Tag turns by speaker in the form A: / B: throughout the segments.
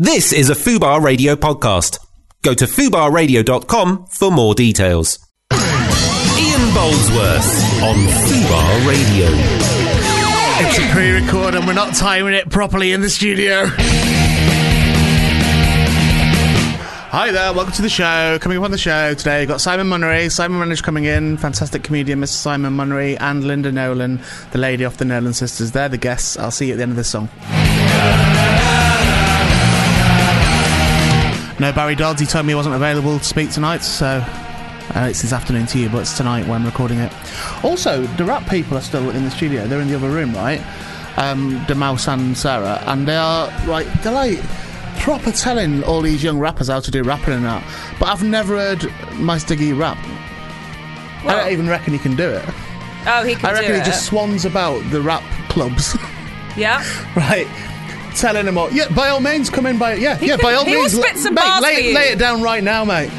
A: This is a Fubar Radio podcast. Go to fubarradio.com for more details. Ian Boldsworth on Fubar Radio.
B: It's a pre-record and we're not timing it properly in the studio. Hi there, welcome to the show. Coming up on the show today, we've got Simon Munnery. Simon Munnery's coming in, fantastic comedian, Mr. Simon Munnery, and Linda Nolan, the lady off the Nolan sisters. They're the guests. I'll see you at the end of this song. No, Barry Dodds, he told me he wasn't available to speak tonight, so uh, it's this afternoon to you, but it's tonight when I'm recording it. Also, the rap people are still in the studio. They're in the other room, right? Um, the Mouse and Sarah, and they are like they're like proper telling all these young rappers how to do rapping and that. But I've never heard my Stiggy rap. I don't even reckon he can do it.
C: Oh, he can
B: I reckon
C: do
B: he
C: it.
B: just swans about the rap clubs,
C: yeah.
B: right? Telling them all, yeah, by all means, come in. By yeah, yeah,
C: could-
B: by all
C: he will
B: means,
C: spit some
B: mate,
C: bars
B: lay,
C: for you.
B: lay it down right now, mate.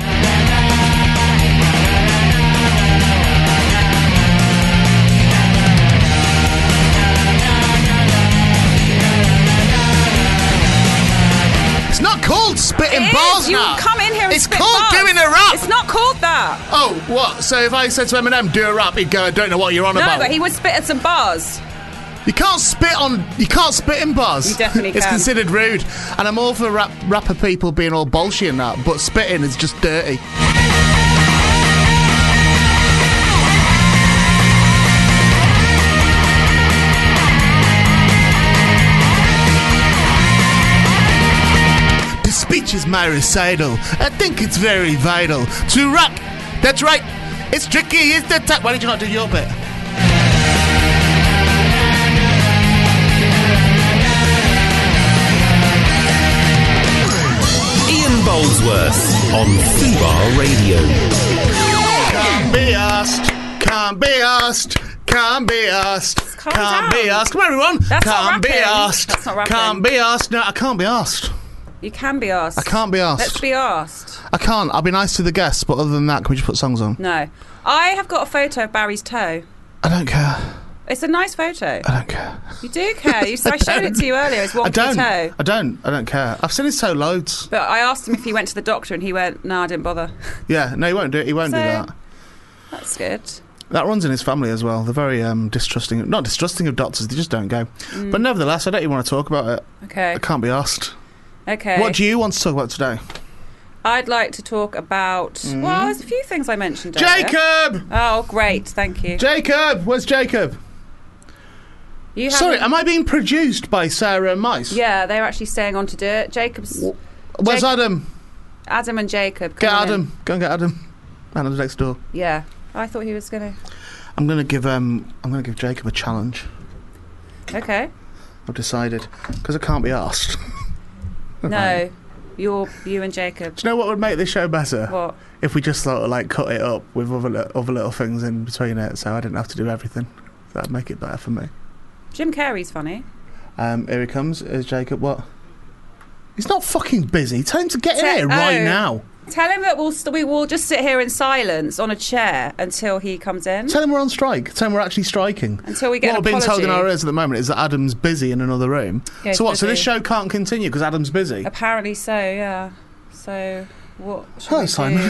B: It's not called spitting
C: It
B: bars
C: is. You
B: now.
C: come in here and
B: it's
C: spit
B: called
C: bars.
B: doing a rap.
C: It's not called that.
B: Oh, what? So if I said to Eminem, "Do a rap," he'd go, "I don't know what you're on
C: No,
B: about."
C: but he would spit at some bars.
B: You can't spit on. You can't spit in bars.
C: You definitely
B: It's
C: can.
B: considered rude, and I'm all for rap, rapper people being all bullshit and that, but spitting is just dirty. The speech is my recital. I think it's very vital to rock. That's right. It's tricky. It's the time. Why did you not do your bit?
A: Ian Boldsworth on Fubar Radio.
B: Can't be asked. Can't be asked. Can't be asked.
C: calm
B: Can't be
C: down.
B: asked. Come on, everyone.
C: That's not
B: can't be
C: rapping.
B: asked.
C: That's not rapping.
B: Can't be asked. No, I can't be asked.
C: You can be asked.
B: I can't be asked.
C: Let's be asked.
B: I can't. I'll be nice to the guests, but other than that, can we just put songs on?
C: No. I have got a photo of Barry's toe.
B: I don't care.
C: It's a nice photo.
B: I don't care.
C: You do care. You, so I showed it to you earlier. It's
B: I
C: one
B: don't.
C: toe.
B: I don't. I don't care. I've seen his toe loads.
C: But I asked him if he went to the doctor, and he went, "No, I didn't bother."
B: Yeah. No, he won't do it. He won't do
C: So-
B: that.
C: That's good.
B: That runs in his family as well. They're very um, distrusting. Not distrusting of doctors. They just don't go. But nevertheless, I don't even want to talk about it.
C: Mm. Okay.
B: I can't be asked.
C: Okay.
B: What do you want to talk about today,
C: I'd like to talk about. Well, there's a few things I mentioned. earlier.
B: Jacob?
C: Oh, great! Thank you.
B: Jacob, where's Jacob?
C: you
B: Sorry,
C: haven't-
B: am I being produced by Sarah and Mice?
C: Yeah, they're actually staying on to do it. Jacob's
B: Where's
C: Jac-
B: Adam?
C: Adam and Jacob.
B: Get
C: come in.
B: Adam. Go and get Adam. Adam's next door.
C: Yeah, I thought he was gonna.
B: I'm gonna give um, I'm gonna give Jacob a challenge.
C: Okay.
B: I've decided because I can't be asked.
C: No, you're you and Jacob.
B: Do you know what would make this show better?
C: What?
B: If we just sort of like cut it up with other li- other little things in between it, so I didn't have to do everything. That'd make it better for me.
C: Jim Carrey's funny.
B: Um, here he comes. Is Jacob what? He's not fucking busy. Tell him to get in
C: Te-
B: here right
C: oh.
B: now.
C: Tell him that we'll st- we will just sit here in silence on a chair until he comes in.
B: Tell him we're on strike. Tell him we're actually striking.
C: Until we get
B: what
C: an
B: we're being told in
C: apology.
B: our ears at the moment is that Adam's busy in another room.
C: Yeah,
B: so what? So this
C: busy.
B: show can't continue because Adam's busy.
C: Apparently so. Yeah. So what? Should
B: Hello,
C: we
B: Simon.
C: do?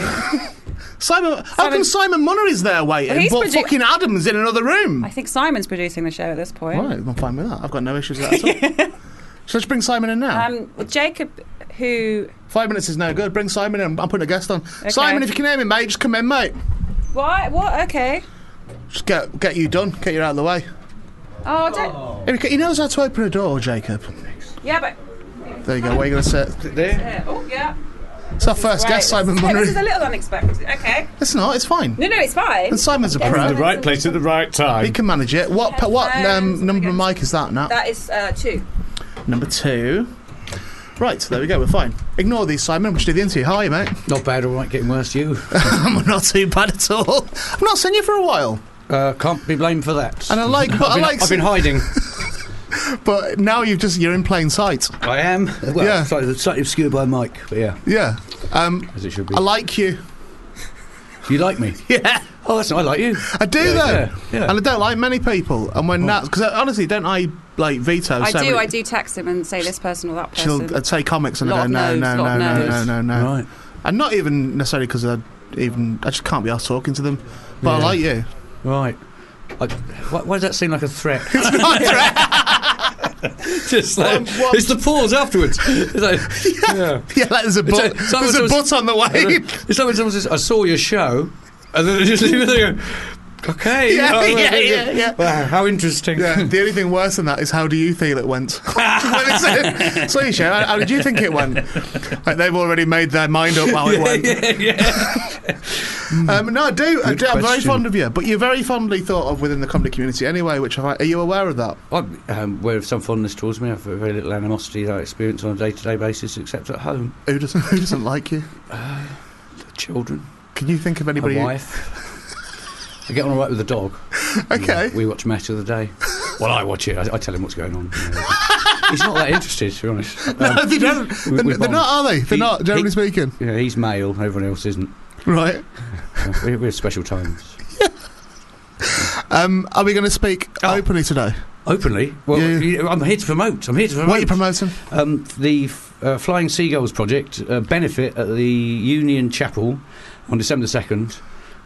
B: Simon, how
C: Simon-
B: come Simon Munner is there waiting,
C: Well, he's
B: but
C: produ-
B: fucking Adam's in another room?
C: I think Simon's producing the show at this point.
B: Right, I'm fine with that. I've got no issues with that at all. Should I just bring Simon in now?
C: Um, Jacob, who?
B: Five minutes is no good. Bring Simon in. I'm putting a guest on. Simon, if you can hear me, mate, just come in, mate.
C: Why? What? Okay.
B: Just get get you done. Get you out of the way.
C: Oh, don't,
B: Here he co- He knows how to open a door, Jacob.
C: yeah, but
B: There you go. Where are you going to sit? There.
C: yeah. oh yeah.
B: It's our first
C: Right,
B: guest, Simon
C: this, is- this is a
B: Munnery.
C: little unexpected. Okay.
B: It's not. It's fine.
C: No, no, it's fine.
B: And Simon's a pro.
D: The right place at the right
B: He
D: time.
B: can manage it. What pa- what
C: Headphones,
B: um, number
C: we
B: of
C: get-
B: mic is that now?
C: That is uh, two.
B: number two. Right, so there we go. We're fine. Ignore these, Simon. We should do the interview. Hi, mate.
E: Not bad, all right, getting worse, you.
B: I'm not too bad at all. I've not seen you for a while,
E: Uh, can't be blamed for that.
B: and I like, but I
E: I've, been,
B: like,
E: I've been hiding.
B: but now you've just you're in plain sight.
E: I am. Well,
B: Yeah.
E: slightly, slightly obscured by Mike, but yeah,
B: Yeah. Um,
E: as it should be.
B: I like you.
E: you like me?
B: Yeah.
E: Oh, that's not, I like you.
B: I do
E: Yeah,
B: though,
E: yeah, Oh. yeah.
B: and I don't like many people. And when that, because honestly, don't I like veto.
C: I
B: so
C: do.
B: many-
C: I do text him and say this person or that person.
B: She'll uh, say comics and I
C: Lot
B: go,
C: of
B: no,
C: no's,
B: no, no,
C: lot of
B: no, no,
C: no's.
B: no, no.
E: Right.
B: And not even necessarily because I even I just can't be asked talking to them. But I
E: Yeah.
B: like you.
E: Right. I, why, why does that seem like a threat?
B: It's not a threat.
E: Just like,
B: What- what-
E: It's the pause afterwards. It's like, yeah.
B: yeah, like there's a
E: It's
B: butt.
E: like someone-
B: there's a
E: someone's-
B: butt on the way.
E: It's like when someone says, I saw your show, and then they just leave it there. and go, Okay.
B: Yeah,
E: Oh,
B: yeah,
E: okay,
B: yeah, yeah.
E: Wow, how interesting.
B: Yeah, the only thing worse than that is how do you feel it went? When it's, uh, so you show, how, how did you think it went? Like they've already made their mind up how it went. Um, no, I do. I
E: Good
B: do I'm very
E: question.
B: fond of you, but you're very fondly thought of within the comedy community anyway. Which I find, are you aware of that?
E: I'm um, aware of some fondness towards me. I have very little animosity that I experience on a day to day basis, except at home.
B: Who doesn't who doesn't like you?
E: The children,
B: Can you think of
E: my
B: anybody? who-
E: wife. I get on all right with the dog.
B: Okay.
E: Yeah, we watch Match of the Day. Well, I watch it. I, I tell him what's going on. you know. He's not that interested, to be honest. Um,
B: No, they don't.
E: we-
B: They're,
E: we
B: they're
E: bond.
B: not, are they? They're
E: He-
B: not, generally
E: he-
B: speaking.
E: You know, he's male, everyone else isn't.
B: Right.
E: Uh, we, we have special times.
B: Um, are we going to speak
E: Oh.
B: openly today?
E: Openly, well,
B: Yeah.
E: you- I'm here to promote. I'm here to promote.
B: What are you promoting?
E: Um, the f- uh, Flying Seagulls project uh, benefit at the Union Chapel on December second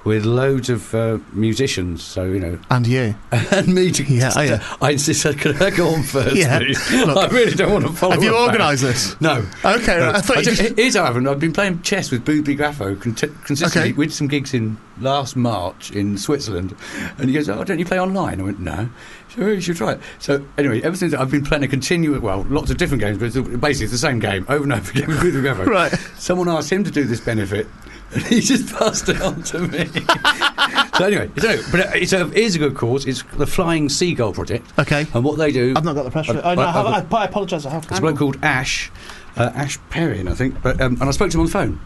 E: with loads of uh, musicians. So you know,
B: And you.
E: and me. To,
B: Yeah, oh, yeah.
E: I insist. I could I go on first?
B: Yeah.
E: please? I really don't want to follow.
B: Have you
E: up that.
B: organised this?
E: No.
B: Okay,
E: no.
B: right. I thought
E: I
B: you just,
E: don't- it is, I haven't. I've been playing chess with Booby Graffo con- consistently.
B: Okay.
E: We did some gigs in last March in Switzerland, and he goes, "Oh, don't you play online?" I went, "No." So you should try it. So anyway, ever since I've been playing a continuous, well, lots of different games, but it's basically it's the same game over and over again with Booby Graffo.
B: Right.
E: Someone asked him to do this benefit, and he just passed it on to me. so anyway, so, but it's a, it is a good cause. It's the Flying Seagull Project,
B: Okay.
E: and what they do.
B: I've not got the pressure.
E: I-
B: I, no, I,
E: I-
B: have,
E: I-
B: I, I apologise. I have.
E: It's a bloke called Ash, uh, Ash Perrin, I think. But um, and I spoke to him on the phone.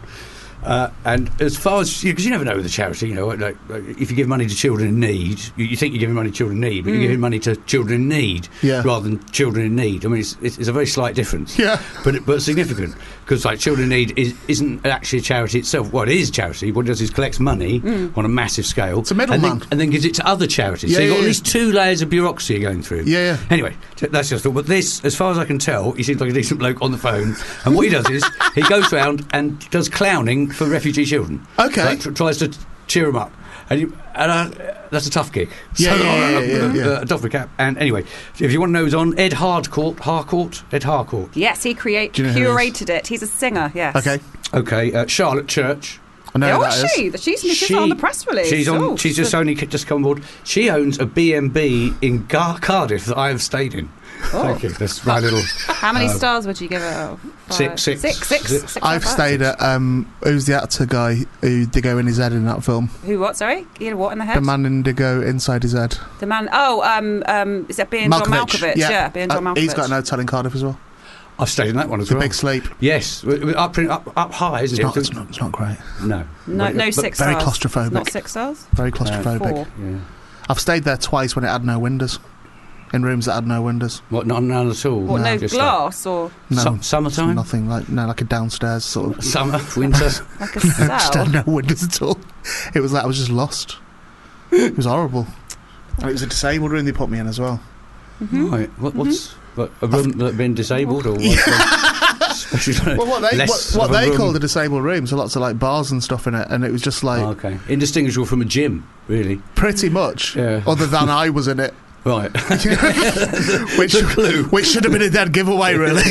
E: Uh, and as far as because you, never know with a charity, you know, like, like, if you give money to children in need, you, you think you're giving money to children in need, but you're giving money to children in need
B: Yeah.
E: rather than children in need. I mean, it's, it's, it's a very slight difference,
B: Yeah.
E: but but significant because like children in need is, isn't actually a charity itself. Well, it is a charity. What it does is collects money on a massive scale,
B: a middleman.
E: and, then- and then gives it to other charities.
B: Yeah,
E: so you've got
B: yeah,
E: at
B: yeah.
E: least two layers of bureaucracy going through.
B: Yeah, yeah.
E: Anyway, t- that's just thought. But this, as far as I can tell, he seems like a decent bloke on the phone. And what he does is he goes round and does clowning for refugee children.
B: Okay.
E: Like, tr- tries to cheer them up. And, you, and I, that's a tough gig.
B: Yeah, yeah, yeah, yeah, yeah.
E: uh, doff my cap. And anyway, if you want to know who's on, Ed Hardcourt, Harcourt, Ed Harcourt.
C: Yes, he create,
B: Do you know who he is?
C: curated it. He's a singer. Yes.
B: Okay.
E: Okay, uh, Charlotte Church.
B: I know
C: Yeah,
B: who
C: who
B: that
C: is
B: is.
C: she? She's, she's on the press release.
E: She's on.
C: Oh,
E: she's just only just come on board. She owns a B&B in Gar- Cardiff that I have stayed in. Thank you. That's my little
C: Oh. How many
B: Um,
E: Uh,
C: stars would you give it? out of five?
E: six, six.
C: Six, six,
E: Six.
C: six out of
B: I've
C: five.
B: stayed at um, who's the actor guy who did go in his head in that film?
C: Who? What? Sorry, he had what in the head?
B: The man in Indigo inside his head.
C: The man- Oh, um, um, is that being John Malkovich? Yeah, being John
B: Uh,
C: Malkovich.
B: he's got an hotel in Cardiff as well.
E: I've stayed in that one as
B: It's a
E: well.
B: big sleep.
E: Yes, w- w- up, in- up, up high, isn't
B: It's
E: it?
B: not, it's not. It's not great.
E: No.
C: No,
E: But-
C: no
E: but-
C: six stars.
B: Very
C: Not
B: claustrophobic.
C: six stars.
B: Very claustrophobic.
C: Four.
E: Yeah.
B: I've stayed there twice when it had no windows, in rooms that had no windows.
E: What? Not none at all.
C: What? No,
E: Just
C: glass or
E: Like,
B: No,
E: Su- summertime.
B: nothing like no, like a downstairs sort of.
E: Summer, winter.
C: like a
B: Just had
C: cell.
B: no windows at all. It was like I was just lost. It was horrible. And it was a disabled room they put me in as well.
C: Mm-hmm.
B: Hmm?
E: Right. What, what's what, a room that been disabled or what? Especially-
B: Well, what they
E: Less
B: what, what
E: of a
B: they
E: room.
B: called a disabled room, so lots of like bars and stuff in it, and it was just like
E: Oh, okay. Indistinguishable from a gym, really.
B: pretty much.
E: Yeah.
B: Other than I was in it,
E: Right.
B: which
E: the clue.
B: which should have been a dead giveaway, really.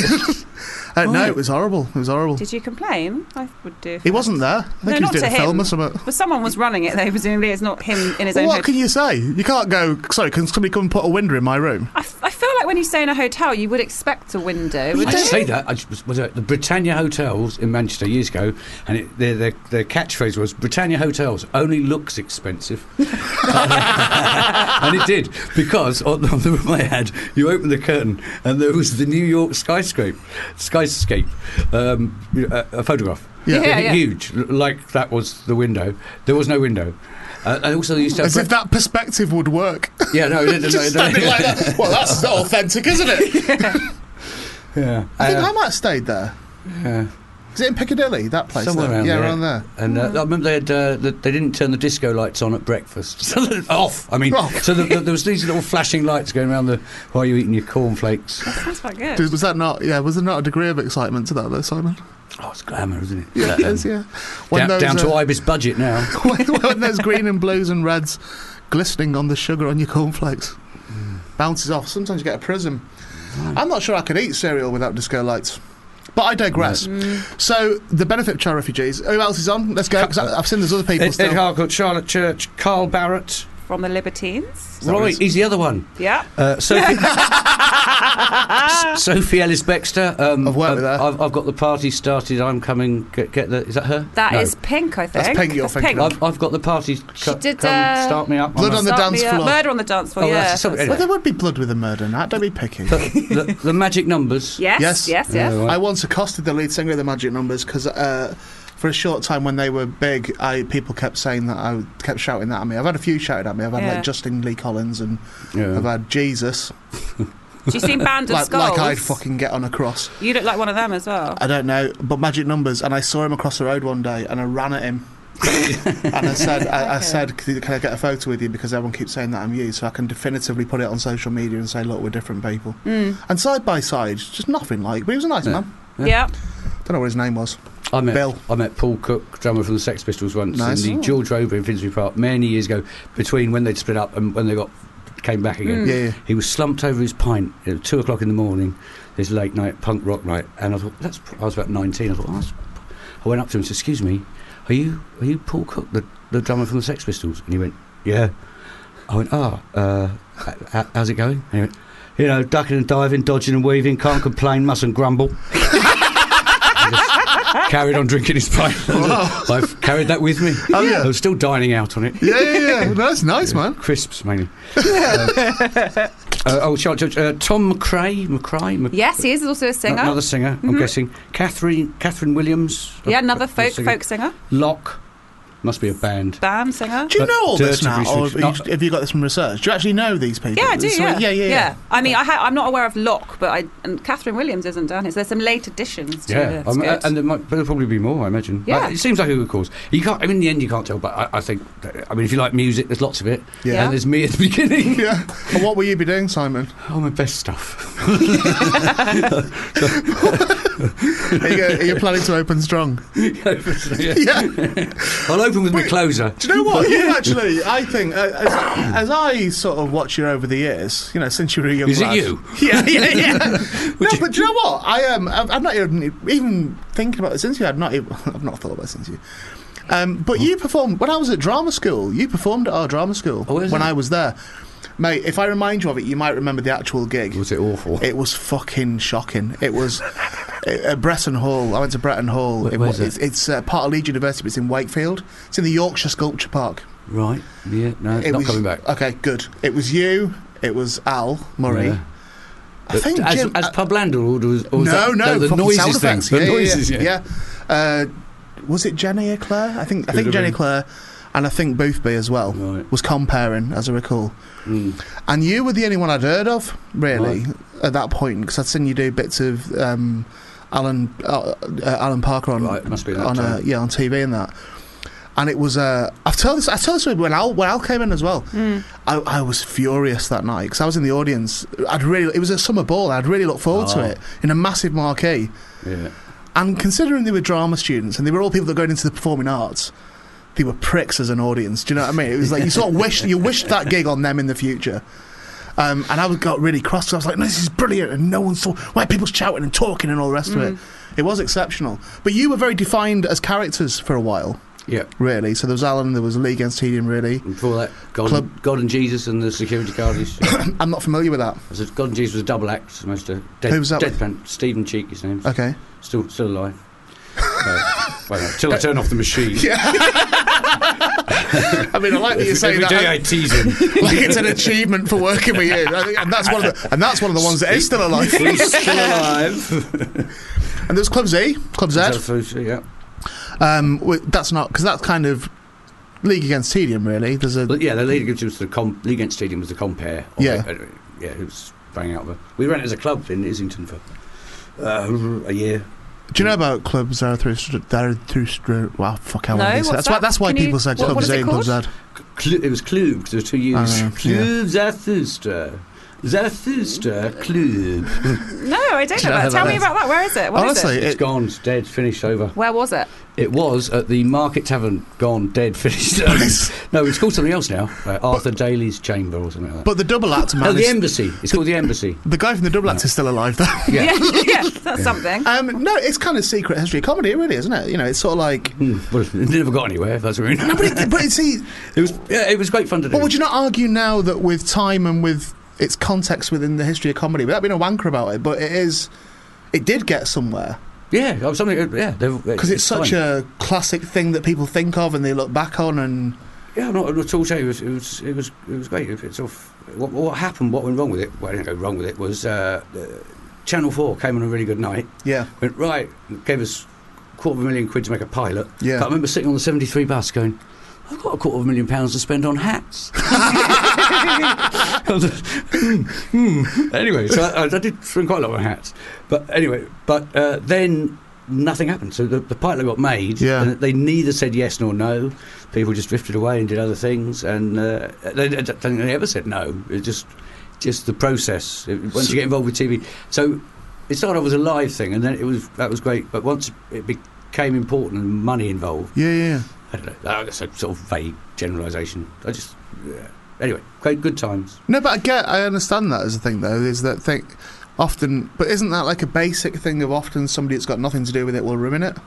B: uh, No,
E: Right.
B: it was horrible. It was horrible.
C: Did you complain? I would do.
B: He wasn't there. I think
C: No,
B: he was
C: not
B: doing a
C: to
B: film
C: him.
B: or something.
C: But someone was running it though. Presumably, it's not him in his
B: Well,
C: own.
B: what
C: hotel.
B: can you say? You can't go. Sorry, can somebody come and put a window in my room?
C: I, f- I feel like when you stay in a hotel, you would expect a window.
E: I
C: Would
E: didn't say that. I just was, was at the Britannia Hotels in Manchester years ago, and it, their, their, their catchphrase was Britannia Hotels only looks expensive. and it did, because on, on the room I had, you opened the curtain, and there was the New York skyscraper, skyscape, um, you know, a, a photograph.
B: Yeah.
C: Yeah, yeah.
E: Huge, l- like that was the window. There was no window. Uh, and also, they used to have
B: As if that perspective would work.
E: bre- yeah, no, no, no,
B: Just
E: no,
B: standing like that. Well, that's authentic, isn't it?
E: yeah,
B: I think
E: Uh,
B: I might have stayed there.
E: yeah.
B: Is it in Piccadilly? That place?
E: Somewhere
B: there?
E: around
B: yeah,
E: there.
B: around there.
E: And uh, I remember they had uh, the, they didn't turn the disco lights on at breakfast. So they're off. I mean,
B: Oh.
E: so the, the, there was these little flashing lights going around the while you're eating your cornflakes.
C: Sounds quite good.
B: Did- was that not? Yeah, was there not a degree of excitement to that though, Simon?
E: Oh, it's glamour, isn't it?
B: Yeah,
E: But,
B: it is,
E: um,
B: yeah.
E: Down, down to
B: uh,
E: Ibis budget now.
B: when, when there's green and blues and reds glistening on the sugar on your cornflakes, bounces off. Sometimes you get a prism.
E: Mm.
B: I'm not sure I could eat cereal without disco lights. But I digress. Mm. So the benefit of child refugees. Who else is on? Let's go. 'cause I- I've seen there's other people
E: Ed, Ed
B: still.
E: Harcourt, Charlotte Church, Carl Barrett.
C: From the Libertines.
B: that what it
E: Right,
B: is?
E: he's the other one.
C: Yeah.
E: Uh, Sophie, S- Sophie Ellis Bextor. Um,
B: I've worked with her.
E: I've, I've got the party started. I'm coming. Get, get the. Is that her?
C: that
E: No.
C: is pink, I think.
B: That's pink you're thinking of.
E: I've, I've got the party. co-
C: did,
E: come
C: uh,
E: start me up.
B: Blood
E: I'm
B: on the
C: Start
B: dance
C: me up.
B: floor.
C: Murder on the dance floor.
E: Oh,
C: yeah.
E: that's- sorry,
B: Well,
E: anyway.
B: there would be blood with a murder, Nat. Don't be picky.
E: the, the, the magic numbers.
C: Yes.
B: Yes.
C: Yes. Yes.
E: Yeah, right.
B: I once accosted the lead singer of the Magic Numbers because uh, for a short time when they were big, I people kept saying that I kept shouting that at me. I've had a few shouted at me. I've had
C: Yeah.
B: like Justin Lee Collins and
E: Yeah.
B: I've had Jesus.
C: Do you see Band of
B: Like,
C: Skulls?
B: like I'd fucking get on a cross.
C: You look like one of them as well.
B: I don't know, but Magic Numbers. And I saw him across the road one day, and I ran at him. and I said, I, I said, can I get a photo with you? Because everyone keeps saying that I'm you, so I can definitively put it on social media and say, look, we're different people.
C: Mm.
B: And side by side, just nothing like. But he was a nice
E: Yeah.
B: man.
E: Yeah.
C: Yeah.
B: Don't know what his name was.
E: I met
B: Bill.
E: I met Paul Cook, drummer from the Sex Pistols, once
B: Nice. Oh.
E: in
B: Ooh.
E: the George Rover in Finsbury Park many years ago. Between when they'd split up and when they got came back again,
B: Mm. Yeah, yeah.
E: he was slumped over his pint at two o'clock in the morning. This late night punk rock night, and I thought that's. pr- I was about nineteen. I thought oh, that's, I went up to him and said, "Excuse me, are you are you Paul Cook, the, the drummer from the Sex Pistols?" And he went, "Yeah." I went, "Ah, uh, h- h- how's it going?" And he went, "You know, ducking and diving, dodging and weaving, can't complain, mustn't grumble." carried on drinking his pint. I've carried that with me.
B: Oh, yeah.
E: I was still dining out on it.
B: Yeah, yeah, yeah. No, that's nice, man.
E: Crisps mainly. Uh, uh, oh, Charlotte Church. Uh, Tom McCrae, McCrae, Mc-
C: Yes, he is also a singer. Mm-hmm.
E: another singer. I'm guessing. Catherine, Catherine Williams.
C: yeah,
E: uh,
C: another
E: uh,
C: folk
E: singer.
C: folk singer.
E: Lock must be a band.
C: Band singer.
B: Do you
E: But
B: know all this
E: dirty
B: now, or
E: research.
B: have you, have you got this from research? Do you actually know these people?
C: Yeah, I do.
B: So,
C: Yeah.
B: yeah, yeah, yeah.
C: I mean, I ha- I'm not aware of Locke, but I and Catherine Williams isn't down here. So there's some late additions. To
E: Yeah,
C: it.
E: um, uh,
C: It's
E: and
C: good.
E: there might, there'll probably be more, I imagine.
C: Yeah.
E: Uh, it seems like a good cause. You can't. I mean, in the end, you can't tell. But I, I think, I mean, if you like music, there's lots of it.
B: Yeah.
E: And there's me at the beginning.
B: Yeah. And what will you be doing, Simon?
E: Oh, my best stuff.
B: Are you, are you planning to open strong?
E: Yeah.
B: Yeah.
E: I'll open with my closer.
B: Do you know what? You actually, I think, uh, as, as I sort of watch you over the years, you know, since you were a young
E: Is it
B: lad-
E: you?
B: Yeah, yeah, yeah. no, but do you know what? I am. Um, I've- I'm not even, even thinking about this since you. I've not. Even, I've not thought about it since you. Um, but you performed when I was at drama school. You performed at our drama school
E: Oh,
B: when
E: is it?
B: I was there, mate. If I remind you of it, you might remember the actual gig.
E: Was it awful?
B: It was fucking shocking. It was uh, at Bretton Hall. I went to Bretton Hall.
E: Wh-
B: it
E: where's
B: was,
E: it?
B: It's, it's uh, part of Leeds University, but it's in Wakefield. It's in the Yorkshire Sculpture Park.
E: Right. Yeah. No.
B: It
E: not
B: was,
E: coming back.
B: Okay, good. It was you. It was Al Murray.
E: Yeah.
B: I think
E: as,
B: Jim.
E: as
B: uh,
E: pub lander or was, or was
B: no,
E: that,
B: no,
E: the
B: fucking sound
E: noises thing.
B: effects.
E: The
B: yeah, yeah,
E: noises.
B: yeah. yeah. Uh, was it Jenny Eclair? I think I think
E: have
B: Jenny
E: been.
B: Eclair, and I think Boothby as well
E: Right.
B: was comparing, as I recall.
E: Mm.
B: And you were the only one I'd heard of, really, at that point, because I'd seen you do bits of um, Alan uh, uh, Alan Parker on
E: Right, must be that
B: on uh,
E: time.
B: yeah on TV and that. And it was uh, I've told this I told this when Al when Al came in as well. I, I was furious that night because I was in the audience. I'd really it was a summer ball. I'd really looked forward
E: Oh.
B: to it in a massive marquee.
E: Yeah.
B: And considering they were drama students and they were all people that going into the performing arts, they were pricks as an audience. Do you know what I mean? It was like you sort of wished you wished that gig on them in the future. Um, and I was- got really cross. 'cause I was like, no, "This is brilliant," and no one saw why people shouting and talking and all the rest of it. It was exceptional. But you were very defined as characters for a while,
E: Yeah.
B: really. So there was Alan, there was Lee against Helium, really.
E: And Before that, God,
B: Club-
E: God and Jesus and the security guard. is-
B: I'm not familiar with that.
E: I said God and Jesus was a double act. Most uh, dead,
B: Who was that with? Uh,
E: deadpan. Stephen Cheek, his name.
B: Okay.
E: Still, still alive. uh, well, no, till I turn off the machine.
B: I mean, I like that you're saying
E: Every
B: that.
E: day I tease him.
B: like it's an achievement for working with you, I think- and that's one of the and that's one of the ones that is still alive.
E: He's still alive.
B: And there's Club Z, Club Z.
E: yeah.
B: Um, wi- that's not because that's kind of league against tedium, really. There's a
E: But yeah, the league against the comp, league against stadium was the compare. of
B: Yeah.
E: it. Uh, yeah, it was bang out of a- We ran it as a club in Islington for uh, a year.
B: Do you know about Club Zarathustra? Zarathustra wow, fuck, I
C: No,
B: want to
C: what's
B: That's
C: that?
B: why, that's why
C: Can you-
B: people said
C: what-
B: Club
C: what is
B: Z
C: it
B: and Club Z.
C: called?
E: Clu- it was Klub, there were two
B: I
E: U's.
B: know,
E: Klub Zarathustra. Zarathustra, Klub.
C: No, I don't know.
B: Do you know
C: That.
B: how
C: Tell
B: that
C: me
B: is?
C: about that. Where is it? What is
B: Honestly,
C: it?
E: It's
B: It-
E: gone, it's dead, finished, over.
C: Where was it?
E: It was at the Market Tavern, gone, dead, finished. over. no, it's called something else now. Uh, Arthur Daly's Chamber or something like that.
B: But the double act
E: no,
B: man.
E: the
B: Is,
E: Embassy. It's called the Embassy.
B: the guy from the double act is still alive, though.
E: Yeah.
C: Yeah, yeah, that's something.
B: Um, no, it's kind of secret history of comedy, really, isn't it? You know, it's sort of like.
E: Hmm, well, it never got anywhere, if that's what you mean.
B: But, it, but it's e-
E: It was, yeah, it was great fun to do.
B: But would you not argue now that with time and with its context within the history of comedy, without being a wanker about it, but it is. It did get somewhere
E: yeah, it was something. Yeah, uh,
B: because
E: because
B: it's, such a classic thing that people think of and they look back on and
E: Yeah, I'm not I'm not at all sure. It was, it was, it was, it was great. It, it's sort of- what, what happened, what went wrong with it, what didn't go wrong with it was uh, uh, Channel 4 came on a really good night,
B: yeah,
E: went, right, gave us quarter of a million quid to make a pilot.
B: Yeah.
E: But I remember sitting on the 73 bus going, I've got a quarter of a million pounds to spend on hats. I was like, "Hmm, hmm." Anyway, so I, I did spend quite a lot on hats. But anyway, but uh, then nothing happened. So the, the pilot got made.
B: Yeah.
E: And they neither said yes nor no. People just drifted away and did other things. And uh, they, they don't think they ever said no. It just, just the process. It- once you get involved with TV. So it started off as a live thing, and then it was that was great. But once it became important and money involved,
B: yeah, yeah.
E: I don't know. uh, That's a sort of vague generalisation. I just yeah. anyway, great good times.
B: No, but I get, I understand that as a thing though. Is that thing often? But isn't that like a basic thing of often somebody that's got nothing to do with it will ruin it?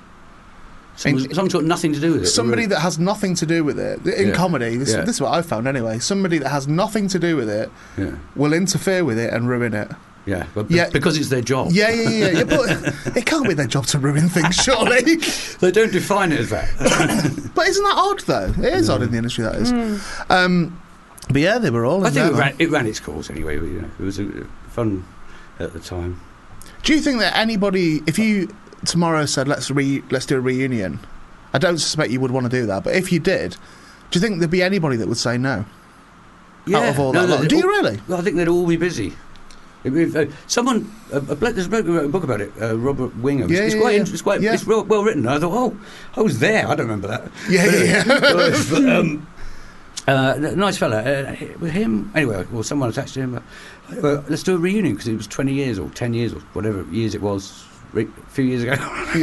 E: Someone's, someone's got nothing to do with it.
B: Somebody
E: really.
B: that has nothing to do with it in
E: Yeah.
B: comedy. This,
E: Yeah.
B: this is what I've found anyway. Somebody that has nothing to do with it
E: yeah,
B: will interfere with it and ruin it.
E: yeah, but
B: Yeah.
E: because it's their job.
B: Yeah, yeah, yeah. yeah but it can't be their job to ruin things, surely.
E: They don't define it as that.
B: but isn't that odd though? It is odd in the industry. That is. Um, but yeah, they were all.
E: Hmm. I
B: in
E: think it
B: there.
E: ran, it ran its course anyway. You know, it was a, fun at the time.
B: Do you think that anybody, if you tomorrow said let's re let's do a reunion, I don't suspect you would want to do that. But if you did, do you think there'd be anybody that would say no out of all
E: No,
B: that?
E: no,
B: lot?
E: they-
B: Do you really?
E: Well, I think they'd all be busy. If- if, uh, someone, uh, a bloke, there's a bloke who wrote a book about it, uh, Robert Wingham.
B: Yeah,
E: it's,
B: yeah,
E: quite,
B: yeah.
E: int- it's quite,
B: Yeah.
E: it's well, well written. I thought, oh, I was there. I don't remember that.
B: Yeah, yeah, yeah.
E: but, um, uh, n- nice fella. Uh, h- with him, anyway, or someone attached to him. Uh, uh, let's do a reunion because it was 20 years or 10 years or whatever years it was, re- a few years ago.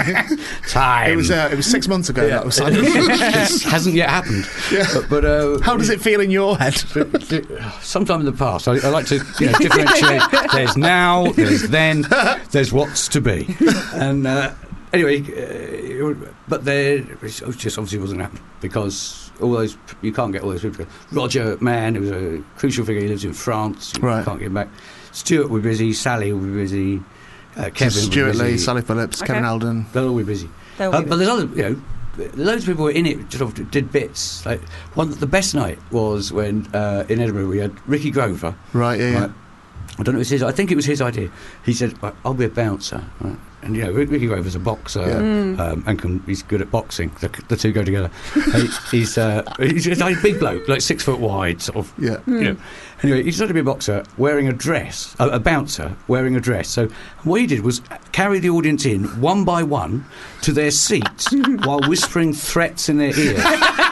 E: Time.
B: It was uh, it was six months ago
E: Yeah.
B: that was signed.
E: It hasn't yet happened.
B: Yeah.
E: But, but, uh,
B: How does it feel in your head?
E: Sometime in the past, I, I like to you know, differentiate. there's now, there's then, there's what's to be. And uh, anyway, uh, it would- but there it was- it just obviously wasn't happening because all those you can't get all those people. Roger Mann, who was a crucial figure, he lives in France. You
B: Right.
E: can't get him back. Stuart will be busy. Sally will be busy. Uh, Kevin, will
B: Stuart
E: be busy.
B: Lee, Sally Phillips,
C: Okay.
B: Kevin Alden.
E: They'll all be busy.
C: They'll
E: Uh,
C: be
E: but
C: busy.
E: there's other, you know, loads of people were in it. Sort of did bits. Like one, the best night was when uh, in Edinburgh we had Ricky Grover.
B: Right, yeah, yeah.
E: Right? I don't know. If it was his. I think it was his idea. He said, "Right, "I'll be a bouncer." Right? And you know, Rick- Ricky Grover's a boxer,
B: Yeah.
E: um, and can, he's good at boxing. The, the two go together. he, he's, uh, he's he's like a big bloke, like six foot wide, sort of
B: Yeah.
E: you know. Anyway, he decided to be a boxer wearing a dress, a, a bouncer wearing a dress. So what he did was carry the audience in one by one to their seats while whispering threats in their ear.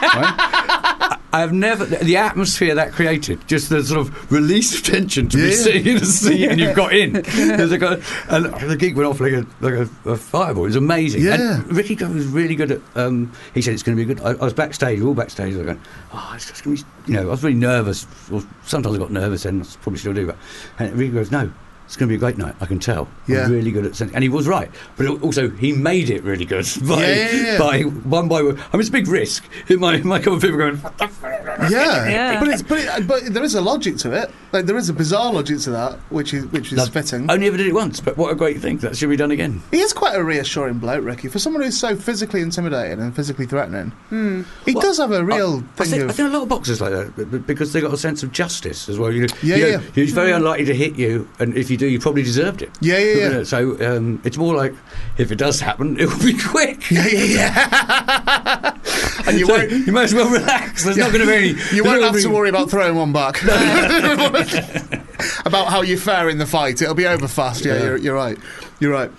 E: Right? I- I've never the atmosphere that created, just the sort of release of tension to
B: Yeah,
E: be
B: yeah.
E: sitting in a seat and you've got in. There's a guy, and the gig went off like a like a, a fireball. It was amazing. And
B: Yeah.
E: Ricky Gove was really good at. Um, he said it's going to be good. I, I was backstage, we were all backstage. I was going, oh, it's going to be. You know, I was really nervous. Or sometimes I got nervous, and I probably still do. But and Ricky goes, no, it's going to be a great night. I can tell. I'm
B: Yeah.
E: really good at. sending-" And he was right, but al- also he made it really good by
B: Yeah, yeah, yeah.
E: by one by one. I mean, it's a big risk. It might, it might come with people going. "What the f-"
B: Yeah.
C: Yeah.
B: but it's but, it, but there is a logic to it. Like there is a bizarre logic to that, which is which is
E: Love-
B: fitting.
E: Only ever did it once, but what a great thing. That should be done again.
B: He is quite a reassuring bloke, Ricky, for someone who's so physically intimidating and physically threatening. He
E: Well,
B: does have a real
E: I
B: thing
E: think,
B: of.
E: I think a lot of boxers like that b- b- because they got a sense of justice as well. You,
B: Yeah,
E: you
B: yeah.
E: It's very unlikely to hit you, and if you do, you probably deserved it.
B: yeah, yeah, yeah.
E: So um, it's more like if it does happen, it will be quick.
B: Yeah, yeah, yeah.
E: and you,
B: So-
E: won't, you might as well relax. There's not going to be any.
B: You
E: there's not
B: won't
E: gonna
B: have
E: be-
B: to worry about throwing one back. about how you fare in the fight. It'll be over fast. Yeah,
E: Yeah.
B: You're, you're right. You're right.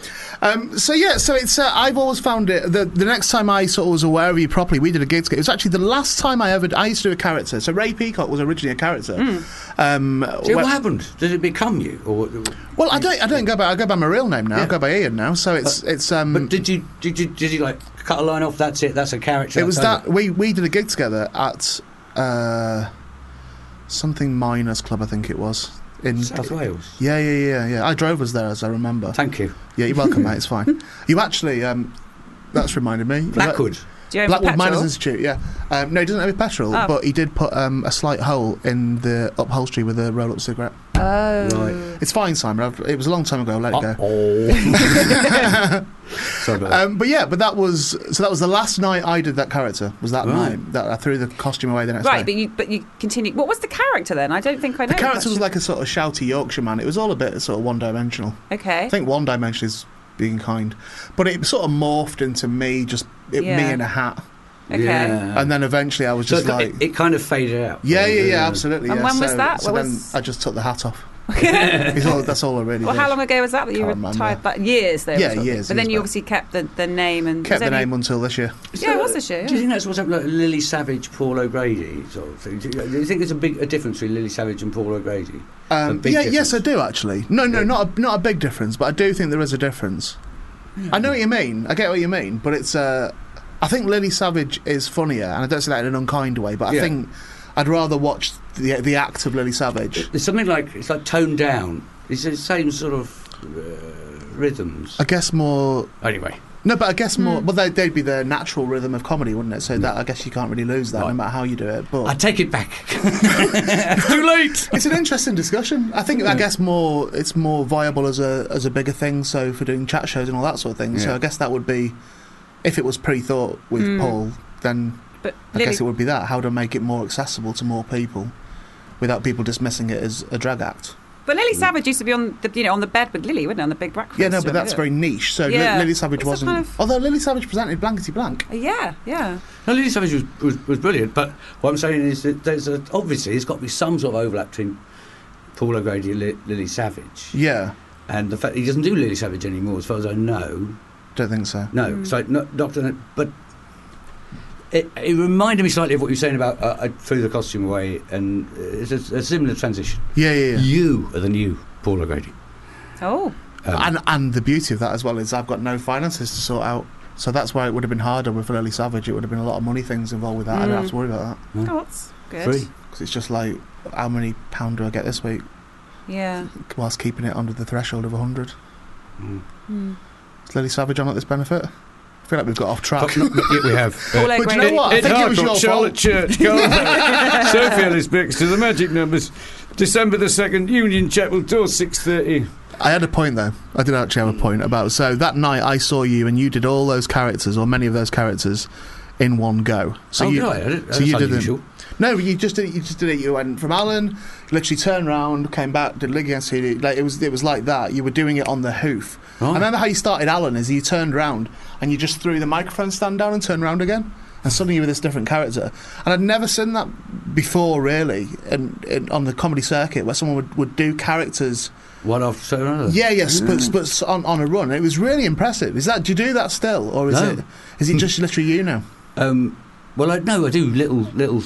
B: Um, so yeah, so it's uh, I've always found it the the next time I sort of was aware of you properly, we did a gig together. It was actually the last time I ever I used to do a character. So Ray Peacock was originally a character.
E: Hmm.
B: Um,
E: So
B: when-
E: what happened? Did it become you? Or what-
B: well, I don't I don't go by I go by my real name now. I
E: Yeah.
B: go by Ian now. So it's it's um.
E: But did you did you did you like cut a line off? That's it. That's a character.
B: it was
E: that's
B: that we we did a gig together at uh, something Miners Club, I think it was in
E: over. South Wales.
B: Yeah, yeah, yeah, yeah. I drove us there, as I remember.
E: Thank you.
B: yeah, you're welcome, mate. It's fine. You actually, um, that's reminded me.
E: Blackwood.
C: Do you own
B: Blackwood
C: the
B: Miners
C: petrol?
B: Institute, yeah. Um, no, he doesn't have a petrol,
C: Oh.
B: but he did put um, a slight hole in the upholstery with a roll-up cigarette.
C: Oh.
E: Right.
B: It's fine, Simon. I've, it was a long time ago. I'll let it go.
E: Oh. Sorry about that.
B: Um, but yeah, but that was so. That was the last night I did that character. Was that
E: Right.
B: night that I threw the costume away the next
C: Right,
B: day?
C: but you but you continue. What was the character then? I don't think I know.
B: the character was
C: actually.
B: like a sort of shouty Yorkshire man. It was all a bit sort of one-dimensional. I
C: okay.
B: think one dimension is being kind, but it sort of morphed into me just it, me
C: Yeah.
B: in a hat,
C: Okay.
E: Yeah.
B: and then eventually I was
E: so
B: just
E: it,
B: like,
E: it kind of faded out.
B: yeah, yeah, yeah, absolutely.
C: And
B: yeah.
C: when was
B: So-
C: that?
B: So
C: What
B: then
C: was-
B: I just took the hat off. It's all- that's all I really.
C: Well,
B: did.
C: how long ago was that that you
B: Can't remember.
C: retired? But years, though. was
B: Yeah,
C: it?
B: years,
C: But then
B: years
C: you
B: back.
C: obviously kept the, the name and
B: Kept
C: was
B: the
C: only-
B: name until this year.
C: Yeah, it was this year.
E: Do you
C: yeah.
E: think that's what's happened, like Lily Savage, Paul O'Grady sort of thing? Do you, do you think there's a big a difference between Lily Savage and Paul O'Grady?
B: Um,
E: big
B: yeah, yes,
E: difference.
B: I do actually. No, no,
E: Yeah.
B: not a, not a big difference, but I do think there is a difference. I know what you mean. I get what you mean, but it's. Uh, I think Lily Savage is funnier, and I don't say that in an unkind way, but I
E: Yeah.
B: think I'd rather watch the the act of Lily Savage.
E: There's something like it's like toned down. It's the same sort of uh, rhythms.
B: I guess more
E: Anyway,
B: No, but I guess more.
C: Hmm.
B: Well, they, they'd be the natural rhythm of comedy, wouldn't it? So that I guess you can't really lose that, no
E: Hmm. Right.
B: matter how you do it. But
E: I take it back. Too late.
B: it's an interesting discussion. I think I
E: Yeah.
B: guess more. It's more viable as a as a bigger thing. So for doing chat shows and all that sort of thing. So
E: Yeah.
B: I guess that would be, if it was pre-thought with
C: Hmm.
B: Paul, then
C: But
B: I
C: Lily,
B: guess it would be that. How to make it more accessible to more people, without people dismissing it as a drag act.
C: but Lily Savage used to be on the you know on the bed with Lily, wouldn't it? On the big breakfast.
B: Yeah, no, but
C: remember
B: that's
C: it?
B: very niche. So Li-
C: Yeah.
B: Lily Savage
C: It's a
B: wasn't.
C: kind of-
B: Although Lily Savage presented blankety blank.
C: Yeah, yeah.
E: No, Lily Savage was, was, was brilliant, but what I'm saying is that there's a, obviously there's got to be some sort of overlap between Paul O'Grady and Li- Lily Savage,
B: Yeah,
E: and the fact he doesn't do Lily Savage anymore, as far as I know.
B: don't think so.
E: No,
C: Mm.
E: so not, not done it, but it, it reminded me slightly of what you were saying about uh, I threw the costume away, and it's a, a similar transition.
B: Yeah, yeah, yeah.
E: You are the new Paul O'Grady.
C: Oh,
E: Um,
B: and and the beauty of that as well is I've got no finances to sort out. So that's why it would have been harder with Lily Savage. It would have been a lot of money things involved with that. I don't have to worry about that
C: oh that's good.
E: Three.
B: because it's just like how many pound do I get this week
C: Yeah.
B: whilst keeping it under the threshold of hundred.
E: Mm.
C: Mm.
B: Is Lily Savage on at this benefit? I feel like we've got off track.
E: Not- not yet we have.
C: Paul
B: But do you
C: O'Grady.
B: know what? I
D: Ed
B: think it was your
D: Harcourt, Charlotte
B: fault.
D: Church, Goldberg, Sophie Ellis Bix to the magic numbers. December the second, Union Chapel Tour, six thirty.
B: I had a point though. I did actually have a point about so that night I saw you and you did all those characters or many of those characters in one go. So
E: oh,
B: you
E: did I? I didn't-
B: so
E: that's
B: you did them-
E: unusual.
B: No, you just did it. You just did it. You went from Alan, literally turned round, came back, did Liggy and CD. Like it was, it was like that. You were doing it on the hoof. I
E: Right.
B: remember how you started Alan is you turned round and you just threw the microphone stand down and turned round again, and suddenly you were this different character. And I'd never seen that before, really, and, and on the comedy circuit where someone would, would do characters.
E: One after another.
B: Yeah, yes, but but s- on, on a run, it was really impressive. Is that do you do that still, or is
E: No.
B: it is it just literally you now?
E: Um, well, I, no, I do little little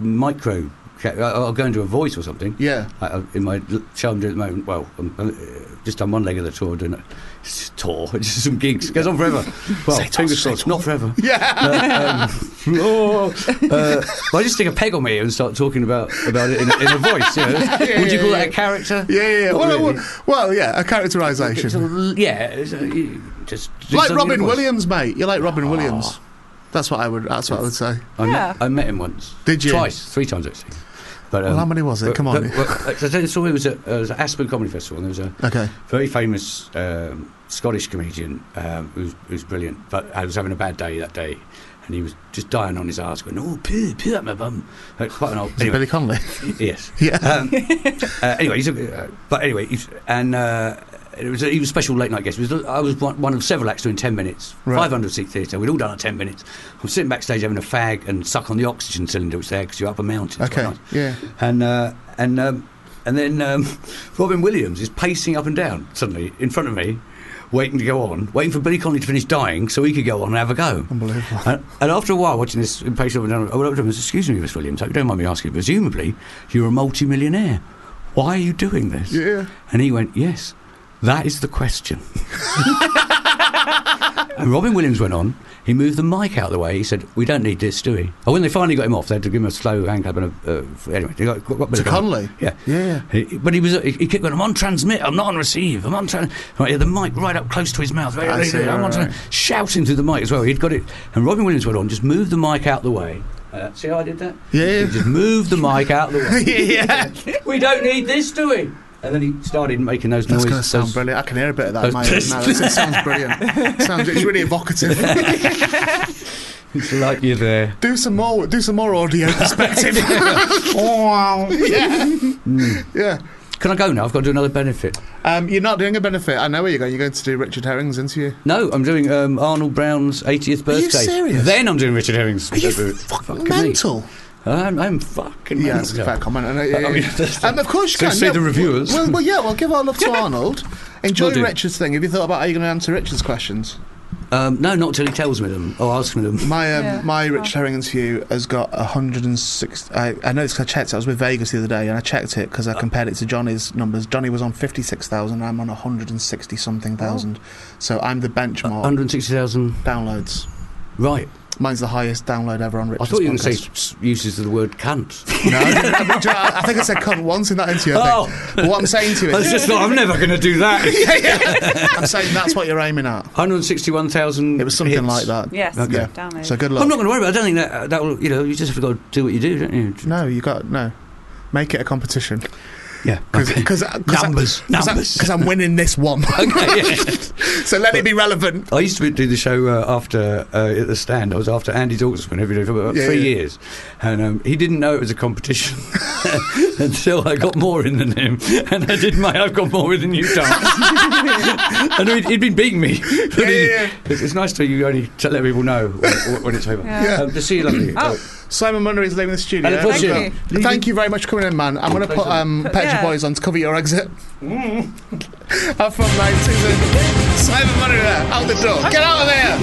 E: micro. ca- I- I'll go into a voice or something.
B: Yeah.
E: I, I- in my l- show I'm doing at the moment. Well, I'm, I'm uh, just on one leg of the tour doing a it's a tour. It's just some gigs. It goes on forever. Well,
B: Say tour,
E: fingers
B: say
E: crossed,
B: tour.
E: not forever.
B: Yeah.
E: But, um, oh, uh, well, I just stick a peg on my ear and start talking about about it in, a- in a voice. You know? Would you call that a character?
B: Yeah, yeah, yeah.
E: Not
B: Well,
E: really.
B: well, well, yeah, a
E: It's
B: characterisation.
E: a l- yeah, it's a- you just do
B: like
E: something in a
B: Robin
E: voice.
B: Williams, mate. You're like
E: Ah.
B: Robin Williams. That's what I would. That's what I would say.
E: I, met-
C: Yeah.
E: I met him once.
B: Did you?
E: Twice, three times actually. But, um,
B: Well, how many was it? Come on.
E: But, but, I saw it was at uh, it was at Aspen Comedy Festival, and there was a
B: Okay.
E: very famous um, Scottish comedian um, who's, who's brilliant. But I was having a bad day that day, and he was just dying on his arse, going, "Oh, poo, poo at my bum." Like, quite an old.
B: Is it
E: Anyway,
B: Billy Connolly?
E: yes.
B: Yeah.
E: Um, uh, anyway, he's a, uh, but anyway, he's, and uh, it was a, he was a special late night guest. He was, I was one, one of several acts doing ten minutes,
B: Right.
E: five hundred seat theatre. We'd all done our ten minutes. I'm sitting backstage having a fag and suck on the oxygen cylinder, which is there because you're up a mountain. It's quite
B: okay.
E: nice.
B: Yeah.
E: And uh, and um, and then um, Robin Williams is pacing up and down suddenly in front of me waiting to go on, waiting for Billy Connolly to finish dying so he could go on and have a go.
B: Unbelievable.
E: And, and after a while, watching this impatient woman, I went up to him and said, oh, Excuse me, Miss Williams, I hope you don't mind me asking, presumably you're a multimillionaire. Why are you doing this?
B: Yeah.
E: And he went, Yes, that is the question. and Robin Williams went on. He moved the mic out of the way. He said, We don't need this, do we? And when they finally got him off, they had to give him a slow handclap and a. Uh, f- anyway, they got, got, got
B: To
E: Billy Connolly.
B: Connolly?
E: Yeah.
B: Yeah.
E: He- he- but he was he, he kept going, I'm on transmit, I'm not on receive, I'm on transmit. Right, yeah, the mic right up close to his mouth.
B: I see,
E: I'm on
B: right,
E: tran- shouting through the mic as well. He'd got it. And Robin Williams went on, just move the mic out the way. Uh, see how I did that?
B: Yeah.
E: He just moved the mic out the way.
B: yeah.
E: we don't need this, do we? And then he started making those
B: That's
E: noises.
B: going to sound
E: those-
B: brilliant. I can hear a bit of that in my
E: those-
B: ears now. It's- It sounds brilliant. sounds it's really evocative.
E: It's like you're there.
B: do some more. Do some more audio perspective. yeah.
E: Mm.
B: Yeah.
E: Can I go now? I've got to do another benefit.
B: Um, you're not doing a benefit. I know where you're going. You're going to do Richard Herring's interview.
E: No, I'm doing um, Arnold Brown's 80th birthday.
B: you serious?
E: Then I'm doing Richard Herring's.
B: Are you
E: birthday.
B: fucking
E: Fuck me.
B: mental?
E: I'm, I'm fucking
B: Yeah, that's
E: mental.
B: a fair comment. And, uh,
E: I mean,
B: um, of course you
E: so
B: can.
E: say
B: yeah.
E: the reviewers.
B: Well, well, yeah, well, give our love to Arnold. Enjoy
E: Will do.
B: Richard's thing. Have you thought about how you're going to answer Richard's questions?
E: Um, no, not till he tells me them Oh, or asks me them.
B: My um,
C: Yeah.
B: my Richard Herring interview has got 106. I, I know this 'cause I checked it. I was with Vegas the other day and I checked it because I
E: Uh.
B: compared it to Johnny's numbers. Johnny was on 56,000. I'm on 160 something
E: Oh.
B: thousand. So I'm the benchmark.
E: 160,000.
B: downloads.
E: Right.
B: Mine's the highest download ever on
E: I
B: Richard's
E: thought you were going to
B: podcast.
E: say s- uses of the word cunt.
B: No, I, didn't, I, didn't- I think I said cunt once in that interview. I think.
E: Oh.
B: But what I'm saying to you is,
E: just thought, I'm never going to do that.
B: I'm saying that's what you're aiming at.
E: 161,000.
B: It was something
E: hits.
B: like that.
C: Yes.
E: Okay.
B: Yeah.
C: Damn it.
B: So good luck.
E: I'm not going to worry about it. I don't think that, uh, that will, you know, you just have to go do what you do, don't you?
B: no, you got no. Make it a competition
E: Yeah. okay.
B: because
E: Numbers, numbers.
B: because I'm winning this one.
E: Okay, yeah.
B: so let it be relevant.
E: I used to do the show uh, after uh, at the stand. I was after Andy Dorksman every day for about
B: Yeah,
E: three
B: yeah.
E: years, and um, he didn't know it was a competition until I got more in than him, and I did my I've got more in than you dance, and he'd, he'd been beating me. But
B: Yeah,
E: he-
B: yeah, yeah.
E: It's, it's nice to you only to let people know when, when it's over.
C: Yeah.
E: Um, to see you, lovely.
C: Oh.
B: Simon Munner is leaving the studio.
E: And a
C: pleasure.
B: Thank you. Thank you very much for coming in, man. I'm going to put um, Pet Shop
C: Yeah.
B: Boys on to cover your exit. Have fun, mate. See you soon. Simon Munner there, out the door. Get out of there,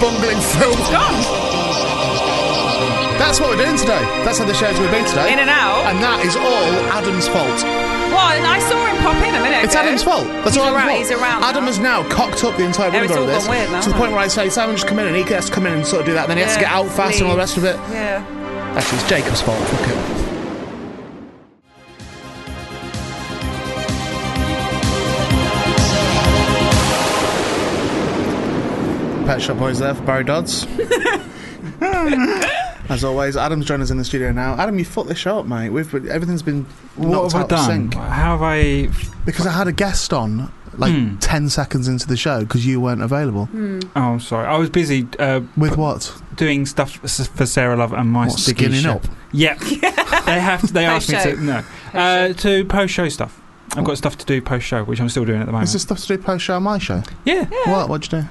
B: bungling film. That's what we're doing today. That's how the show's going to be today.
C: In and out.
B: And that is all Adam's fault.
C: Well, and I saw him pop in a minute
B: It's
C: ago.
B: Adam's fault. That's
C: He's
B: all Adam's
C: around-
B: fault.
C: he's around
B: Adam
C: now.
B: has now cocked up the entire
C: Yeah, it's
B: window of
C: all
B: this
C: gone weird now,
B: to the
C: hasn't
B: point
C: it?
B: where I say, Simon, just come in, and he has to come in and sort of do that. Then he has to
C: Yeah,
B: get out fast and all the
C: please.
B: rest of it.
C: Yeah.
B: Actually, it's Jacob's fault. Fuck it. Pet Shop Boys there for Barry Dodds. As always, Adam's joined us in the studio now. Adam, you fucked this show up, mate. We've been, everything's been
F: What
B: knocked
F: have I
B: out of
F: done?
B: sync
F: How have I?
B: because I had a guest on like ten seconds into the show because you weren't available.
C: Hmm.
F: Oh, I'm sorry. I was busy uh,
B: With what?
F: doing stuff s- for Sarah Love and my
B: What, skinning
F: show.
B: up?
F: Yep. they have. They asked me
C: Post-show.
F: to no uh, to post show stuff. I've got stuff to do post show, which I'm still doing at the moment.
B: Is this stuff to do post show on my show?
F: yeah.
B: What? What'd you do?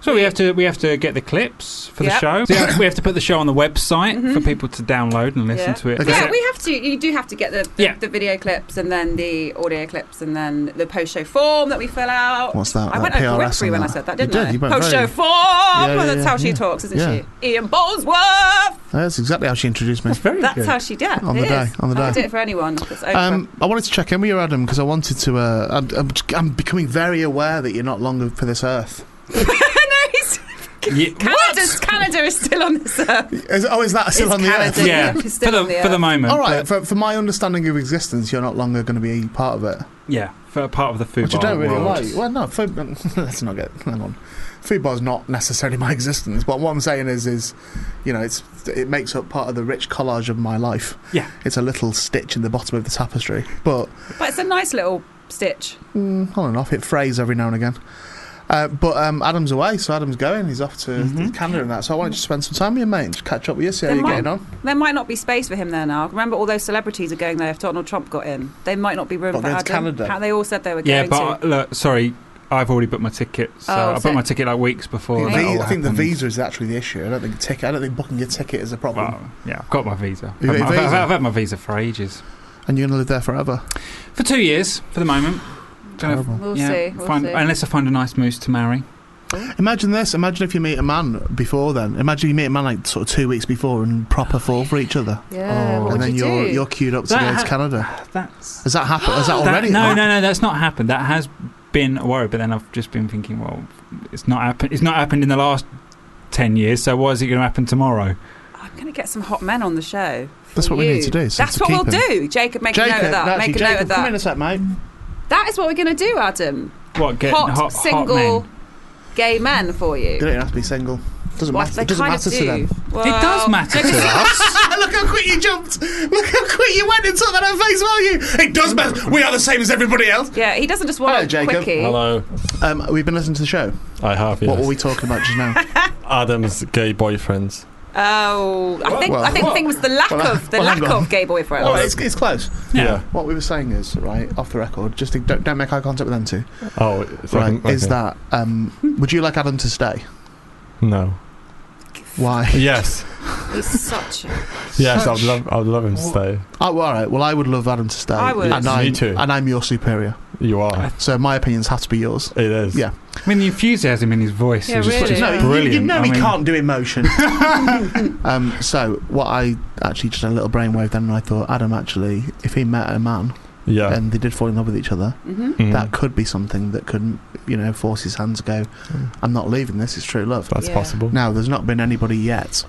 F: So we have to we have to get the clips for
C: Yep.
F: the show. So we have- we have to put the show on the website for people to download and listen
C: Yeah.
F: to it.
B: Okay.
C: Yeah, we have to. You do have to get the, the,
F: Yeah.
C: the video clips and then the audio clips and then the post show form that we fill out.
B: What's that?
C: I
B: That
C: went over
B: PRS
C: periphery
B: and
C: when I
B: that?
C: said that,
B: You
C: didn't
B: did,
C: I?
B: you went
C: post
B: very-
C: show form.
B: yeah,
C: Well, that's
B: yeah,
C: how she
B: yeah.
C: talks, isn't
B: Yeah.
C: she? Ian Bolsworth.
B: That's exactly how she introduced me.
F: That's very
C: That's
F: good.
C: how she did.
B: On the
C: It is.
B: day, on the
C: I
B: day.
C: did it for anyone. It's over.
B: Um, I wanted to check in with you, Adam, because I wanted to. Uh, I'm, I'm, I'm becoming very aware that you're not long for this earth.
C: no, he's-
F: Yeah.
C: Canada's, Canada is still on this earth.
B: Is, oh, is that still
C: It's
B: on the
C: Canada.
B: earth?
F: yeah,
C: It's still
F: for the,
C: on the
F: for the
C: earth.
F: moment.
B: All right, for, for my understanding of existence, you're not longer going to be part of it,
F: but yeah, for part of the food.
B: which I don't
F: bar
B: really
F: world.
B: like. Well, no, food, let's not get hang on. Food bar's not necessarily my existence, but what I'm saying is, is you know, it's it makes up part of the rich collage of my life.
F: Yeah.
B: it's a little stitch in the bottom of the tapestry, but
C: But it's a nice little stitch.
B: mm, on and off, it frays every now and again. Uh, but um, Adam's away, so Adam's going. He's off to
F: Mm-hmm.
B: Canada and that. So I wanted to spend some time with you, mate, and just catch up with you, see how
C: Then
B: you're
C: what?
B: getting on.
C: There might not be space for him there now. Remember, all those celebrities are going there. If Donald Trump got in, they might not be room
B: What,
C: for
B: going
C: Adam.
B: to Canada?
C: How they all said they were
F: Yeah,
C: going
F: but uh,
C: to.
F: look, sorry, I've already booked my ticket. So
C: Oh,
F: I booked
C: so-
F: my ticket like weeks before.
B: The
F: that
B: vi-
F: all
B: I think the
F: happened.
B: visa is actually the issue. I don't think ticket. I don't think booking a ticket is a problem.
F: Well, yeah, I've got my visa.
B: You got
F: I've,
B: your
F: I've-
B: visa?
F: I've had my visa for ages.
B: And you're going to live there forever.
F: For two years, for the moment. Kind of-
B: Terrible.
C: We'll see. We'll
F: find,
C: see.
F: Unless I find a nice moose to marry.
B: Imagine this. Imagine if you meet a man before then. Imagine you meet a man like sort of two weeks before and proper fall for each other.
C: Yeah.
F: Oh.
C: What
B: and
C: would
B: then
C: you
B: are
C: do?
B: you're queued up to
F: That
B: go
F: ha-
B: to Canada.
F: That's
B: Has that happened? Has that
F: That-
B: already?
F: no,
B: happened?
F: no, no, that's not happened. That has been a worry, but then I've just been thinking, well, it's not happened. It's not happened in the last ten years. So why is it going to happen tomorrow?
C: I'm going to get some hot men on the show. for
B: That's what we
C: you.
B: need to do, so
C: That's
B: to
C: what
B: keep
C: we'll do. Jacob, make a note of that.
B: actually,
C: Make a
B: Jacob,
C: note of
B: come in a
C: that.
B: sec, mate.
C: That is what we're going to do, Adam.
F: What get
C: Hot,
F: hot, hot
C: single
F: men?
C: gay men for
B: They
C: you.
B: don't have to be single. Doesn't
C: Well,
B: matter.
C: they
B: It doesn't
C: kind
B: matter
C: of
B: to
C: do.
B: them.
F: it does
C: Well,
F: matter
C: because-
F: to us.
B: Look how quick you jumped! Look how quick you went and took that at face value! It does matter! We are the same as everybody else!
C: Yeah, he doesn't just want
B: Hello,
C: a
B: Jacob.
C: quickie.
G: Hello,
B: Um, we've been listening to the show.
G: I have. Yes.
B: What were we talking about just now?
G: Adam's gay boyfriends.
C: Oh, I think
B: Well,
C: I think the thing was the lack
B: well, I-
C: of the
B: well,
C: lack
B: hang on.
C: of gay boyfriends.
B: oh, it's, it's close.
G: Yeah.
B: What we were saying is, right, off the record, just to, don't, don't make eye contact with them two.
G: Oh,
B: Right,
G: fucking-
B: is
G: okay.
B: that, um, would you like Adam to stay?
G: no?
B: Why?
G: Yes,
C: He's such. A,
G: yes. I'd love, I'd love him to stay.
B: Oh, well, all right, well, I would love Adam to stay.
C: I would.
B: And
G: Me
B: I'm,
G: too.
B: And I'm your superior.
G: You are.
B: So my opinions have to be yours.
G: It is.
B: Yeah.
F: I mean, the enthusiasm in his voice
C: Yeah,
F: is
C: really.
F: just
C: No, you- you
F: brilliant. I mean,
B: do emotion. um, so what I actually just had a little brainwave then, and I thought Adam actually, if he met a man
G: Yeah.
B: and they did fall in love with each other,
C: hmm
G: Mm.
B: that could be something that could, you know, force his hand to go. I'm not leaving this. It's true love.
G: That's
C: Yeah.
G: possible.
B: Now there's not been anybody yet,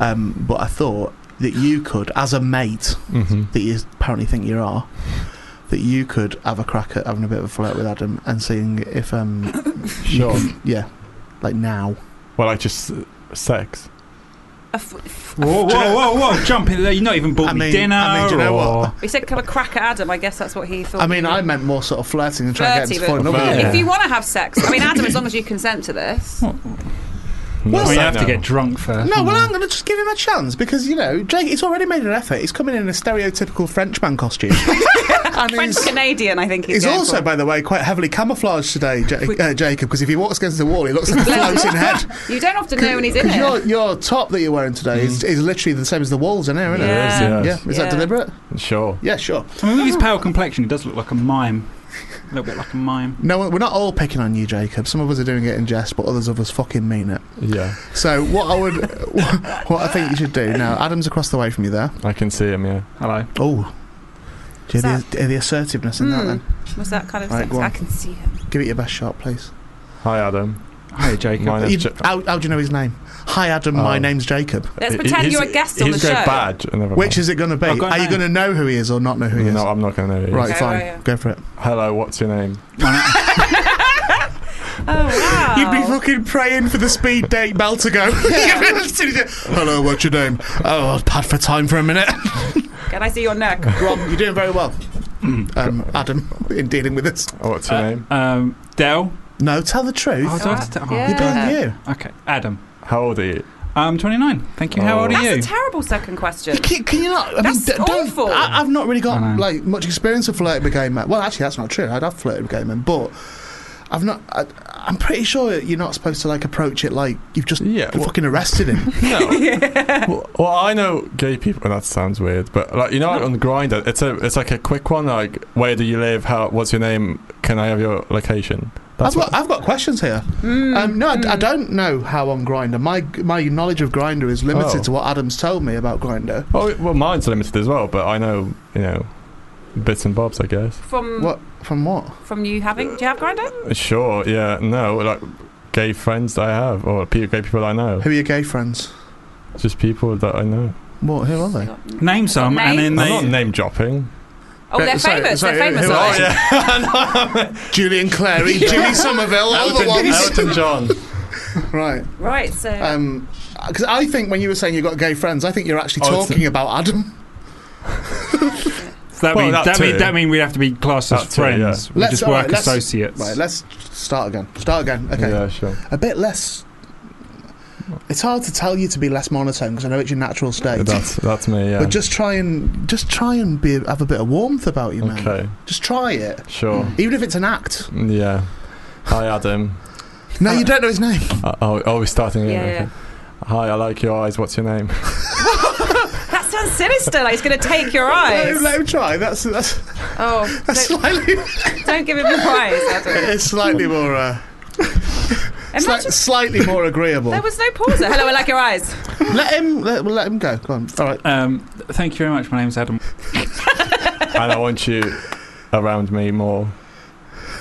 B: um, but I thought that you could, as a mate
G: hmm
B: that you apparently think you are. That you could have a crack at having a bit of a flirt with Adam and seeing if, um,
G: Sure.
B: yeah, like now.
G: well, like just uh, sex.
C: A f- f-
F: Whoa, whoa, whoa, whoa! Jump in there. You're not even bought
B: I
F: me
B: mean-
F: dinner.
B: I mean, do you know
F: or-
B: what?
C: he said, "Come a crack at Adam." I guess that's what he thought.
B: I mean,
C: you-
B: I meant more sort of flirting and trying to
C: Flirty,
B: get him to fall in
C: but-
B: love with
G: Yeah.
B: you.
C: If you want to have sex, I mean, Adam, as long as you consent to this,
G: No.
F: I mean, you have to
G: No.
F: get drunk first.
B: No,
F: don't
B: well,
F: you?
B: I'm going to just give him a chance because you know, Jake. He's already made an effort. He's coming in a stereotypical Frenchman costume, and
C: French
B: he's,
C: Canadian, I think he's,
B: he's
C: going
B: also,
C: for.
B: by the way, quite heavily camouflaged today, ja-
C: With-
B: uh, Jacob. Because if he walks against the wall, he looks like a floating head.
C: You don't often know when he's in
B: Because
C: it.
B: your your top that you're wearing today is,
F: Mm.
B: is literally the same as the walls in here, isn't
C: Yeah.
B: it?
G: It is,
B: Yeah.
G: yes.
B: Is that
C: Yeah.
B: deliberate?
G: Sure.
B: Yeah, sure.
F: I mean, with his pale complexion, he does look like a mime. A little bit like a mime.
B: No, we're not all picking on you, Jacob. Some of us are doing it in jest, but others of us fucking mean it.
G: Yeah.
B: So what I would, what, what I think you should do now. Adam's across the way from you there.
G: I can see him. Yeah.
F: Hello.
B: Oh. Do you hear the, hear the assertiveness in that
C: Mm.
B: then?
C: Was that kind of
B: Right,
C: sex?
B: go on.
C: I can see him.
B: Give it your best shot, please.
G: Hi, Adam.
F: Hi, Jacob.
G: My name's
B: You-
G: Ja-
B: how, how do you know his name? Hi, Adam. My
G: Oh.
B: name's Jacob.
C: Let's
G: He-
C: pretend
G: he's-
C: you're a guest on the
G: he's got
C: show.
G: a badge. and never
B: Which
G: mind.
B: is it going to be?
F: I've got a
B: Are you
F: name.
B: going to know who he is or not know who he is?
G: No, I'm not going to know. who he is.
B: right,
C: Okay,
B: fine.
C: right, yeah.
B: Go for it.
G: Hello. What's your name?
C: Oh wow!
B: fucking praying for the speed date bell to go. Hello, what's your name? Oh, I've had for time for a minute.
C: Can I see your neck?
B: Rob, you're doing very well. Um, Adam, in dealing with this.
G: What's
C: Uh,
G: your name?
F: Um, Dell.
B: No, tell the truth.
F: Oh, do I have to tell- oh,
C: Yeah.
B: you're being you.
F: Okay, Adam.
G: How old are you?
F: I'm 29. Thank you. How
G: Oh.
F: old are
C: That's
F: you?
C: a terrible second question.
B: You can, can you not? I
C: That's
B: mean, d- don't-
C: awful.
B: I, I've not really
F: I
B: got
F: know.
B: like much experience of flirting with gay men. Well, actually, that's not true. I'd have flirted with gay men, but I've not. I, I'm pretty sure you're not supposed to like approach it like you've just
G: Yeah, well-
B: fucking arrested him.
G: No. well, well, I know gay people, and that sounds weird, but like you know, like on Grinder, it's a it's like a quick one. Like, where do you live? How? What's your name? Can I have your location?
B: I've
G: That's Hmm.
B: got, I've got questions here. um, no, I d- I, don't know how on Grinder. My my knowledge of Grinder is limited
G: Oh.
B: to what Adam's told me about Grinder.
G: Oh well, mine's limited as well, but I know you know bits and bobs, I guess.
C: From
B: What from what?
C: from you having?
B: Uh,
C: Do you have grinder?
G: Sure, yeah, no, like gay friends that I have, or pe- gay people I know,
B: Who are your gay friends?
G: just people that I know.
B: What? Who are they?
F: Name some, and then
G: I'm
C: Names?
F: they.
G: not name dropping.
C: Oh, they're
B: Sorry,
C: famous.
B: sorry,
C: they're famous.
B: who
C: aren't
B: are
C: they?
B: you? Julian Clary, Jimmy Somerville, all the
G: Elton,
B: ones.
G: Elton John.
B: Right.
C: Right. So
B: Um, Because I think when you were saying you've got gay friends, I think you're actually
G: Oh, it's-
B: talking about Adam.
F: So that
G: Well,
F: means
G: that
F: that, mean,
G: too.
F: that mean we have to be classed as
G: That too, yeah.
F: friends. We're
B: Let's-
F: just
B: all right,
F: work
B: let's-
F: associates.
B: Right, let's start again. Start again. Okay.
G: Yeah, sure.
B: A bit less. It's hard to tell you to be less monotone because I know it's your natural state.
G: That's that's me. Yeah.
B: But just try and just try and be have a bit of warmth about you, man.
G: okay.
B: Just try it,
G: Sure.
B: even if it's an act.
G: Yeah. Hi, Adam.
B: No, you don't know his name.
G: Uh, oh, oh, we're starting
C: Yeah,
G: again. okay. Hi, I like your eyes. What's your name?
C: that sounds sounds sinister. Like it's going to take your
B: Let
C: eyes.
B: him, let him try. That's that's,
C: Oh,
B: that's
C: don't,
B: slightly
C: don't give him your eyes, Adam.
B: it's slightly more uh, sli-
C: Imagine
B: slightly more agreeable.
C: there was no pause. there. Hello, I like your eyes.
B: let him let, well, let him go. Go on. All right.
F: Um, thank you very much. My name's Adam.
G: and I want you around me more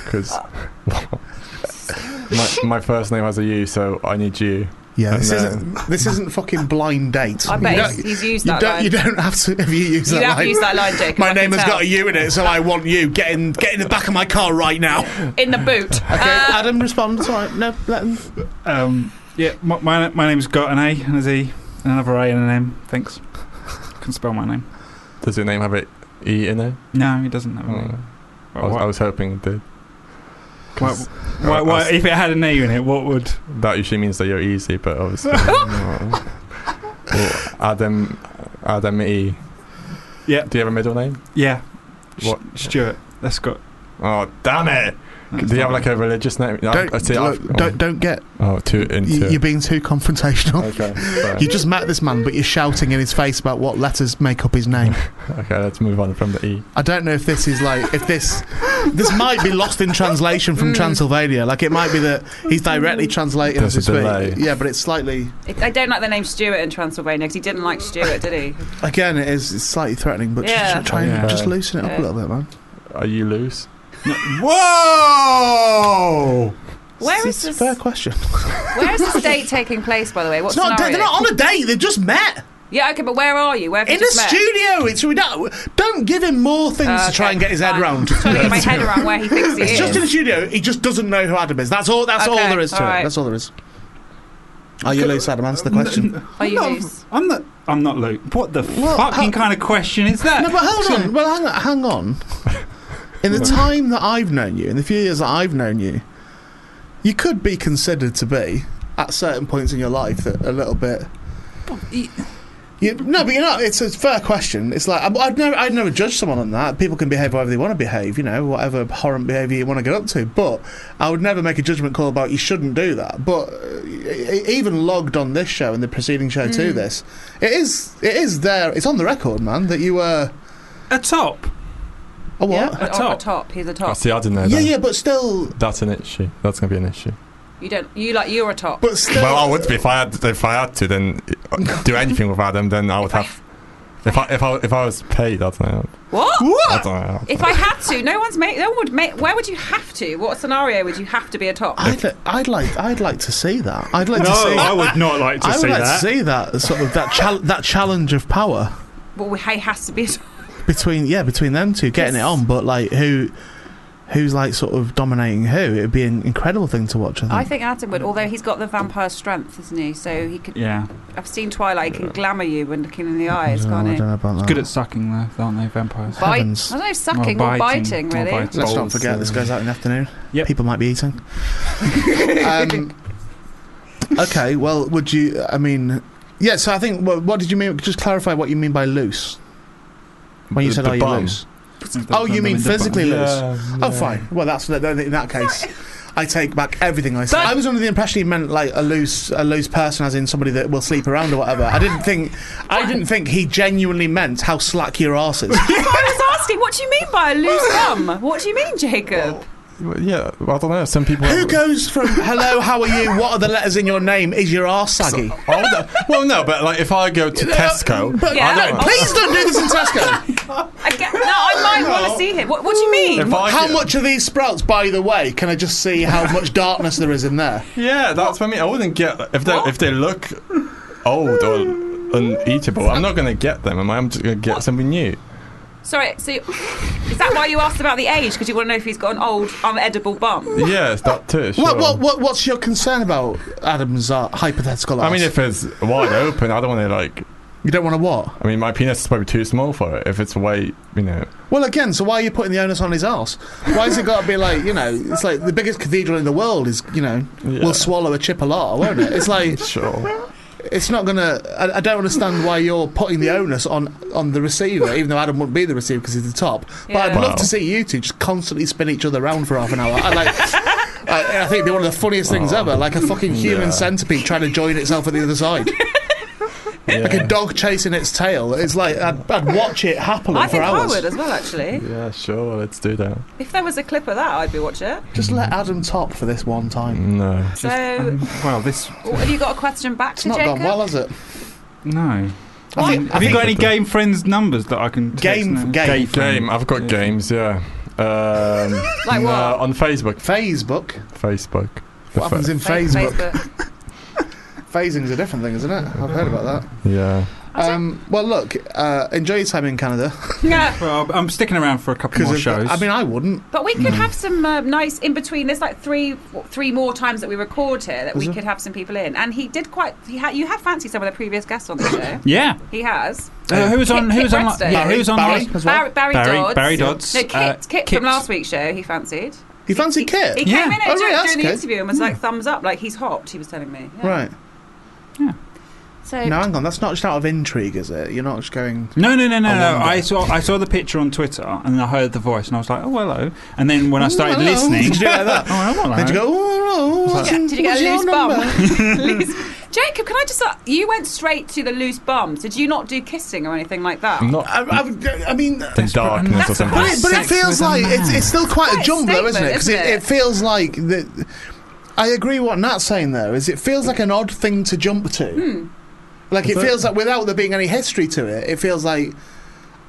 G: because my, my first name has a U, so I need you.
B: Yeah. This
G: No.
B: isn't this isn't fucking blind date.
C: I
B: You
C: bet
B: don't-
C: he's, he's used
B: You
C: that
B: don't,
C: line.
B: you don't have to. Have you used
C: You
B: that
C: have
B: line?
C: used that line, Jacob.
B: My
C: I
B: name
C: can
B: has
C: tell.
B: got a U in it, so I want you. Get in, get in the back of my car right now. Okay,
C: in the boot. Uh,
B: Adam, respond. It's all right. No, let him.
F: Um, yeah, my, my my name's got an A and a Z, and another A and an M. Thanks. Can spell my name.
G: Does your name have a E in it?
F: No, he doesn't have a
G: Oh,
F: name.
G: I, was, I was hoping it did.
F: Why,
B: Oh,
F: why,
G: I
F: why,
G: was-
F: if it had an A in it, what would?
G: That usually means that you're easy, but obviously. no. Well, Adam, Adam E.
F: Yeah.
G: Do you have a middle name?
F: Yeah,
G: What?
F: Stuart. That's got.
G: Oh, damn it!
F: that's
G: Do you
F: not
G: have like a religious name? No,
B: Don't,
G: I see, I've-
B: look, don't, don't get.
G: Oh, too
B: You,
G: into.
B: you're being too confrontational.
G: okay, sorry.
B: You just met this man, but you're shouting in his face about what letters make up his name.
G: okay, let's move on from the E.
B: I don't know if this is like if this this might be lost in translation
C: Mm.
B: from Transylvania. Like it might be that he's directly translating
G: There's
B: as
G: a
B: we
G: delay.
B: speak. Yeah, but it's slightly
C: it- I don't like the name Stuart in Transylvania because he didn't like Stuart, did he?
B: again it is it's slightly threatening. But just-
C: Yeah.
B: just try and
G: Yeah.
B: just loosen it up
C: Yeah.
B: a little bit, man.
G: Are you loose?
E: Whoa!
C: Where
B: It's
C: is
B: a
C: this?
B: fair question?
C: Where is this date taking place, by the way? What
B: It's not. a date,
C: scenario?
B: They're not on a date. They've just met
C: Yeah, okay, but where are you? Where have you
B: in the
C: just met?
B: studio. It's we don't don't give him more things
C: Uh,
B: to try
C: okay,
B: and get his head
C: fine.
B: round.
C: Just trying to get my head around where he thinks he
B: It's
C: is.
B: just in the studio. He just doesn't know who Adam is. That's all. That's all
C: Okay,
B: there is to
C: all right.
B: it. That's all there is. Are you loose, Adam? Answer the question.
C: Are you
F: I'm not-
C: loose?
F: I'm not. I'm not Luke. What the
B: Well,
F: fucking kind of question is that?
B: No, but hold on. Well, hang on. Hang on. In the time that I've known you, in the few years that I've known you, you could be considered to be at certain points in your life that a little bit.
F: y-
B: You, no, but you're not. It's a fair question. It's like I- I'd never, I'd never judge someone on that. People can behave however they want to behave. You know, whatever abhorrent behaviour you want to get up to. But I would never make a judgment call about you shouldn't do that. But uh, e- even logged on this show and the preceding show to
F: Mm.
B: this, it is, it is there. It's on the record, man, that you were.
F: A top.
B: A what?
C: Yeah, a top.
F: top.
C: A top. He's a
G: I
C: top.
G: see, I didn't know
B: Oh. Yeah,
G: that.
B: yeah, but still,
G: That's an issue. That's gonna be an issue.
C: You don't. You like you're a top.
B: but still.
G: Well, I would be if I had if I had to then uh, do anything with Adam, then I would have. If I if I if I was paid, I don't know.
C: what?
G: I don't know.
C: If I had to, no one's made. No one would make. Where would you have to? What scenario would you have to be a top?
B: I'd, li- I'd like, I'd like to see that. I'd like
F: No,
B: to see.
F: I would not like to
B: I would
F: see
B: like
F: that.
B: to see that sort of that chal- that challenge of power
C: Well, he has to be. A top.
B: between yeah between them two getting it
C: Yes.
B: on, but like who, who's like sort of dominating who? It would be an incredible thing to watch. I think.
C: I think Adam would, although he's got the vampire strength, isn't he? So he could.
F: Yeah.
C: I've seen Twilight. He can glamour you when looking in the eyes,
B: I
C: can't
B: don't
C: he?
B: know about that.
F: Good at sucking, though, aren't they, vampires?
C: Bite. I
B: Heavens.
C: don't know, sucking or biting,
F: or
C: really.
F: biting.
B: Let's not
F: Balls,
B: forget this
F: uh,
B: goes out in the afternoon.
F: Yep.
B: People might be eating. um, okay, well, would you? I mean, yeah. So I think. What, what did you mean? Just clarify what you mean by loose. When you
G: The-
B: said,
G: the
B: "Are you
G: bum.
B: loose?"
F: the-
B: Oh,
F: the-
B: you
F: the-
B: mean
F: the-
B: physically loose?
G: Yeah.
B: Oh, fine. Well, that's that- that- in that case. I take back everything I said.
C: But-
B: I was under the impression you meant like a loose, a loose person, as in somebody that will sleep around or whatever. I didn't think, I didn't think he genuinely meant how slack your arse is.
C: That's what I was asking. What do you mean by a loose bum? What do you mean, Jacob?
G: Well, Yeah, I don't know. Some people.
B: Who goes from hello, how are you, what are the letters in your name, is your arse saggy? Um,
G: I would- well, no, but like if I go to Tesco,
B: But
C: Yeah.
G: I don't.
B: please don't do this in Tesco.
C: I get, no, I might want to see him. What, what do you mean?
G: If I
B: how
G: go-
B: much are these sprouts, by the way? Can I just see how much darkness there is in there?
G: Yeah, that's what I mean. I wouldn't get if they if they look old or uneatable. I'm not gonna get them. Am I? I'm just gonna get something new.
C: Sorry, so you- is that why you asked about the age? Because you want to know if he's got an old, unedible bum?
G: Yeah, it's that too. Sure.
B: What, what, what, what's your concern about Adam's uh, hypothetical arse?
G: I mean, if it's wide open, I don't want to like.
B: you don't want to what?
G: I mean, my penis is probably too small for it. If it's way, you know,
B: Well, again, so why are you putting the onus on his arse? Why has it got to be like, you know, it's like the biggest cathedral in the world is, you know,
G: Yeah.
B: will swallow a chipolata, won't it? It's like,
G: sure.
B: it's not going to. I don't understand why you're putting the onus on, on the receiver, even though Adam wouldn't be the receiver because he's the top. But I'd
C: Yeah.
B: love to see you two just constantly spin each other around for half an hour. I like. I, I think it'd be one of the funniest things ever, like a fucking human
G: Oh. Yeah.
B: centipede trying to join itself at the other side. like a dog chasing its tail. It's like I'd, I'd watch it happily
C: I
B: for
C: think I
B: hours.
C: would as well, actually.
G: Yeah, sure, let's do that.
C: If there was a clip of that, I'd be watching it.
B: Just let Adam top for this one time.
G: No.
C: So,
F: well, this
C: w- have you got a question back
B: It's
C: to
B: not
C: Jacob?
B: gone well, has it?
F: no.
B: I think, I
F: Have you
B: think
F: got any game friends numbers that I can text
B: Game-
F: now?
B: game.
F: friend.
G: Game. I've got
F: Yeah.
G: games. Yeah. Um,
B: uh,
C: Like
G: no,
C: what?
G: on Facebook.
B: Facebook.
G: Facebook. The
B: What happens
G: fa-
B: in
C: Fa-
B: Facebook? Phasing's a different thing, isn't it? I've heard about
G: yeah.
B: that. Um, well, look, uh, enjoy your time in Canada.
C: yeah.
F: Well, I'm sticking around for a couple
B: 'cause
F: more
B: of-
F: shows.
B: I mean, I wouldn't.
C: But we could have some uh, nice in between. There's like three, what, three more times that we record here that we could have some people in. And he did quite. He ha- you have fancied some of the previous guests on the show.
F: yeah.
C: He has.
F: Uh, who was on? Who
C: Kit
F: was on?
C: Redstone.
F: yeah, who was on?
B: Barry
F: last-
B: as well.
C: Barry, Barry,
F: Barry-
C: Dodds.
F: Barry Dodds.
C: No, Kit,
F: Uh,
C: Kit,
F: Kit.
C: from last week's show. He fancied.
B: You fancy
C: He-
B: Kit?
C: He,
F: Yeah.
C: came in
B: Oh,
C: during,
B: really? That's
C: during the
B: good. Hmm.
C: interview and was like thumbs up, like he's hot. He was telling me. Yeah.
B: Right.
C: So
B: Now, hang on. That's not just out of intrigue, is it? You're not just going.
F: No, no, no, no,
B: I
F: no.
B: wonder.
F: I saw I saw the picture on Twitter and I heard the voice and I was like, oh hello. And then when I started
B: Oh, hello.
F: listening,
B: Did you do it like that?
F: oh, hello, hello.
B: Then you go. Oh,
C: Did you- did you get a loose bum? loose. Jacob, can I just? a- You went straight to the loose bum. Did you not do kissing or anything like that?
G: Not
B: I, I would- I mean, but
G: in darkness
F: that's
G: or
F: a
G: something.
F: high-
B: it, but it
F: Sex with
B: feels
F: a
B: like it's,
F: man.
B: it's still quite a
C: Quite a
B: jumble, though, isn't it?
C: statement,
B: Because it,
C: isn't it?
B: it feels like that. I agree what Nat's saying there. Is it feels like an odd thing to jump to?
C: Hmm.
B: Like it feels like without there being any history to it, it feels like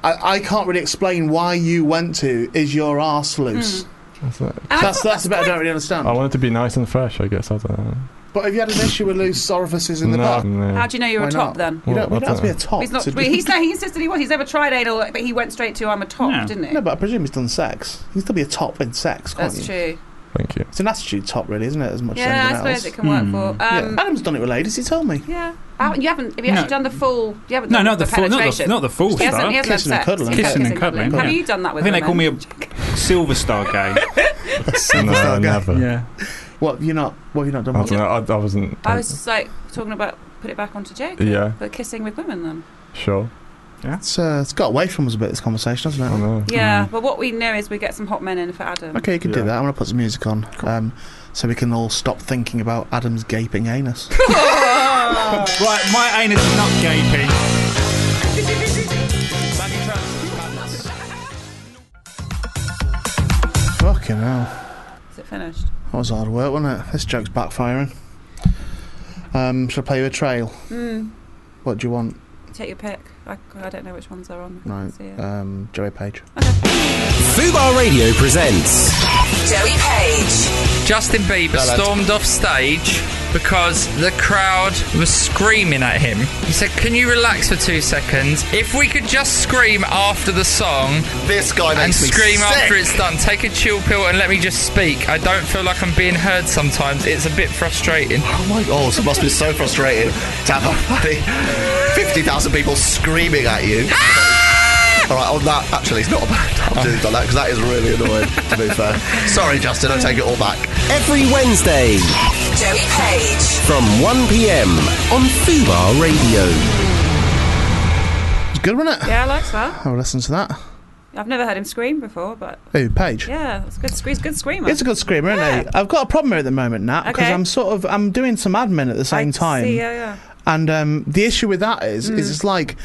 B: I, I can't really explain why you went to is your arse loose.
C: Hmm.
G: That's it.
C: And I
B: That's
C: thought
B: that's the bit I don't really understand.
G: I wanted to be nice and fresh, I guess. I don't know.
B: But have you had an issue with loose orifices in the
G: no,
B: back?
G: no.
C: How do you know you're
B: Why
C: a top
B: not?
C: then?
B: You don't,
G: Well,
B: you don't have to be a
G: that's
B: top.
C: He's not.
B: to do-
C: He's saying he insisted he was. He's never tried anal, but he went straight to I'm a top,
F: No.
C: didn't he?
B: no, but I presume he's done sex. He's still be a top in sex, can't
C: That's
B: you?
C: true.
G: Thank you.
B: It's an attitude top, really, isn't it? As much
C: Yeah, I
B: as anything
C: suppose
B: else.
C: it can work
F: Hmm.
C: for. Um,
B: yeah. Adam's done it with ladies. He told me.
C: Yeah. I haven't- you haven't. Have you
F: No.
C: actually done the full? You haven't.
F: no,
C: done
F: not the full, not the,
C: penetration.
F: not the full
C: He hasn't.
F: star.
C: He hasn't
B: Kissing
C: had sex.
B: and cuddling.
C: Yeah,
F: Kissing and cuddling,
C: Have
F: yeah.
C: you done that
F: I
C: with?
F: think they call
C: women?
F: me a silver star gay.
G: No, never.
F: yeah.
B: What you're not? What have you not done?
G: I
B: With
G: don't know. I, I wasn't.
C: I was just like talking about put it back onto Jake,
G: Yeah,
C: but kissing with women then.
G: sure.
B: It's, uh, it's got away from us a bit. This conversation,
G: I
B: hasn't it?
G: know.
C: Yeah,
F: Mm.
C: but what we know is we get some hot men in for Adam.
B: Okay, you can do
G: Yeah.
B: that. I'm gonna put some music on, um, so we can all stop thinking about Adam's gaping anus.
F: Right, my anus is not gaping.
B: Fucking hell,
C: Is it finished?
B: that was hard work, wasn't it? This joke's backfiring. Um, should I play you a trail?
C: Mm.
B: What do you want?
C: Take your pick. I, I don't know which ones are on. I can't
B: Right,
C: see it.
B: um, Joey Page.
A: Fubar Radio presents
H: Joey Page.
I: Justin Bieber stormed off stage because the crowd was screaming at him. He said, Can you relax for two seconds? If we could just scream after the song
J: This guy
I: and
J: makes me
I: scream
J: sick.
I: after it's done, take a chill pill and let me just speak. I don't feel like I'm being heard sometimes. It's a bit frustrating.
J: Oh my god, it must be so frustrating to have a bloody 50,000 people screaming at you. Alright, on that, actually, it's not a bad time to do that because that is really annoying, to be fair. Sorry, Justin, I take it all back.
A: every Wednesday
H: Joey Page.
A: from 1 pm on Fubar Radio.
B: It's good, wasn't it?
C: Yeah, I liked that.
B: I'll listen to that.
C: I've never heard him scream before, but
B: Who, Page?
C: yeah, it's good. He's a good screamer.
B: It's a good screamer, isn't
C: Yeah.
B: it? I've got a problem here at the moment, Nat, because
C: Okay.
B: I'm sort of I'm doing some admin at the same
C: I
B: time.
C: See, Mm. yeah, yeah.
B: And um, the issue with that is, is it's like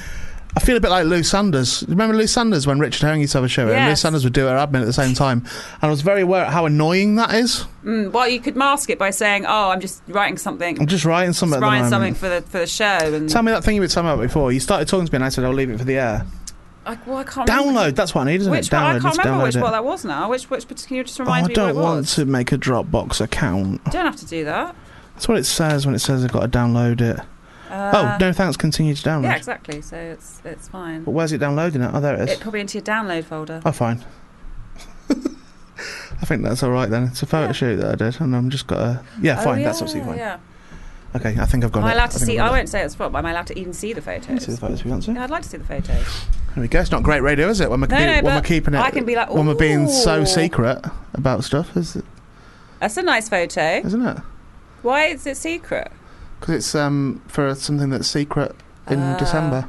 B: I feel a bit like Lou Sanders. Remember Lou Sanders when Richard Herring used to have a show, and Lou
C: Yes.
B: Sanders would do her admin at the same time. And I was very aware of how annoying that is.
C: Mm, well, you could mask it by saying, "Oh, I'm just writing something,
B: I'm just writing something.
C: just
B: at the
C: writing
B: moment.
C: something for the for the show." And
B: Tell me that thing you were talking about before. You started talking to me, and I said, "I'll leave it for the air."
C: I, well, I can't remember.
B: Download. That's what I need, isn't
C: Which
B: it?
C: one?
B: Download.
C: I can't
B: just
C: remember
B: download
C: which
B: it.
C: one that was now. Which which can you just
B: Oh,
C: remind
B: I
C: me
B: don't
C: what it
B: want
C: was?
B: to make a Dropbox account.
C: You don't have to do that.
B: That's what it says when it says I've got to download it.
C: Uh,
B: oh, no thanks. Continue to download.
C: Yeah, exactly. So it's it's fine.
B: But where's it downloading it? Oh, there it is.
C: It probably into your download folder.
B: Oh, fine. I think that's all right then. It's a photo
C: Yeah.
B: shoot that I did, and I'm just got a yeah,
C: Oh,
B: fine. That's absolutely fine.
C: Yeah.
B: Okay, I think I've got
C: Am
B: it.
C: I allowed to
B: think
C: see?
B: I've
C: I
B: got
C: won't say it's from. but Am I allowed to even see the
B: it. See the
C: photos?
B: photos if you want to.
C: Yeah, I'd like to see the photos.
B: There we go. It's not great radio, is it? When we're,
C: No,
B: being-
C: no,
B: when we're
C: but
B: keeping it,
C: I can be like,
B: when we're being so
C: "Ooh."
B: secret about stuff, is it,
C: That's a nice photo.
B: isn't it?
C: Why is it secret?
B: Because it's um for something that's secret in
C: Ah.
B: December.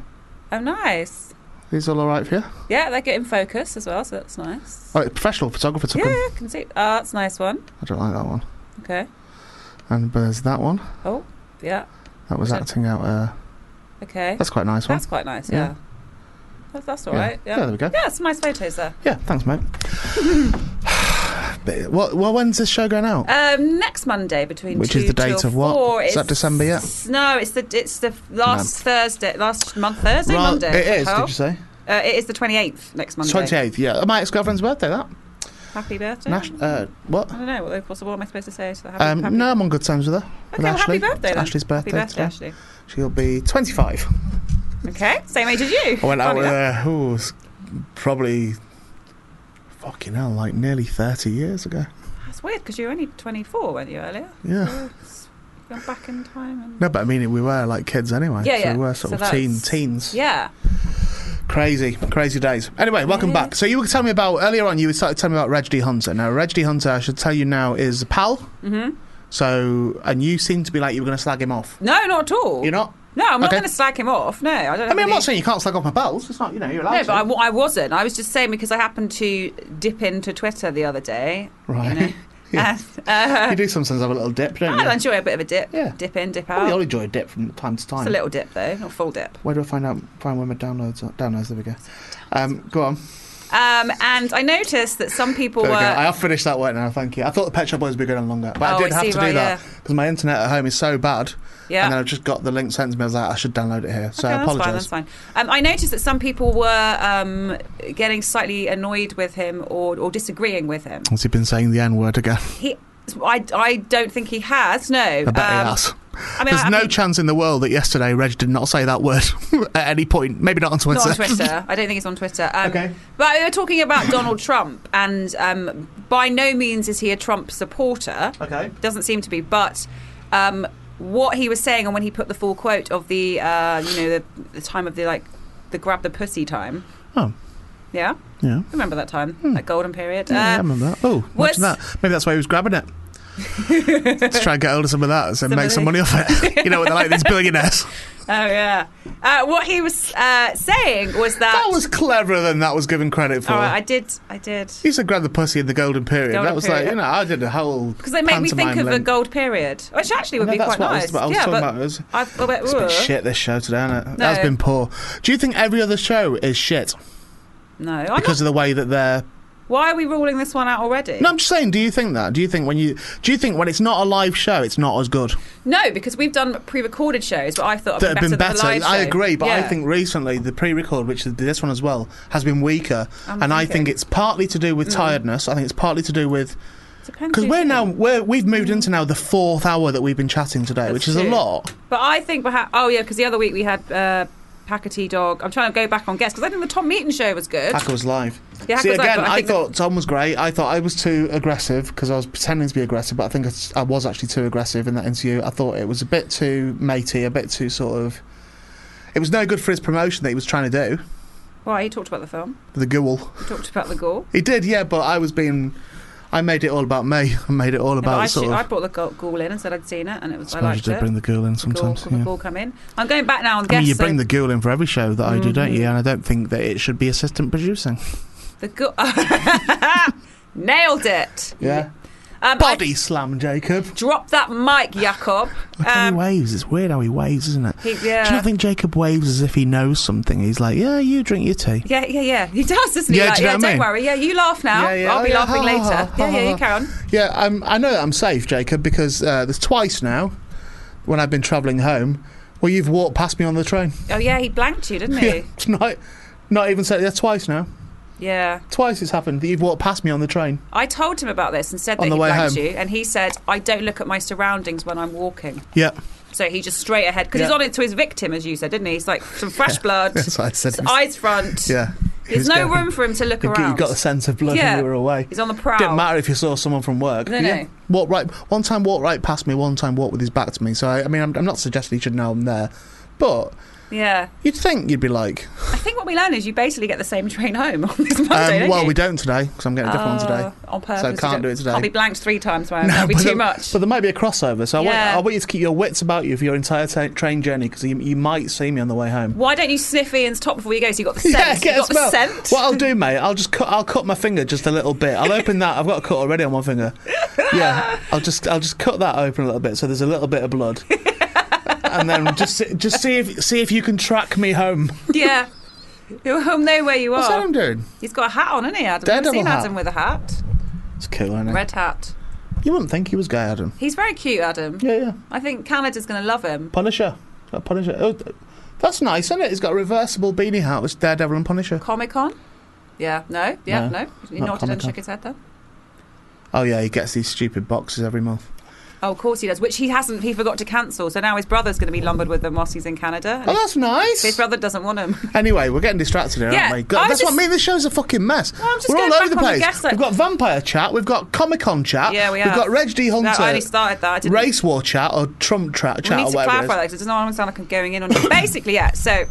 C: Oh, nice.
B: These all all right for you?
C: Yeah, they get in focus as well, so that's nice.
B: Oh, it's professional photographer took
C: yeah,
B: 'em.
C: yeah, can see. Oh, that's a nice one.
B: I don't like that one.
C: Okay.
B: And there's that one.
C: Yeah.
B: That was
C: Okay.
B: acting out. Uh,
C: Okay.
B: That's quite a nice one.
C: That's quite nice, yeah.
B: Yeah.
C: That's, that's all
B: Yeah.
C: right. Yeah.
B: Yeah, there we go.
C: Yeah, some nice photos there.
B: Yeah, thanks, mate. But, well, well, when's this show going out?
C: Um, next Monday between
B: Which
C: two
B: is the date
C: till
B: of what?
C: four
B: Is that December yet?
C: No, it's the it's the last Thursday, last month Thursday,
B: Right,
C: Monday.
B: it is,
C: Carl.
B: did you say?
C: Uh, it is the twenty eighth next Monday.
B: Twenty eighth. Yeah, my ex girlfriend's birthday. That.
C: Oh, Happy birthday.
B: Nash, uh, what?
C: I don't know. What, what's, what am I supposed to say to that? Happy,
B: Um,
C: happy-
B: no, I'm on good terms with her.
C: Okay,
B: with
C: well, happy
B: Ashley.
C: birthday.
B: It's
C: Then.
B: Ashley. Ashley's birthday.
C: Happy birthday,
B: today.
C: Ashley.
B: She'll be 25.
C: Okay, same age as you.
B: I went out
C: Funny
B: with
C: that.
B: her. who was probably fucking hell, like nearly 30 years ago.
C: That's weird because you were only 24, weren't you, earlier?
B: Yeah.
C: So it's gone back in time. And...
B: No, but I mean, we were like kids anyway.
C: Yeah,
B: so
C: yeah.
B: We were sort
C: So
B: of teen,
C: that's-
B: teens.
C: Yeah.
B: Crazy, crazy days. Anyway, welcome back. So you were telling me about earlier on. You were started telling me about Reg D Hunter. Now, Reg D Hunter, I should tell you now, is a pal.
C: Mm-hmm.
B: So, and you seemed to be like you were going to slag him off.
C: No, not at all.
B: You're not.
C: No, I'm not
B: Okay.
C: going to slag him off. No, I don't.
B: I mean, I'm not saying you can't slag off my pals. It's not, you know, you're allowed
C: No,
B: to.
C: but I, wa- I wasn't. I was just saying because I happened to dip into Twitter the other day.
B: Right.
C: Yeah. And, uh,
B: you do sometimes have a little dip, don't you?
C: I enjoy a bit of a dip. Dip in, dip out.
B: Probably all enjoy a dip from time to time.
C: It's a little dip though, not full dip.
B: Where do I find out? Find where my downloads are. Downloads. There we go. Um, go on.
C: Um, and I noticed that some people
B: There we go.
C: were.
B: I have finished that work now. Thank you. I thought the Pet Shop Boys would be going on longer, but
C: uh, Oh,
B: I did
C: I
B: have
C: see,
B: to
C: right,
B: do that
C: yeah.
B: because my internet at home is so bad.
C: Yeah.
B: And then I've just got the link sent to me. I was like, I should download it here. So
C: okay,
B: I
C: that's
B: apologise.
C: fine. That's fine. Um, I noticed that some people were um, getting slightly annoyed with him or, or disagreeing with him.
B: Has he been saying the N word again?
C: He, I, I don't think he has. No,
B: I bet he
C: Um,
B: has.
C: I mean,
B: There's
C: I- I
B: no
C: mean-
B: chance in the world that yesterday Reg did not say that word at any point. Maybe not on Twitter.
C: Not on Twitter. I don't think he's on Twitter. Um, But we were talking about Donald Trump, and um, by no means is he a Trump supporter.
B: Okay.
C: Doesn't seem to be, but. Um, what he was saying, and when he put the full quote of the, uh, you know, the, the time of the like, the grab the pussy time.
B: Oh.
C: Yeah,
B: yeah.
C: remember that time, that golden period.
B: Yeah, yeah, I
C: Uh,
B: remember that. Oh,
C: what's-
B: imagine that. Maybe that's why he was grabbing it. Let's try and get hold of some of that and
C: Some
B: make
C: of
B: some
C: the-
B: money off it. you know what they're like, these billionaires.
C: Oh yeah. Uh, what he was uh, saying was that.
B: That was cleverer than that was given credit for.
C: All right, I did. I did.
B: You said grab the pussy in the golden period.
C: Golden
B: that was like,
C: period.
B: you know, I did a whole.
C: Because they make me think of a
B: golden.
C: gold period, which actually would
B: No,
C: be
B: that's
C: quite
B: what I was-
C: nice.
B: what I was
C: yeah,
B: talking
C: but
B: about. It was-
C: I've, well,
B: It's been shit this show today, hasn't it? That's
C: No.
B: been poor. Do you think every other show is shit
C: No, I'm
B: because
C: not,
B: of the way that they're?
C: why are we ruling this one out already?
B: No, I'm just saying. Do you think that? Do you think when you do you think when it's not a live show, it's not as good?
C: No, because we've done pre-recorded shows, but I thought
B: that have been
C: better.
B: better.
C: Than the live
B: I
C: show.
B: agree, but I
C: Yeah.
B: think recently the pre-record, which is this one as well, has been weaker,
C: I'm
B: and I
C: thinking.
B: think it's partly to do with
C: Mm.
B: tiredness. I think it's partly to do with
C: Depends
B: because
C: who's
B: we're
C: in.
B: now we're, we've moved into now the fourth hour that we've been chatting today, which is
C: true.
B: a lot.
C: But I think perhaps. Oh yeah, because the other week we had. Uh, Packety dog. I'm trying to go back on guests because I think the Tom Meaton show was good.
B: Hacker was live.
C: Yeah, Hacker
B: See
C: was live,
B: again,
C: but I
B: I,
C: think that-
B: thought Tom was great. I thought I was too aggressive because I was pretending to be aggressive, but I think I s- I was actually too aggressive in that interview. I thought it was a bit too matey, a bit too sort of. It was no good for his promotion that he was trying to do.
C: Why he talked about the film?
B: The ghoul.
C: He talked about the goal.
B: He did, yeah, but I was being. I made it all about me. I made it all
C: But
B: about
C: I,
B: sort
C: sh-
B: of.
C: I brought the go- ghoul in and said I'd seen it, and it was I,
B: suppose you
C: liked
B: did
C: it.
B: bring the ghoul in
C: The ghoul-
B: sometimes.
C: the
B: yeah.
C: ghoul come in. I'm going back now on
B: I
C: guests.
B: mean, you
C: so
B: bring the ghoul in for every show that I do, don't you?
C: Mhm.
B: And I don't think that it should be assistant producing.
C: the ghoul. Nailed it.
B: Yeah.
C: Um, I
B: Body slam, Jacob.
C: dropped that mic, Jakob. Um,
B: Look how he waves. It's weird how he waves, isn't it?
C: He-
B: Do you
C: yeah.
B: not think Jacob waves as if he knows something? He's like, yeah, you drink your tea.
C: Yeah, yeah, yeah. He does, doesn't he?
B: Yeah,
C: Like,
B: do you know
C: yeah,
B: what I
C: don't
B: mean?
C: worry. Yeah, you laugh now.
B: Yeah, yeah,
C: I'll be
B: yeah.
C: laughing
B: Ha, ha,
C: later.
B: ha,
C: yeah, yeah, you
B: ha.
C: carry on.
B: Yeah, I'm, I know that I'm safe, Jacob, because uh, there's twice now when I've been travelling home where you've walked past me on the train.
C: Oh, yeah, he blanked you, didn't
B: Yeah,
C: he?
B: it's not, not even said, yeah, twice now.
C: Yeah.
B: Twice it's happened that you've walked past me on the train.
C: I told him about this and said
B: On
C: that
B: the
C: he
B: way
C: blanked
B: home.
C: you, and he said, I don't look at my surroundings when I'm walking.
B: Yeah.
C: So he just straight ahead, because he's
B: Yeah.
C: on it to his victim, as you said, didn't he? He's like some fresh blood,
B: That's what I said.
C: his eyes front.
B: Yeah.
C: There's
B: He's
C: no
B: going-
C: room for him to look
B: You
C: around.
B: got the sense of blood
C: Yeah.
B: when you were away.
C: He's on the prowl.
B: Didn't matter if you saw someone from work.
C: No,
B: yeah.
C: no.
B: Walk right. One time walked right past me. One time walked with his back to me. So I, I mean, I'm, I'm not suggesting he should know I'm there, but
C: Yeah.
B: you'd think you'd be like,
C: I think what we learn is you basically get the same train home on this
B: um,
C: Monday. don't
B: well,
C: you?
B: we don't today because I'm getting a different one
C: Oh,
B: today.
C: On purpose.
B: So
C: you
B: can't
C: don't-
B: do it today.
C: Can't be blanked three times, man. That'd be
B: but
C: too
B: there-
C: much.
B: But there might be a crossover, so I want-
C: Yeah.
B: I want you to keep your wits about you for your entire ta train journey because you, you might see me on the way home.
C: Why don't you sniff Ian's top before you go? So you got the scent.
B: Yeah, get
C: you got
B: a
C: the
B: smell.
C: scent.
B: What I'll do, mate, I'll just cut. I'll cut my finger just a little bit. I'll open that. I've got a cut already on one finger. Yeah, I'll just I'll just cut that open a little bit so there's a little bit of blood. and then just see- just see if see if you can track me home.
C: yeah. He'll know where you
B: What's
C: are.
B: Adam doing?
C: He's got a hat on, isn't he, Adam? I've
B: Daredevil
C: seen
B: hat.
C: Adam with a hat.
B: It's cool, isn't it?
C: Red hat.
B: You wouldn't think he was gay, Adam.
C: He's very cute, Adam.
B: Yeah, yeah.
C: I think Canada's going to love him.
B: Punisher. Uh, Punisher. Oh, th- that's nice, isn't it? He's got a reversible beanie hat with Daredevil and Punisher.
C: Comic Con? Yeah, no, yeah,
B: No,
C: no. He nodded and
B: not Comic-Con.
C: shook his head then.
B: Oh yeah, he gets these stupid boxes every month.
C: Oh, of course he does, which he hasn't. He forgot to cancel, so now his brother's going to be lumbered with them whilst he's in Canada.
B: Oh, that's nice.
C: His brother doesn't want him.
B: Anyway, we're getting distracted here,
C: Yeah,
B: aren't we?
C: I
B: God,
C: was
B: that's what I
C: just-
B: mean. This show's a fucking mess.
C: I'm just
B: we're
C: going
B: all
C: back on
B: over the
C: the
B: place.
C: guest list.
B: We've got vampire chat. We've got Comic Con chat.
C: Yeah, we
B: We've
C: have.
B: got Reg D Hunter.
C: No, I only started that. I didn't.
B: race war chat or Trump tra-
C: we
B: chat
C: need
B: or
C: to
B: whatever.
C: clarify
B: it
C: that because it doesn't want to sound like I'm going in on you. Basically, yeah. So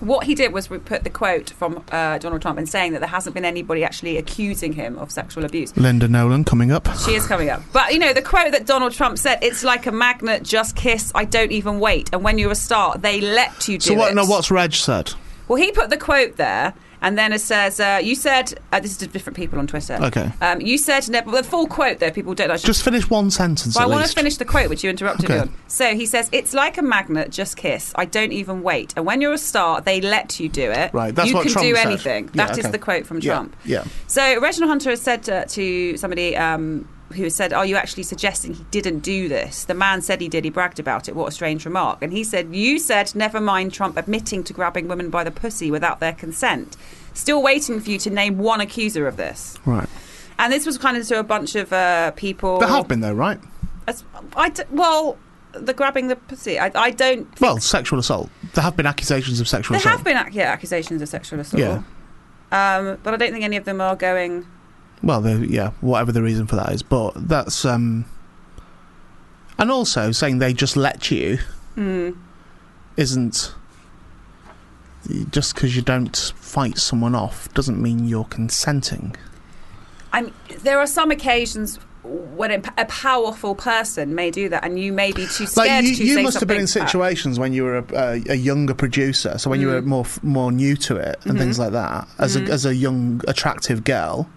C: what he did was we put the quote from uh, Donald Trump and saying that there hasn't been anybody actually accusing him of sexual abuse.
B: is. Linda Nolan coming up.
C: She is coming up. But you know, the quote that Donald Trump said, it's like a magnet, just kiss, I don't even wait. And when you're a star, they let you do
B: So what?
C: it.
B: No, what's Reg said?
C: Well, he put the quote there, and then it says, uh, "You said uh, this is to different people on Twitter."
B: Okay.
C: Um, you said ne- well, the full quote though. People don't. Actually,
B: Just finish one sentence.
C: But I
B: at
C: want to
B: least.
C: finish the quote which you interrupted me
B: Okay.
C: on. So he says, "It's like a magnet, just kiss. I don't even wait. And when you're a star, they let you do it.
B: Right, that's
C: you
B: what
C: can
B: Trump
C: do
B: said.
C: anything. That
B: Yeah,
C: is
B: okay.
C: the quote from
B: Yeah,
C: Trump.
B: yeah.
C: So Reginald Hunter has said uh, to somebody um, who said, "Are you actually suggesting he didn't do this?" The man said he did. He bragged about it. What a strange remark! And he said, "You said never mind Trump admitting to grabbing women by the pussy without their consent. Still waiting for you to name one accuser of this."
B: Right.
C: And this was kind of to a bunch of uh, people.
B: There have been though, right?
C: As, I d- well, the grabbing the pussy. I, I don't.
B: Well, sexual assault. There have been accusations of sexual
C: There
B: assault.
C: have been ac- yeah, accusations of sexual assault.
B: Yeah.
C: Um, but I don't think any of them are going.
B: Well, the, yeah, whatever the reason for that is, but that's um, and also saying they just let you
C: Mm.
B: isn't just because you don't fight someone off doesn't mean you're consenting.
C: I mean, there are some occasions when a, a powerful person may do that, and you may be too scared
B: Like you,
C: to
B: you
C: say
B: must have been in
C: something Ah, back.
B: situations when you were a, a, a younger producer, so when you were
C: Mm.
B: more f- more new to it and
C: Mhm.
B: things like that. As
C: Mhm.
B: a as a young attractive girl,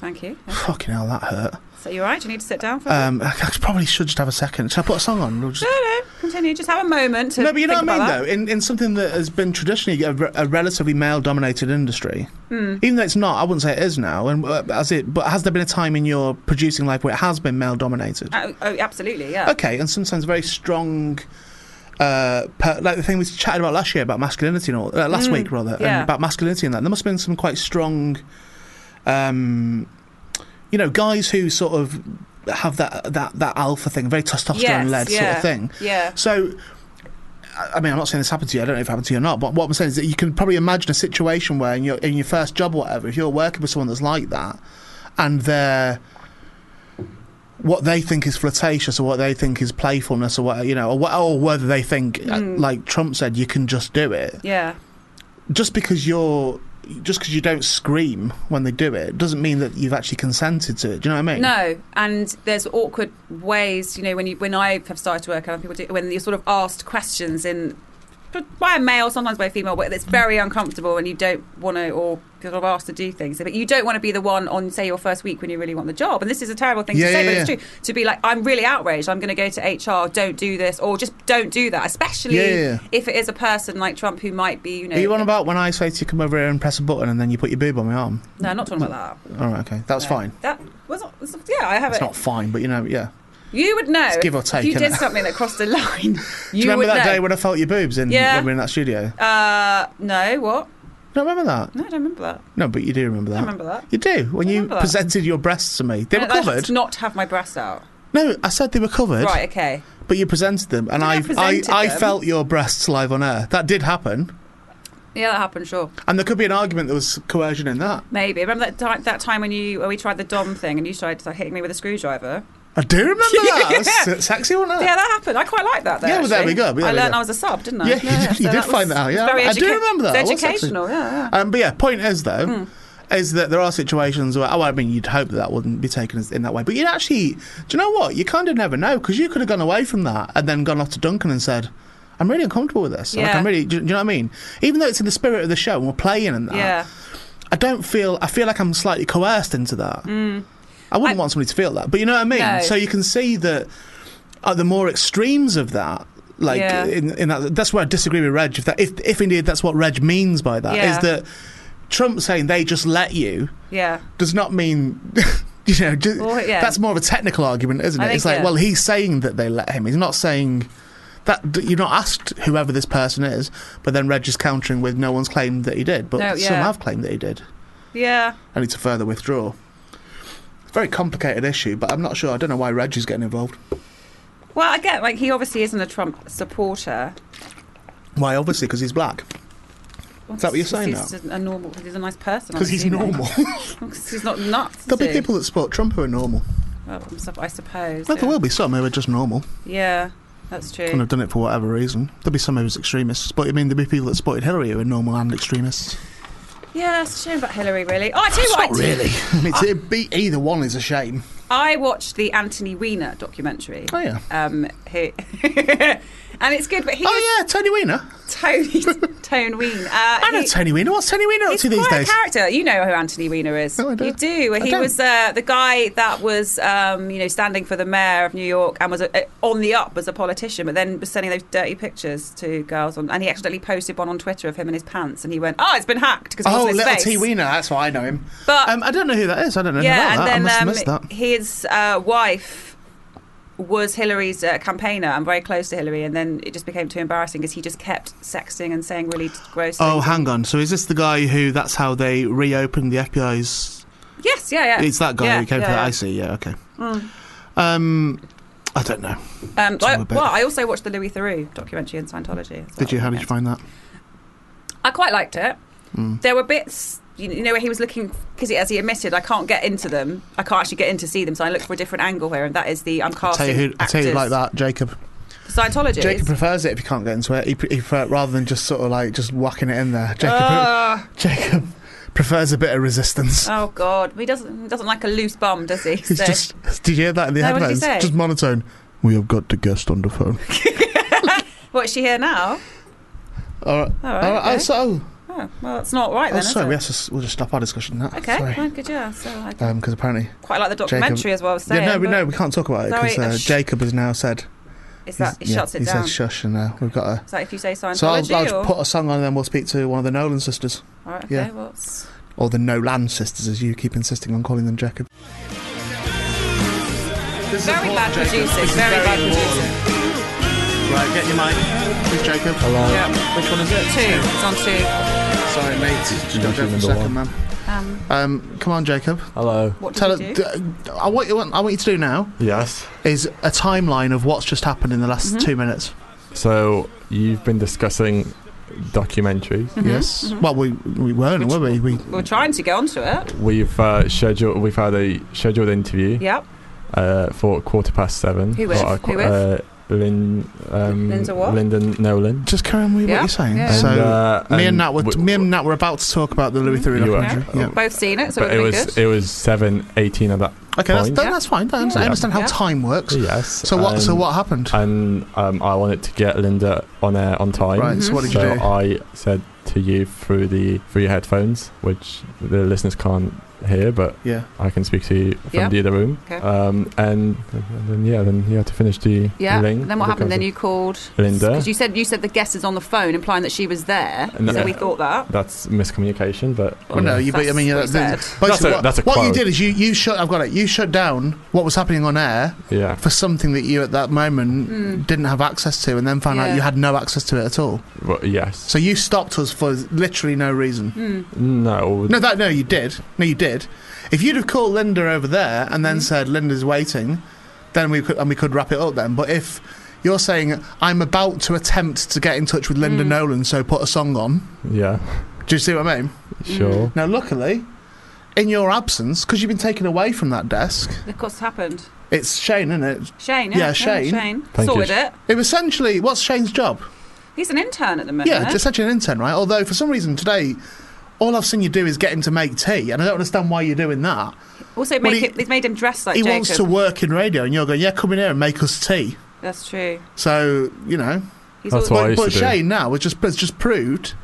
C: Thank you.
B: fucking hell, that hurt.
C: So you're right. You need to sit down for a
B: Um, I I probably should just have a second. Should I put a song on? We'll just-
C: minute. Continue. Just have a moment. To
B: No, but you know what
C: think
B: I mean,
C: about
B: though. In, in something that has been traditionally a, re- a relatively male-dominated industry,
C: that. Mm.
B: even though it's not, I wouldn't say it is now. And uh, as it, but has there been a time in your producing life where it has been male-dominated?
C: Oh, oh, absolutely. Yeah.
B: Okay, and sometimes very strong. Uh, per, like the thing we chatted about last year about masculinity and all uh, last
C: Mm,
B: week rather
C: yeah.
B: and about masculinity and that there must have been some quite strong um you know guys who sort of have that that that alpha thing very testosterone
C: Yes,
B: led sort
C: yeah,
B: of thing
C: Yeah.
B: so, I I mean, I'm not saying this happened to you. I don't know if it happened to you or not. But what I'm saying is that you can probably imagine a situation where in your in your first job, or whatever, if you're working with someone that's like that, and they're what they think is flirtatious or what they think is playfulness or what you know or, what, or whether they think uh,
C: Mm.
B: like Trump said you can just do it
C: Yeah.
B: just because you're just because you don't scream when they do it doesn't mean that you've actually consented to it do you know what I mean
C: No, and there's awkward ways, you know, when you when I have started to work, and people do, when you're sort of asked questions in by a male, sometimes by a female, but it's very uncomfortable, and you don't want to, or you're sort of asked to do things, but you don't want to be the one on, say, your first week when you really want the job. And this is a terrible thing
B: Yeah,
C: to say,
B: yeah,
C: but it's
B: yeah.
C: true. To be like, I'm really outraged. I'm going to go to HR. Don't do this, or just don't do that, especially
B: Yeah, yeah, yeah.
C: if it is a person like Trump who might be, you know,
B: are you on about when I say to you come over here and press a button and then you put your boob on my arm
C: no, I'm not talking about that.
B: all right okay that's
C: No.
B: fine
C: That was not, yeah, I have
B: It's
C: it.
B: not fine, but you know, yeah.
C: You would know.
B: It's give or
C: if
B: take,
C: you
B: innit?
C: did something that crossed a line.
B: Do you, remember
C: would
B: that
C: know.
B: day when I felt your boobs in
C: Yeah.
B: when we were in that studio?
C: Uh, no, what?
B: Don't remember that?
C: No, I don't remember that.
B: No, but you do remember
C: I
B: that.
C: don't remember that.
B: You do when
C: I
B: you
C: remember that.
B: presented your breasts to me. They
C: No,
B: were
C: I had
B: covered.
C: to not have my breasts out.
B: No, I said they were covered.
C: Right, okay.
B: But you presented them, and
C: Yeah, I
B: I, I,
C: presented
B: I
C: them.
B: felt your breasts live on air. That did happen,
C: Yeah, that happened, sure.
B: and there could be an argument there was coercion in that.
C: Maybe. Remember that, ti- that time when you when we tried the Dom thing and you tried to hitting me with a screwdriver?
B: I do remember that. That was
C: Yeah.
B: se- sexy, wasn't
C: Yeah,
B: it?
C: that happened. I quite like that, though.
B: Yeah, well, there we
C: actually.
B: go, there
C: I
B: we
C: learned
B: go.
C: I was a sub, didn't I?
B: Yeah, you did- you did
C: was-
B: find that out,
C: it's
B: yeah.
C: very
B: I do remember that.
C: It's
B: What's that
C: educational, yeah, yeah. Hmm.
B: Um, but yeah, point is though, is that there are situations where, oh, I mean, you'd hope that that wouldn't be taken as, in that way. But you'd actually, do you know what? You kind of never know because you could have gone away from that and then gone off to Duncan and said, I'm really uncomfortable with this. Like,
C: Yeah.
B: I'm really, do, do you know what I mean? Even though it's in the spirit of the show and we're playing and that,
C: yeah.
B: I don't feel, I feel like I'm slightly coerced into that. I
C: Mm.
B: wouldn't
C: I-
B: want somebody to feel that. But you know what I mean?
C: No.
B: So you can see that uh, the more extremes of that, Like
C: Yeah.
B: in, in that, that's where I disagree with Reg. If that, if, if indeed that's what Reg means by that, is
C: Yeah.
B: that Trump saying they just let you
C: Yeah.
B: does not mean. You know, ju-
C: Well, yeah.
B: that's more of a technical argument, isn't
C: I
B: it?
C: think
B: It's like,
C: so.
B: well, he's saying that they let him. He's not saying that d- you're not asked whoever this person is. But then Reg is countering with no one's claimed that he did, but
C: No,
B: some
C: yeah.
B: have claimed that he did.
C: Yeah.
B: I need to further withdraw. Very complicated issue, but I'm not sure. I don't know why Reg is getting involved.
C: Well, I get like he obviously isn't a Trump supporter.
B: Why? Obviously, because he's black.
C: Well,
B: Is that what you're
C: he's
B: saying
C: just A normal. He's a nice person. I'm
B: 'Cause he's
C: assuming.
B: normal.
C: 'Cause he's not nuts.
B: There'll be
C: is he?
B: people that support Trump who are normal.
C: Well, I'm sup- I suppose.
B: But
C: yeah.
B: there will be some who are just normal
C: Yeah, that's
B: and
C: true.
B: have done it for whatever reason. There'll be some who's extremists, but I mean, there'll be people that supported Hillary who are normal and extremists.
C: Yeah, it's a shame about Hillary, really. Oh, I tell you
B: It's
C: what,
B: not
C: I did-
B: really. I mean, to be either one is a shame.
C: I watched the Anthony Weiner documentary.
B: Oh, yeah.
C: Um, who, and it's good, but he
B: Oh, yeah, Tony Weiner.
C: is Tony Tone Ween. Uh,
B: I know
C: he-
B: Tony Weiner. What's Tony Weiner up
C: He's
B: to these
C: quite
B: days?
C: a character. You know who Anthony Weiner is.
B: No, I don't.
C: You do.
B: I
C: He
B: don't.
C: was uh, the guy that was, um, you know, standing for the mayor of New York and was uh, on the up as a politician, but then was sending those dirty pictures to girls. On, and he accidentally posted one on Twitter of him in his pants, and he went, "Oh, it's been hacked because it
B: Oh,
C: wasn't his
B: little
C: face."
B: T Weiner. That's why I know him.
C: But
B: Um, I don't know who that is. I don't know
C: yeah,
B: about that.
C: and
B: I must have
C: then
B: missed that.
C: um, his uh, wife was Hillary's uh, campaigner and very close to Hillary, and then it just became too embarrassing because he just kept sexting and saying really gross.
B: Oh,
C: things.
B: hang on. So is this the guy who? That's how they reopened the FBI's.
C: yes, yeah, yeah. Mm.
B: It's that guy
C: Yeah,
B: who came
C: yeah,
B: for that.
C: yeah.
B: I see. Yeah. Okay. Um, I don't know.
C: Um,
B: Tell
C: I-
B: me about
C: well,
B: it.
C: I also watched the Louis Theroux documentary on Scientology. as
B: Did you?
C: well.
B: How did you find that?
C: I quite liked it.
B: Mm.
C: There were bits, you you know, where he was looking because, as he admitted, I can't get into them. I can't actually get in to see them, so I looked for a different angle here, and that is the I'm
B: I'll
C: casting
B: tell you who. I'll tell you who'd
C: actors
B: like that, Jacob.
C: for Scientology.
B: Jacob prefers it if you can't get into it. He, pre- he prefer, rather than just sort of like just whacking it in there. Jacob.
C: Ah.
B: Jacob prefers a bit of resistance.
C: oh God, he doesn't he doesn't like a loose bum, does he?
B: He's
C: So-
B: just. Did you hear that in the
C: No, what did he
B: headphones?
C: say?
B: Just monotone. We have got the guest on the phone.
C: what is she here now?
B: All right.
C: All right,
B: All right.
C: okay.
B: Oh, So.
C: Oh, well, that's not right
B: Oh,
C: then.
B: sorry, we
C: is
B: have to, s- we'll just stop our discussion now.
C: it? Okay,
B: Sorry.
C: well, good. Yeah, so I
B: Um 'cause apparently.
C: quite like the
B: Jacob-
C: documentary as well. I was saying,
B: yeah, no, we
C: but
B: know we can't talk about it
C: Sorry,
B: because uh,
C: uh, sh-
B: Jacob has now said
C: It's that he
B: he's- yeah,
C: shuts it
B: he
C: down.
B: said shush, and uh, we've got a.
C: Is that if you say Scientology?
B: So I'll, I'll
C: or?
B: just put a song on, and then we'll speak to one of the Nolan sisters,
C: All right, okay,
B: yeah.
C: well, it's-
B: or the Nolan sisters, as you keep insisting on calling them, Jacob.
C: very bad producing, very bad producing.
B: Right, get your mic. Who's Jacob? Hello.
C: Yeah.
B: Which one is it?
C: Two, it's on two.
B: Sorry, mate. Just got to go for a second, man.
C: Um,
B: Um, come on, Jacob.
G: Hello.
C: What
B: Tell
C: did
B: us.
C: you
B: D-
C: do?
B: I, what you want, I want you to do now
G: Yes.
B: is a timeline of what's just happened in the last
C: Mm-hmm.
B: two minutes.
G: So you've been discussing documentaries.
C: Mm-hmm.
B: Yes. Well, we we weren't, were we? We
C: We're trying to get onto it.
G: We've uh, scheduled. We've had a scheduled interview
C: Yep.
G: uh, for quarter past seven.
C: Who with?
G: For our
C: Who
G: qu-
C: with?
G: Uh, Lynn. Um,
C: Linda what?
G: Lyndon Nolan.
B: just carry on with what
C: Yeah.
B: you're saying.
C: Yeah.
B: So.
G: uh,
B: me and Nat were
G: w-
B: me and Nat were about to talk about the Louis
C: Mm-hmm.
B: Theroux
G: You were.
B: documentary. Yeah.
C: Both seen it, so
G: but it
C: we're
G: was
C: good.
G: it was seven eighteen at that.
B: Okay, that's,
G: Fine.
B: that, that's fine. I understand, I
G: Yeah.
B: understand how
C: Yeah.
B: time works.
G: Yes.
B: So what? so
G: um,
B: what happened?
G: And um, I wanted to get Linda on air on time.
B: Right. So what did you
G: So
B: do?
G: I said to you through the through your headphones, which the listeners can't hear, but
B: yeah.
G: I can speak to you from
C: Yeah.
G: the other room.
C: Okay.
G: Um, and, and then yeah, then you had to finish the
C: yeah.
G: the link.
C: Then what
G: the
C: happened? Then
G: content.
C: you called
G: Linda.
C: because you said you said the guest is on the phone, implying that she was there.
G: And
C: so
G: that-
C: we thought that.
G: That's miscommunication, but um,
B: Well, Oh, no, you. But I
C: That's
B: mean, yeah,
C: what he
B: that's-
C: said.
B: basically
G: That's a-
B: what,
G: that's a
B: what you
G: quote.
B: did is you you shut. I've got it. You shut down what was happening on air
G: yeah,
B: for something that you at that moment
C: Mm.
B: didn't have access to, and then found out
C: Yeah.
B: you had no access to it at all.
G: well, yes,
B: So you stopped us for literally no reason.
C: Mm.
G: no,
B: No, that no, you did. No, you did. If you'd have called Linda over there and then said Linda's waiting, then we could and we could wrap it up then. But if you're saying I'm about to attempt to get in touch with Linda Nolan, so put a song on.
G: yeah,
B: Do you see what I mean?
C: Mm.
G: sure.
B: Now, luckily, in your absence, because you've been taken away from that desk,
C: Look what's happened.
B: it's Shane, isn't it?
C: Shane.
B: Yeah,
C: Yeah,
B: Shane.
C: Shane
G: Thank
C: sorted
G: you.
C: it.
B: It was essentially what's Shane's job?
C: He's an intern at the minute.
B: Yeah, just essentially an intern, right? Although for some reason today, all I've seen you do is get him to make tea, and I don't understand why you're doing that.
C: also
B: well,
C: make
B: he-
C: it, he's made him dress like
B: he
C: Jacob.
B: wants to work in radio, and you're going, yeah, come in here and make us tea.
C: That's true.
B: So you know,
C: He's
G: That's
C: all-
G: why I
B: but,
G: used
B: but
G: to do.
B: Shane now has just has just proved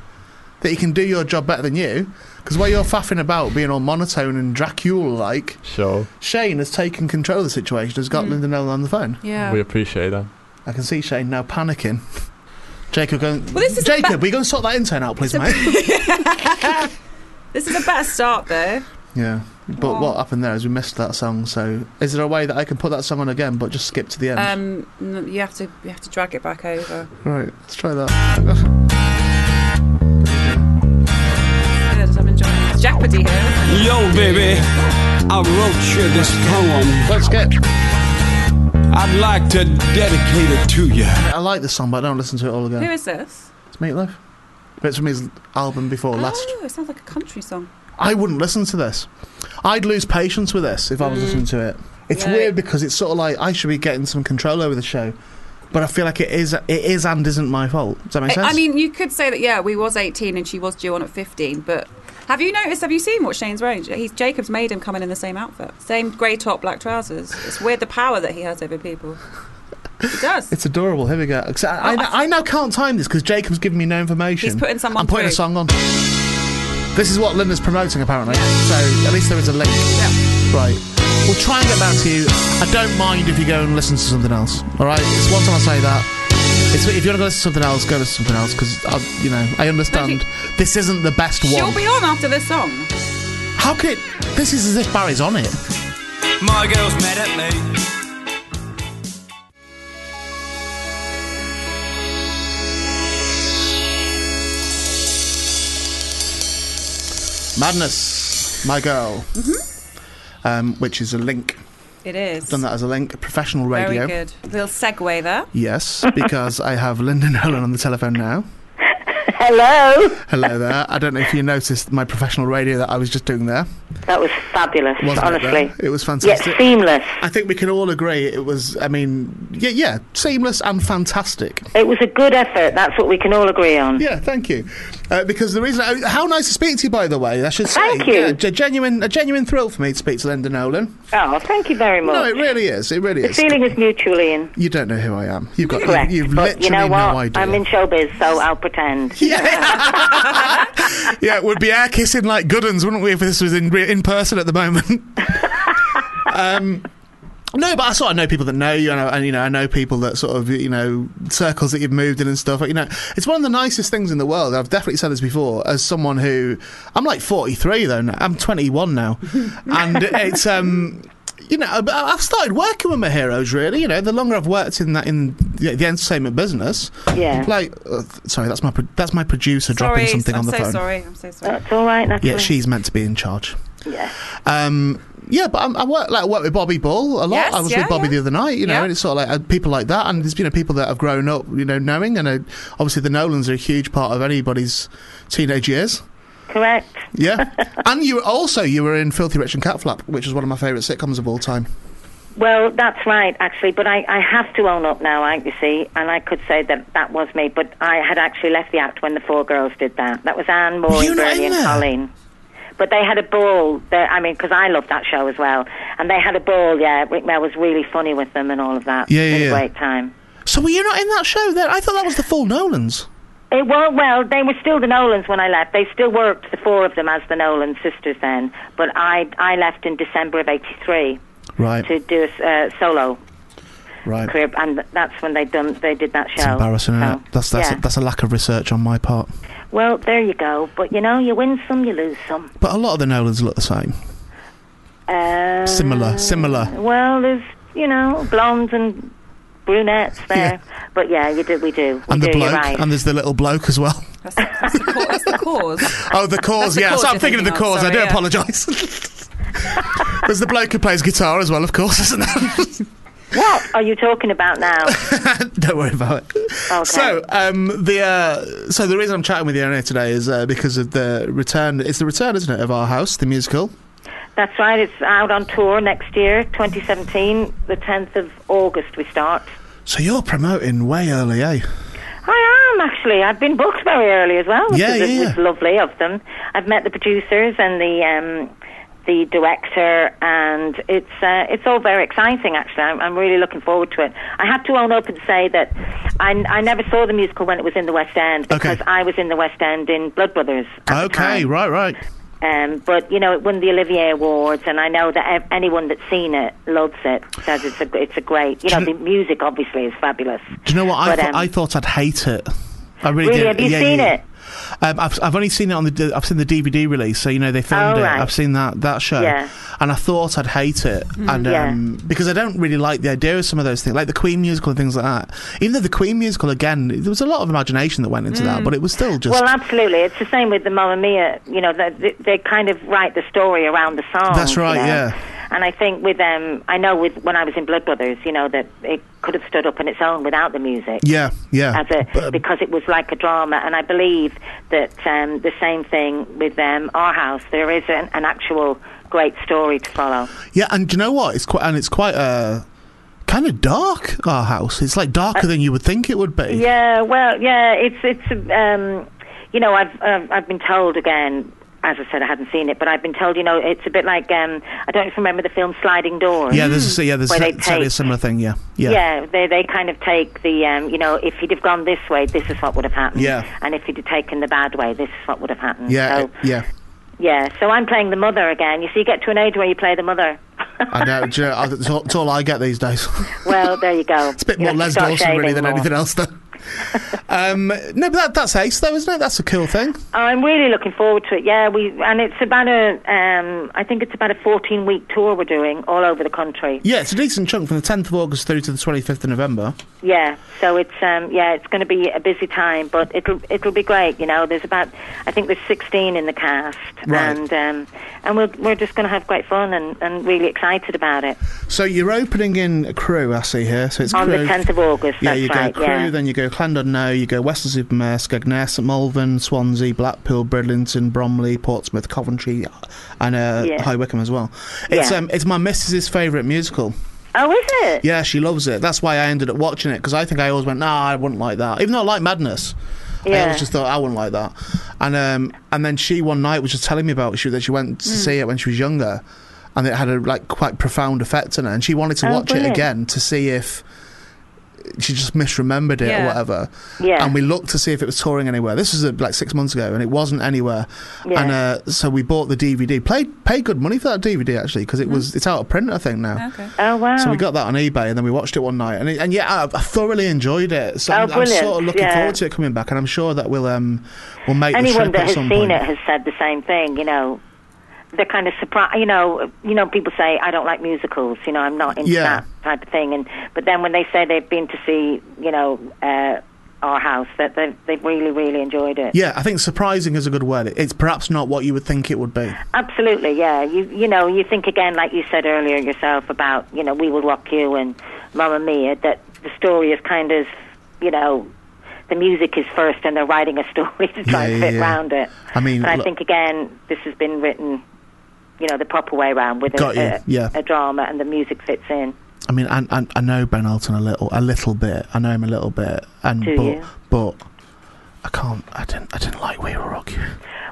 B: that he can do your job better than you. Because while you're faffing about being all monotone and Dracula like,
G: Sure,
C: Hmm.
B: Shane has taken control of the situation. Has got Linda Nolan on the phone.
C: Yeah.
G: we appreciate that.
B: I can see Shane now panicking. Jacob, go and,
C: Well, this is the
B: Jacob, we go and sort that intern out, please, mate.
C: this is a better start, though.
B: Yeah. But what happened there is we missed that song. So, is there a way that I can put that song on again, but just skip to the end?
C: Um, n- you have to you have to drag it back over.
B: right. Let's try that.
C: Good, I'm enjoying Jeopardy here.
K: Yo, Oh, baby, I wrote you this poem.
B: Let's get.
K: I'd like to dedicate it to you.
B: I like this song, but I don't listen to it all again.
C: Who is this?
B: It's Meatloaf. But it's from his album before last.
C: Oh, it sounds like a country song.
B: I wouldn't listen to this. I'd lose patience with this if I was listening to it. It's
C: Mm. Yeah.
B: weird because it's sort of like I should be getting some control over the show, but I feel like it is it is and isn't my fault. Does that make
C: I,
B: sense?
C: I mean, you could say that. Yeah, we was 18 and she was due on at 15. But have you noticed? Have you seen what Shane's wearing? He's Jacob's made him come in in the same outfit, same grey top, black trousers. It's weird the power that he has over people. He does.
B: it's adorable. Here we go. 'Cause I, I, I now can't time this because Jacob's giving me no information.
C: Oh, He's putting someone
B: I'm putting a
C: through.
B: song on. This is what Linda's promoting, apparently. So at least there is a link. Right. We'll try and get back to you. I don't mind if you go and listen to something else. All right. It's one time I say that. It's, if you want to go listen to something else, go listen to something else because you know I understand this isn't the best
C: She'll
B: one.
C: be on after this song.
B: How could this is as if Barry's on it?
K: My girl's mad at me.
B: Madness, my girl,
C: Mm-hmm.
B: um, which is a link.
C: It is.
B: Done that as a link. Professional radio.
C: Very good. Little segue there.
B: Yes, because I have Linda Nolan on the telephone now.
L: Hello.
B: Hello there. I don't know if you noticed my professional radio that I was just doing there.
L: That was fabulous,
B: Wasn't it,
L: honestly.
B: though? It was fantastic.
L: Yet seamless.
B: I think we can all agree it was. I mean, yeah, yeah, seamless and fantastic.
L: It was a good effort. That's what we can all agree on.
B: Yeah, thank you. Uh, because the reason, uh, how nice to speak to you, by the way. I should say,
L: Thank you.
B: Yeah, a genuine, a genuine thrill for me to speak to Linda Nolan.
L: Oh, thank you very much.
B: No, it really is. It really
L: the
B: is.
L: feeling is mutual, Ian.
B: You don't know who I am. You've got.
L: Correct.
B: You, have
L: but
B: literally
L: you know what?
B: no idea.
L: I'm in showbiz, so I'll pretend.
B: yeah, we'd be air kissing like good uns, wouldn't we, if this was in in person at the moment? um, no, but I sort of know people that know you, and, I, and you know, I know people that sort of you know circles that you've moved in and stuff. You know, it's one of the nicest things in the world. I've definitely said this before. As someone who, I'm like 43 though. Now. I'm 21 now, and it's um. You know, but I've started working with my heroes. Really, you know, the longer I've worked in that in the, the entertainment business,
L: Yeah.
B: Like, uh, sorry, that's my pro- that's my producer dropping
C: Sorry,
B: something
C: I'm
B: on the
C: so
B: phone.
C: sorry. I'm so sorry.
L: That's all right. That's
B: Yeah,
L: all-
B: she's meant to be in charge.
L: Yeah.
B: Um, yeah, but I'm, I work like I work with Bobby Ball a lot.
L: Yes,
B: I was
L: yeah,
B: with Bobby
L: yeah.
B: the other night, you know,
L: Yeah.
B: and it's sort of like uh, people like that, and there's you know people that have grown up, you know, knowing, and uh, obviously the Nolans are a huge part of anybody's teenage years.
L: Correct.
B: Yeah, and you also you were in Filthy Rich and Catflap, which is one of my favourite sitcoms of all time.
L: Well, that's right, actually. But I, I have to own up now, I, you see, and I could say that that was me. But I had actually left the act when the four girls did that. That was Anne Moore,
M: You're
L: and
M: not
L: Bernie,
M: in
L: and
M: there.
L: Colleen. But they had a ball. They, I mean, because I loved that show as well, and they had a ball. Yeah, Rick Mail was really funny with them and all of that.
B: Yeah, yeah,
L: It was
B: yeah.
L: a great time.
B: So were you not in that show? Then I thought that was the full Nolans.
L: It well, well, they were still the Nolans when I left. They still worked the four of them as the Nolan sisters then. But I, I left in December of '83
B: Right,
L: to do a s- uh, solo
B: right.
L: career, and that's when they done they did that
B: It's
L: show.
B: embarrassing. Isn't it? That's that's
L: yeah.
B: a, that's a lack of research on my part.
L: Well, there you go. But you know, you win some, you lose some.
B: But a lot of the Nolans look the same.
L: Uh,
B: Similar, similar.
L: Well, there's you know blondes and brunettes there, but yeah, you do. We do. We
B: and
L: do.
B: the
L: You're
B: bloke,
L: right.
B: and there's the little bloke as well.
C: What's the cause?
B: Oh, the
C: That's
B: cause,
C: the
B: yeah.
C: cause
B: so I'm
C: you're
B: thinking of the
C: thinking of,
B: cause. I
C: sorry,
B: do
C: yeah.
B: apologise. There's the bloke who plays guitar as well, of course, isn't there?
L: what are you talking about now?
B: Don't worry about it. So, um, the uh, so the reason I'm chatting with you on here today is uh, because of the return. It's the return, isn't it, of our house, the musical?
L: That's right. It's out on tour next year, 2017. The 10th of August we start.
B: So you're promoting way early, eh?
L: I am actually. I've been booked very early as well, which
B: Yeah,
L: is,
B: yeah,
L: Oh, was lovely of them. I've met the producers and the um, the director, and it's uh, it's all very exciting. Actually, I'm, I'm really looking forward to it. I have to own up and say that I, I never saw the musical when it was in the West End because I was in the West End in Blood Brothers.
B: Okay, right, right.
L: Um, but you know, it won the Olivier Awards, and I know that ev- anyone that's seen it loves it. Says it's a it's a great. You know, the music obviously is fabulous.
B: Do you know what? I,
L: But,
B: thought
L: um,
B: I thought I'd hate it. I really,
L: Really?
B: did.
L: Have you seen it?
B: Um, I've, I've only seen it on the d- I've seen the DVD release, so you know they filmed
L: Oh,
B: it.
L: right.
B: I've seen that that show,
L: Yeah.
B: and I thought I'd hate it,
L: Mm.
B: and
L: Yeah.
B: um, because I don't really like the idea of some of those things, like the Queen musical and things like that. Even though the Queen musical, again, there was a lot of imagination that went into that,
L: Mm.
B: but it was still just
L: well, absolutely. It's the same with the Mamma Mia. You know, they, they- they kind of write the story around the song.
B: That's right,
L: you know?
B: yeah.
L: And I think with um, I know with when I was in Blood Brothers, you know, that it could have stood up on its own without the music.
B: yeah, yeah. um,
L: As a, because it was like a drama, and I believe that um, the same thing with um, our house. There is an, an actual great story to follow.
B: Yeah, and do you know what? It's quite and it's quite uh, kind of dark. Our house. It's like darker than you would think it would be.
L: Uh, Yeah, uh, well, yeah, it's it's um, you know, I've um, I've been told again. As I said, I hadn't seen it, but I've been told, you know, it's a bit like um, I don't know if you remember the film Sliding Doors.
B: Yeah, there's a, yeah, there's
L: Mm. where they
B: a, certainly a
L: take,
B: similar thing. Yeah, yeah,
L: yeah. they they kind of take the, um, you know, if he'd have gone this way, this is what would have happened.
B: Yeah.
L: and if he'd have taken the bad way, this is what would have happened.
B: yeah,
L: so,
B: yeah.
L: yeah. So I'm playing the mother again. You see, you get to an age where you play the mother.
B: I know. Do you know, I- it's all- it's all I get these days.
L: Well, there you go.
B: It's a bit more Les Dawson really than anything else, though. um, no, but that, that's Ace, though, isn't it? That's a cool thing.
L: I'm really looking forward to it. Yeah, we and it's about a, um, I think it's about a 14 week tour we're doing all over the country.
B: Yeah, it's a decent chunk from the 10th of August through to the 25th of November.
L: Yeah, so it's um, yeah, it's going to be a busy time, but it'll it'll be great. You know, there's about I think there's 16 in the cast,
B: Right.
L: and um, and we're we're just going to have great fun and, and really excited about it.
B: So you're opening in a crew, I see here. So it's
L: On the
B: crew.
L: 10th of August,
B: Yeah,
L: that's
B: you go
L: right,
B: crew,
L: yeah.
B: then you go Clandon you go Western Supermare, Skegness, St Malvern, Swansea, Blackpool, Bridlington, Bromley, Portsmouth, Coventry, and uh,
L: Yeah.
B: High Wycombe as well. It's
L: Yeah.
B: um, it's my missus's favourite musical.
L: Oh, is it?
B: Yeah, she loves it. That's why I ended up watching it because I think I always went, nah, I wouldn't like that. Even though I like Madness, I
L: Yeah.
B: always just thought I wouldn't like that. And um, and then she one night was just telling me about it, she that she went to
L: Mm.
B: see it when she was younger, and it had a like quite profound effect on her. And she wanted to
L: Oh,
B: watch it
L: brilliant.
B: again to see if she just misremembered it
L: Yeah.
B: or whatever.
L: Yeah.
B: And we looked to see if it was touring anywhere. This was uh, like six months ago, and it wasn't anywhere.
L: Yeah.
B: And uh, so we bought the DVD. Paid paid good money for that DVD actually because
L: Hmm.
B: it was it's out of print I think now.
L: Okay. Oh wow.
B: So we got that on eBay, and then we watched it one night, and it, and yeah, I, I thoroughly enjoyed it. So
L: Oh,
B: I'm, I'm sort of
L: brilliant,
B: looking
L: yeah.
B: forward to it coming back, and I'm sure that we'll um we'll make
L: anyone
B: the trip
L: that
B: at
L: has
B: some
L: seen
B: point.
L: it has said the same thing. You know, they're kind of surprised. You know, you know, people say I don't like musicals. You know, I'm not into
B: Yeah.
L: that type of thing. And but then when they say they've been to see, you know, uh, our house, that they've, they've really, really enjoyed it.
B: Yeah, I think surprising is a good word. It's perhaps not what you would think it would be.
L: Absolutely, yeah. You you know, you think again, like you said earlier yourself about you know, we will rock you and Mamma Mia. That the story is kind of, you know, the music is first, and they're writing a story to try
B: Yeah,
L: and
B: yeah,
L: fit
B: yeah.
L: round it.
B: I mean,
L: but I
B: look-
L: think again, this has been written, you know, the proper way round with
B: Got
L: a,
B: you,
L: a,
B: yeah.
L: a drama, and the music fits in.
B: I mean, I, I, I know Ben Elton a little, a little bit. I know him a little bit, and
L: Do
B: but
L: you?
B: but I can't. I didn't. I didn't like We Will Rock You.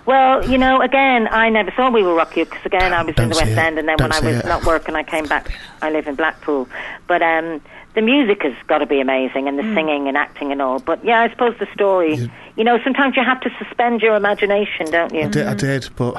L: Well, you know, again, I never saw We Will Rock You because, again, I was in
B: Don't
L: the
B: say
L: West
B: it.
L: End, and then
B: Don't
L: when I
B: say
L: was
B: it.
L: not working, I came back. I live in Blackpool, but um, the music has got to be amazing, and the singing and acting and all. But yeah, I suppose the story. You know, sometimes you have to suspend your imagination, don't you?
B: I did, I did, but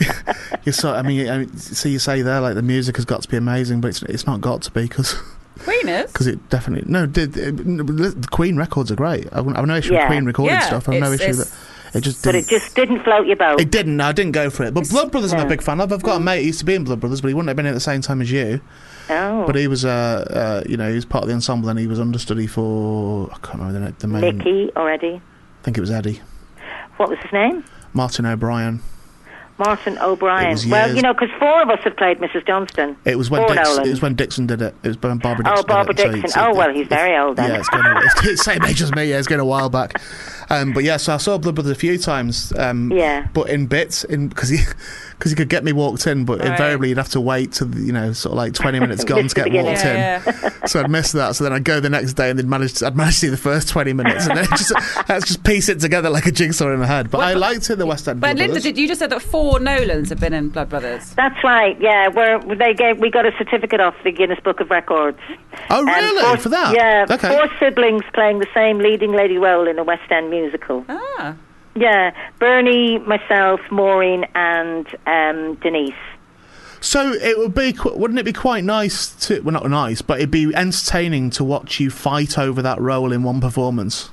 B: you sort. I mean, I mean, see, you say there like the music has got to be amazing, but it's it's not got to be because.
C: Queen is.
B: Because it definitely no. Did it, the Queen records are great. I've, I've no issue
L: Yeah.
B: with Queen recording
L: Yeah,
B: stuff. I've no
L: it's-
B: issue
L: it's-
B: that it just.
L: But
B: didn't-
L: it just didn't float your boat.
B: It didn't. No, I didn't go for it. But Blood Brothers, I'm a
L: no.
B: big fan of. I've got a mate who used to be in Blood Brothers, but he wouldn't have been in at the same time as you.
L: Oh.
B: But he was, uh, uh, you know, he was part of the ensemble, and he was understudy for I can't remember the, na- the main.
L: Mickey already.
B: I think it was Eddie
L: What was his name?
B: Martin O'Brien.
L: Martin
B: It
L: O'Brien.
B: was
L: Well,
B: years-
L: you know, because four of us have played Mrs. Johnston.
B: It was when
L: Or
B: Dix,
L: Nolan.
B: it was when Dixon did it. It was when Barbara
L: Oh,
B: Dixon.
L: Barbara
B: did it. So
L: Dixon.
B: it's-
L: Oh, well, he's very old then.
B: Yeah, it's going. It's, it's same age as me. Yeah, it's going a while back. Um, but yeah, so I saw Blood Brothers a few times. Um,
L: Yeah.
B: But in bits, in because he because he could get me walked in, but
L: Right.
B: invariably you'd have to wait to you know sort of like twenty minutes gone
L: Just
B: to get
L: the beginning.
B: walked
L: Yeah,
B: in. So I'd miss that. So then I'd go the next day and then manage. I'd manage to see the first twenty minutes, and then just that's just piece it together like a jigsaw in my head. But I liked it. The West End.
C: But
B: Blood
C: Linda,
B: Brothers.
C: did you just said that four Nolans have been in Blood Brothers?
L: That's right. Yeah, we're, they gave we got a certificate off the Guinness Book of Records.
B: Oh,
L: Um,
B: really?
L: four-
B: For that?
L: Yeah,
B: Okay.
L: four siblings playing the same leading lady role in a West End musical.
C: Ah.
L: Yeah, Bernie, myself, Maureen, and um, Denise.
B: So it would be, qu- wouldn't it be quite nice to? Well, not nice, but it'd be entertaining to watch you fight over that role in one performance.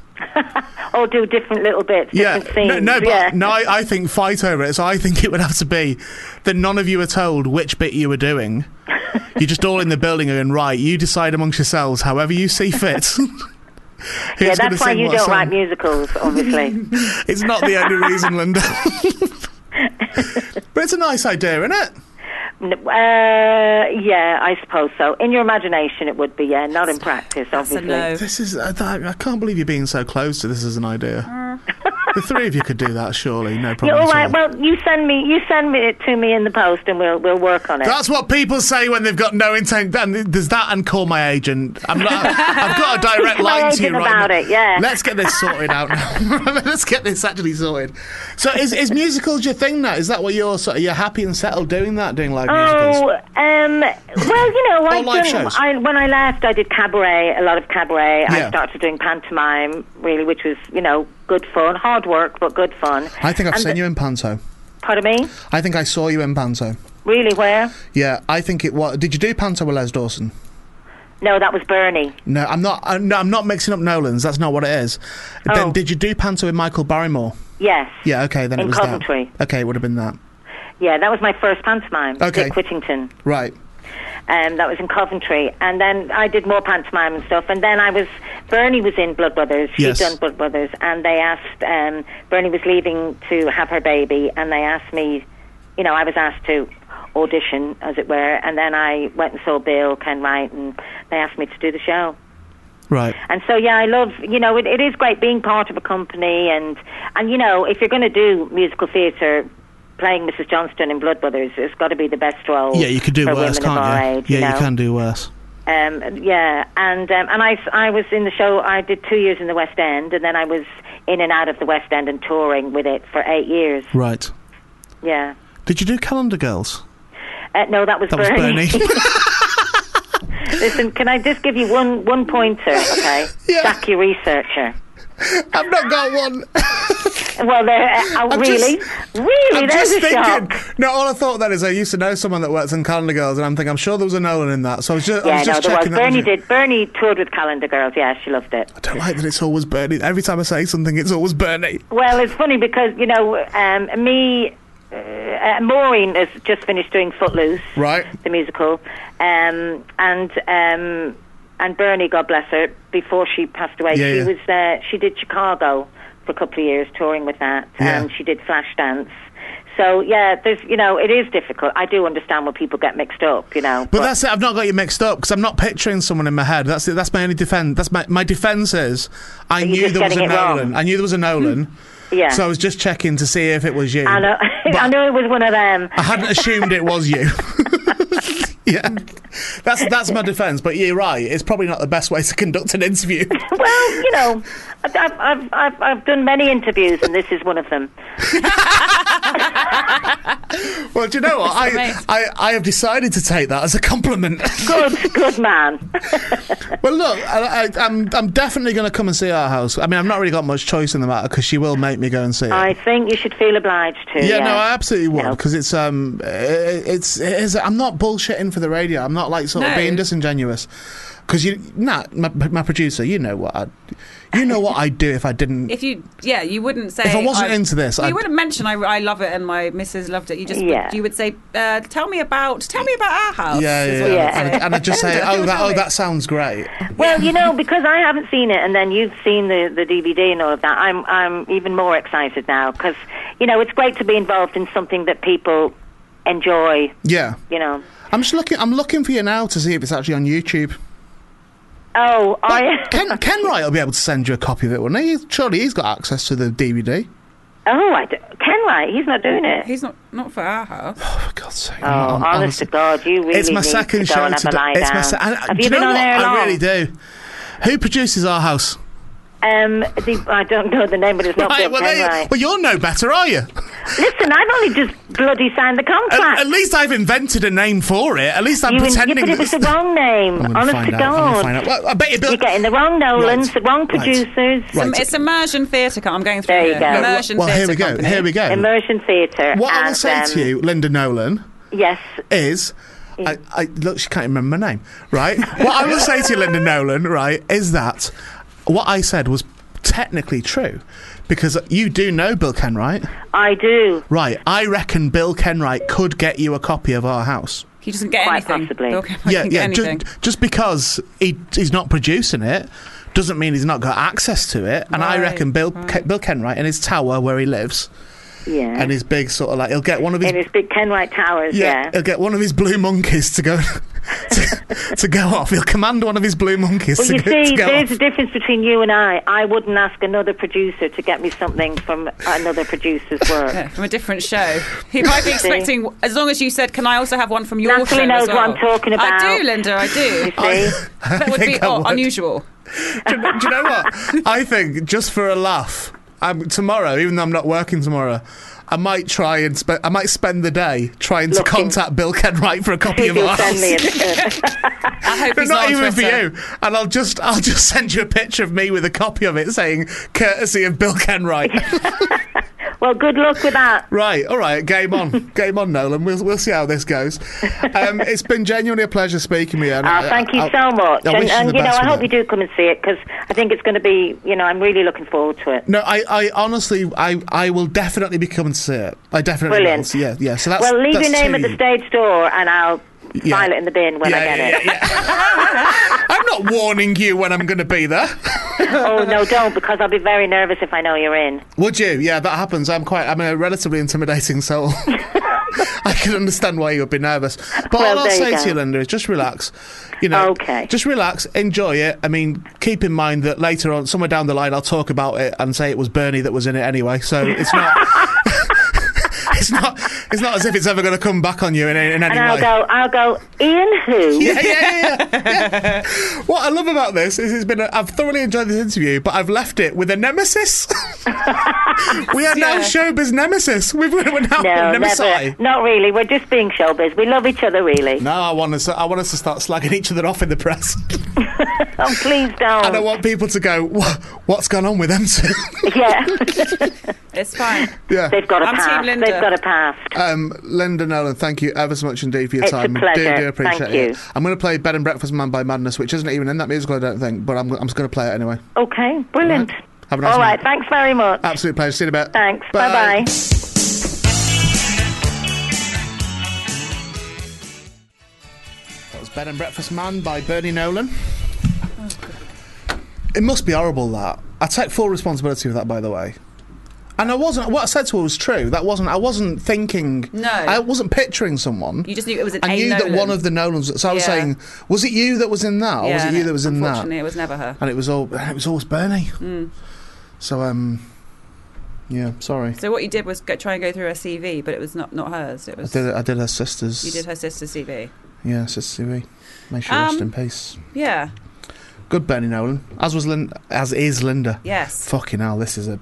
L: All do different little bits, different
B: no,
L: scenes.
B: no, but
L: yeah.
B: no, I, I think fight over it. So I think it would have to be that none of you are told which bit you were doing. You're just all in the building and right. You decide amongst yourselves, however you see fit. Who's
L: yeah,
B: gonna
L: that's why
B: sing
L: you
B: what
L: don't
B: song.
L: write musicals, obviously.
B: It's not the only reason, Linda. but it's a nice idea, isn't it?
L: N- Uh, yeah, I suppose so. In your imagination, it would be. Yeah, not in practice, obviously.
B: This is. I, I I can't believe you're being so close to this as an
L: Uh.
B: idea. the three of you could do that, surely, no
L: Yeah,
B: problem.
L: all
B: at
L: right.
B: all.
L: Well, you send me you send me it to me in the post, and we'll we'll work on it.
B: That's what people say when they've got no intent. And there's that, and call my agent. I'm not, I've got a
L: Speak
B: direct
L: to my
B: line to you
L: agent
B: right
L: about
B: now.
L: it, yeah.
B: Let's get this sorted out now. Let's get this actually sorted. So, is is musicals your thing now? Is that what you're sort of, you're happy and settled doing that, doing live musicals?
L: Oh, um, well, you know, I've
B: live
L: done,
B: shows.
L: I, when I left, I did cabaret, a lot of cabaret.
B: Yeah.
L: I started doing pantomime, really, which was, you know, good fun, hard work, but good fun.
B: I think I've
L: And
B: seen
L: the-
B: you in Panto.
L: Pardon me?
B: I think I saw you in Panto.
L: Really, where?
B: Yeah, I think it was. Did you do Panto with Les Dawson?
L: No, that was Bernie.
B: No, I'm not. i no, I'm not mixing up Nolan's. That's not what it is. Then did you do Panto with Michael Barrymore?
L: Oh. Yes.
B: Yeah. Okay. Then
L: In
B: it was
L: Coventry.
B: that. Okay, it would have been that.
L: Yeah, that was my first pantomime,
B: Okay.
L: Dick Whittington.
B: Right.
L: Um, that was in Coventry, and then I did more pantomime and stuff. And then I was Bernie was in Blood Brothers. She'd
M: Yes.
L: done Blood Brothers, and they asked um, Bernie was leaving to have her baby, and they asked me, you know, I was asked to audition, as it were, and then I went and saw Bill Ken Wright, and they asked me to do the show.
B: Right.
L: And so, yeah, I love, you know, it, it is great being part of a company. And, and you know, if you're going to do musical theatre, playing Mrs. Johnston in Blood Brothers has got to be the best role.
B: Yeah, you could do
L: for women
B: worse,
L: of
B: can't
L: our
B: you?
L: Age,
B: yeah,
L: you, know?
B: you can do worse.
L: Um, yeah, and um, and I, I was in the show. I did two years in the West End, and then I was in and out of the West End and touring with it for eight years.
B: Right.
L: Yeah.
B: Did you do Calendar Girls?
L: Uh, no, that was
B: That was
L: Bernie.
B: Bernie.
L: Listen, can I just give you one one pointer, okay? Sack your researcher.
B: I've not got one.
L: well, there. Uh, oh,
B: I'm
L: really,
B: just-
L: really,
B: I'm
L: there's
B: just
L: a shock.
B: thinking. No, all I thought that is I used to know someone that works in Calendar Girls, and I'm thinking I'm sure there was a Nolan in that. So I was just, I
L: Yeah,
B: was
L: no,
B: just
L: there was.
B: checking. that was
L: Bernie
B: you.
L: did. Bernie toured with Calendar Girls. Yeah, she loved it.
B: I don't like that it's always Bernie. Every time I say something, it's always Bernie.
L: Well, it's funny because you know um, me. Uh, uh, Maureen has just finished doing Footloose,
B: right?
L: The musical, um, and um, and Bernie, God bless her, before she passed away,
M: Yeah,
L: she
M: yeah.
L: was uh, she did Chicago for a couple of years touring with that,
M: Yeah.
L: and she did Flashdance. So yeah, there's you know it is difficult. I do understand where people get mixed up, you know.
B: But that's it. I've not got you mixed up because I'm not picturing someone in my head. That's it. That's my only defense. That's my my defense is I knew
L: just
B: there was a
L: getting it wrong.
B: Nolan. I knew there was a Nolan.
L: Yeah.
B: So I was just checking to see if it was you.
L: I know. I know it was one of them.
B: I hadn't assumed it was you. yeah, that's that's my defence. But you're right; it's probably not the best way to conduct an interview.
L: well, you know, I've, I've, I've, I've done many interviews, and this is one of them.
B: well, do you know what? I, I I have decided to take that as a compliment.
L: Good, good man.
B: well, look, I, I, I'm I'm definitely going to come and see our house. I mean, I've not really got much choice in the matter because she will make me go and see it.
L: I think you should feel obliged to.
B: yeah, no, I absolutely would because it's um, i- i- it's it is, I'm not bullshitting for the radio. I'm not like sort of
L: No.
B: being disingenuous because you, nah, my, my producer, you know what, I, you know what I'd do if I didn't
C: If you, yeah, you wouldn't say.
B: If I wasn't into this,
C: you
B: I'd-
C: wouldn't mention I, I love it and my missus loved it. You just,
B: Yeah.
C: would, you would say, uh, tell me about, tell me about our house.
B: Yeah,
C: is
B: yeah,
C: what you
B: yeah.
C: would
B: And,
C: say.
B: and I just say,
C: Tell
B: oh,
C: me,
B: that,
C: tell
B: oh,
C: me."
B: that sounds great.
L: Well, you know, because I haven't seen it, and then you've seen the, the DVD and all of that. I'm I'm even more excited now because you know it's great to be involved in something that people enjoy.
B: Yeah,
L: You know.
B: I'm just looking. I'm looking for you now to see if it's actually on YouTube.
L: Oh, I.
B: But Ken, Ken Wright will be able to send you a copy of it, wouldn't he? Surely he's got access to the DVD.
L: Oh, I d- Ken Wright, he's not doing it.
C: He's not not for our house.
B: Oh, for God's sake!
L: Oh, honest to God, you really
B: it's my
L: need
B: second
L: to go
B: show
L: and have
B: today.
L: a lie
B: it's my
L: down.
B: se- and, uh,
L: have
B: do
L: you been
B: know
L: on
B: what?
L: air long?
B: I really do. Who produces our house?
L: Um, the, I don't know the name, but it's not
B: Right,
L: Bill
B: well, there you-
L: Kenwright.
B: well, you're no better, are you?
L: Listen, I've only just bloody signed the contract.
B: At, at least I've invented a name for it. At least I'm
L: you,
B: pretending.
L: you, but it
B: that
L: was the
B: it's-
L: wrong name.
B: I'm gonna
L: Honest
B: find
L: to
B: out. I'm gonna
L: God.
B: find out. Well, I bet you
L: You're getting the wrong Nolans, the wrong
B: Right.
L: producers.
C: Some- it's immersion theatre. co- I'm going through. There
L: you go.
C: Immersion
B: well, here
C: theatre
B: we go.
C: company.
B: Here we go.
L: Immersion theatre.
B: What I will
L: and,
B: say
L: um,
B: to you, Linda Nolan,
L: Yes.
B: is. I,
L: Mm.
B: I, look, she can't remember my name, right? what I will say to you, Linda Nolan, right, is that what I said was technically true because you do know Bill Kenwright.
L: I do.
B: Right, I reckon Bill Kenwright could get you a copy of our house.
C: He doesn't get anything. Okay, I
B: yeah,
C: can
B: yeah.
C: Get
B: ju-
C: anything.
B: Just, because he, he's not producing it doesn't mean he's not got access to it. And I
L: Right,
B: reckon Bill Ke- Bill Kenwright in his tower where he lives
L: Yeah.
B: and his big sort of like he'll get one of his
L: in his big Kenwright Towers, yeah.
B: he'll get one of his blue monkeys to go to, to go off. He'll command one of his blue monkeys
L: Well,
B: to,
L: you
B: go, to
L: see,
B: go
L: there's
B: off.
L: a difference between you and I. I wouldn't ask another producer to get me something from another producer's work.
C: Yeah, from a different show. He might be
L: You see?
C: expecting, as long as you said, can I also have one from your
L: Natalie
C: show?
L: knows
C: as well?"
L: what I'm talking
C: I
L: about.
C: do, Linda, I do.
L: You see?
C: that would be
B: think I
C: odd-
B: would.
C: unusual.
B: do, you- do you know what? I think just for a laugh, I'm, tomorrow, even though I'm not working tomorrow, I might try and spe- I might spend the day trying to contact Bill Kenwright for a copy of
L: He'll
B: our
L: send me
B: house.
C: I hope
B: But
C: he's not,
B: not
C: on
B: even for
C: Twitter.
B: you, and I'll just I'll just send you a picture of me with a copy of it saying courtesy of Bill Kenwright.
L: well, good luck with that.
B: Right, all right, game on, game on, Nolan. We'll we'll see how this goes. Um, it's been genuinely a pleasure speaking with you. and
L: Ah,
B: I-
L: thank you
B: I-
L: so much.
B: I
L: and,
B: wish you
L: and,
B: the
L: you know,
B: best
L: I
B: with
L: hope
B: it.
L: you do come and see it because I think it's going to be, you know, I'm really looking forward to it.
B: No, I, I honestly, I, I will definitely be coming to see it. I definitely
L: Brilliant.
B: will. Yeah, yeah. So that's
L: well, leave
B: that's
L: your name at
B: two.
L: the stage door and I'll
B: Yeah.
L: file it in the bin when I
B: Yeah,
L: get
B: yeah,
L: it.
B: I'm not warning you when I'm going to be there.
L: oh, no, don't, because I'll be very nervous if I know you're in.
B: Would you? Yeah, that happens. I'm quite. I'm a relatively intimidating soul. I can understand why you would be nervous. But
L: Well,
B: all I'll
L: there you
B: say
L: go.
B: to you, Linda, is just relax. You know, okay. Just relax, enjoy it. I mean, keep in mind that later on, somewhere down the line, I'll talk about it and say it was Bernie that was in it anyway. So it's not. it's not. It's not as if it's ever going to come back on you in, in any
L: and I'll
B: way.
L: go, I'll go, Ian who?
B: Yeah, yeah, yeah, yeah. Yeah. What I love about this is it's been. A, I've thoroughly enjoyed this interview, but I've left it with a nemesis. we are now
L: Yeah.
B: showbiz nemesis. We've, we're now
L: No,
B: nemesis.
L: never. Oh, Not really. We're just being showbiz. We love each other, really.
B: No, I want us. I want us to start slagging each other off in the press.
L: oh, please don't.
B: And I want people to go, "Wha- "What's going on with them two?
L: Yeah.
C: it's fine.
B: yeah,
L: They've got a pass. They've got a pass.
B: Um, Linda Nolan, thank you ever so much indeed for your
L: It's a
B: time.
L: pleasure.
B: Do, do appreciate
L: Thank
B: it.
L: you.
B: I'm going to play "Bed and Breakfast Man" by Madness, which isn't even in that musical, I don't think. But I'm, I'm just going to play it anyway.
L: Okay, brilliant.
B: Have a nice
L: All
B: night.
L: right, thanks very much.
B: Absolute pleasure. See you in a bit.
L: Thanks.
B: Bye.
L: Bye bye.
B: That was Bed and Breakfast Man by Bernie Nolan. It must be horrible that. I take full responsibility for that, by the way. And I wasn't. What I said to her was true. That wasn't. I wasn't thinking.
C: No.
B: I wasn't picturing someone.
C: You just knew it was an
B: I
C: A
B: knew
C: Nolan.
B: that one of the Nolans. So I was
C: Yeah.
B: saying, was it you that was in that, or was
C: Yeah,
B: it you that was in that?
C: Unfortunately, it was never her.
B: And it was all. It was always Bernie.
C: Mm.
B: So um, yeah. Sorry.
C: So what you did was go, try and go through her CV, but it was not, not hers. It
B: I
C: was
B: did. I did her sisters.
C: you did her sister's CV.
B: Yeah, sister CV. May she
C: Um,
B: rest in peace.
C: Yeah,
B: Good Bernie Nolan. As was Lin- as is Linda.
C: Yes.
B: Fucking hell, this is a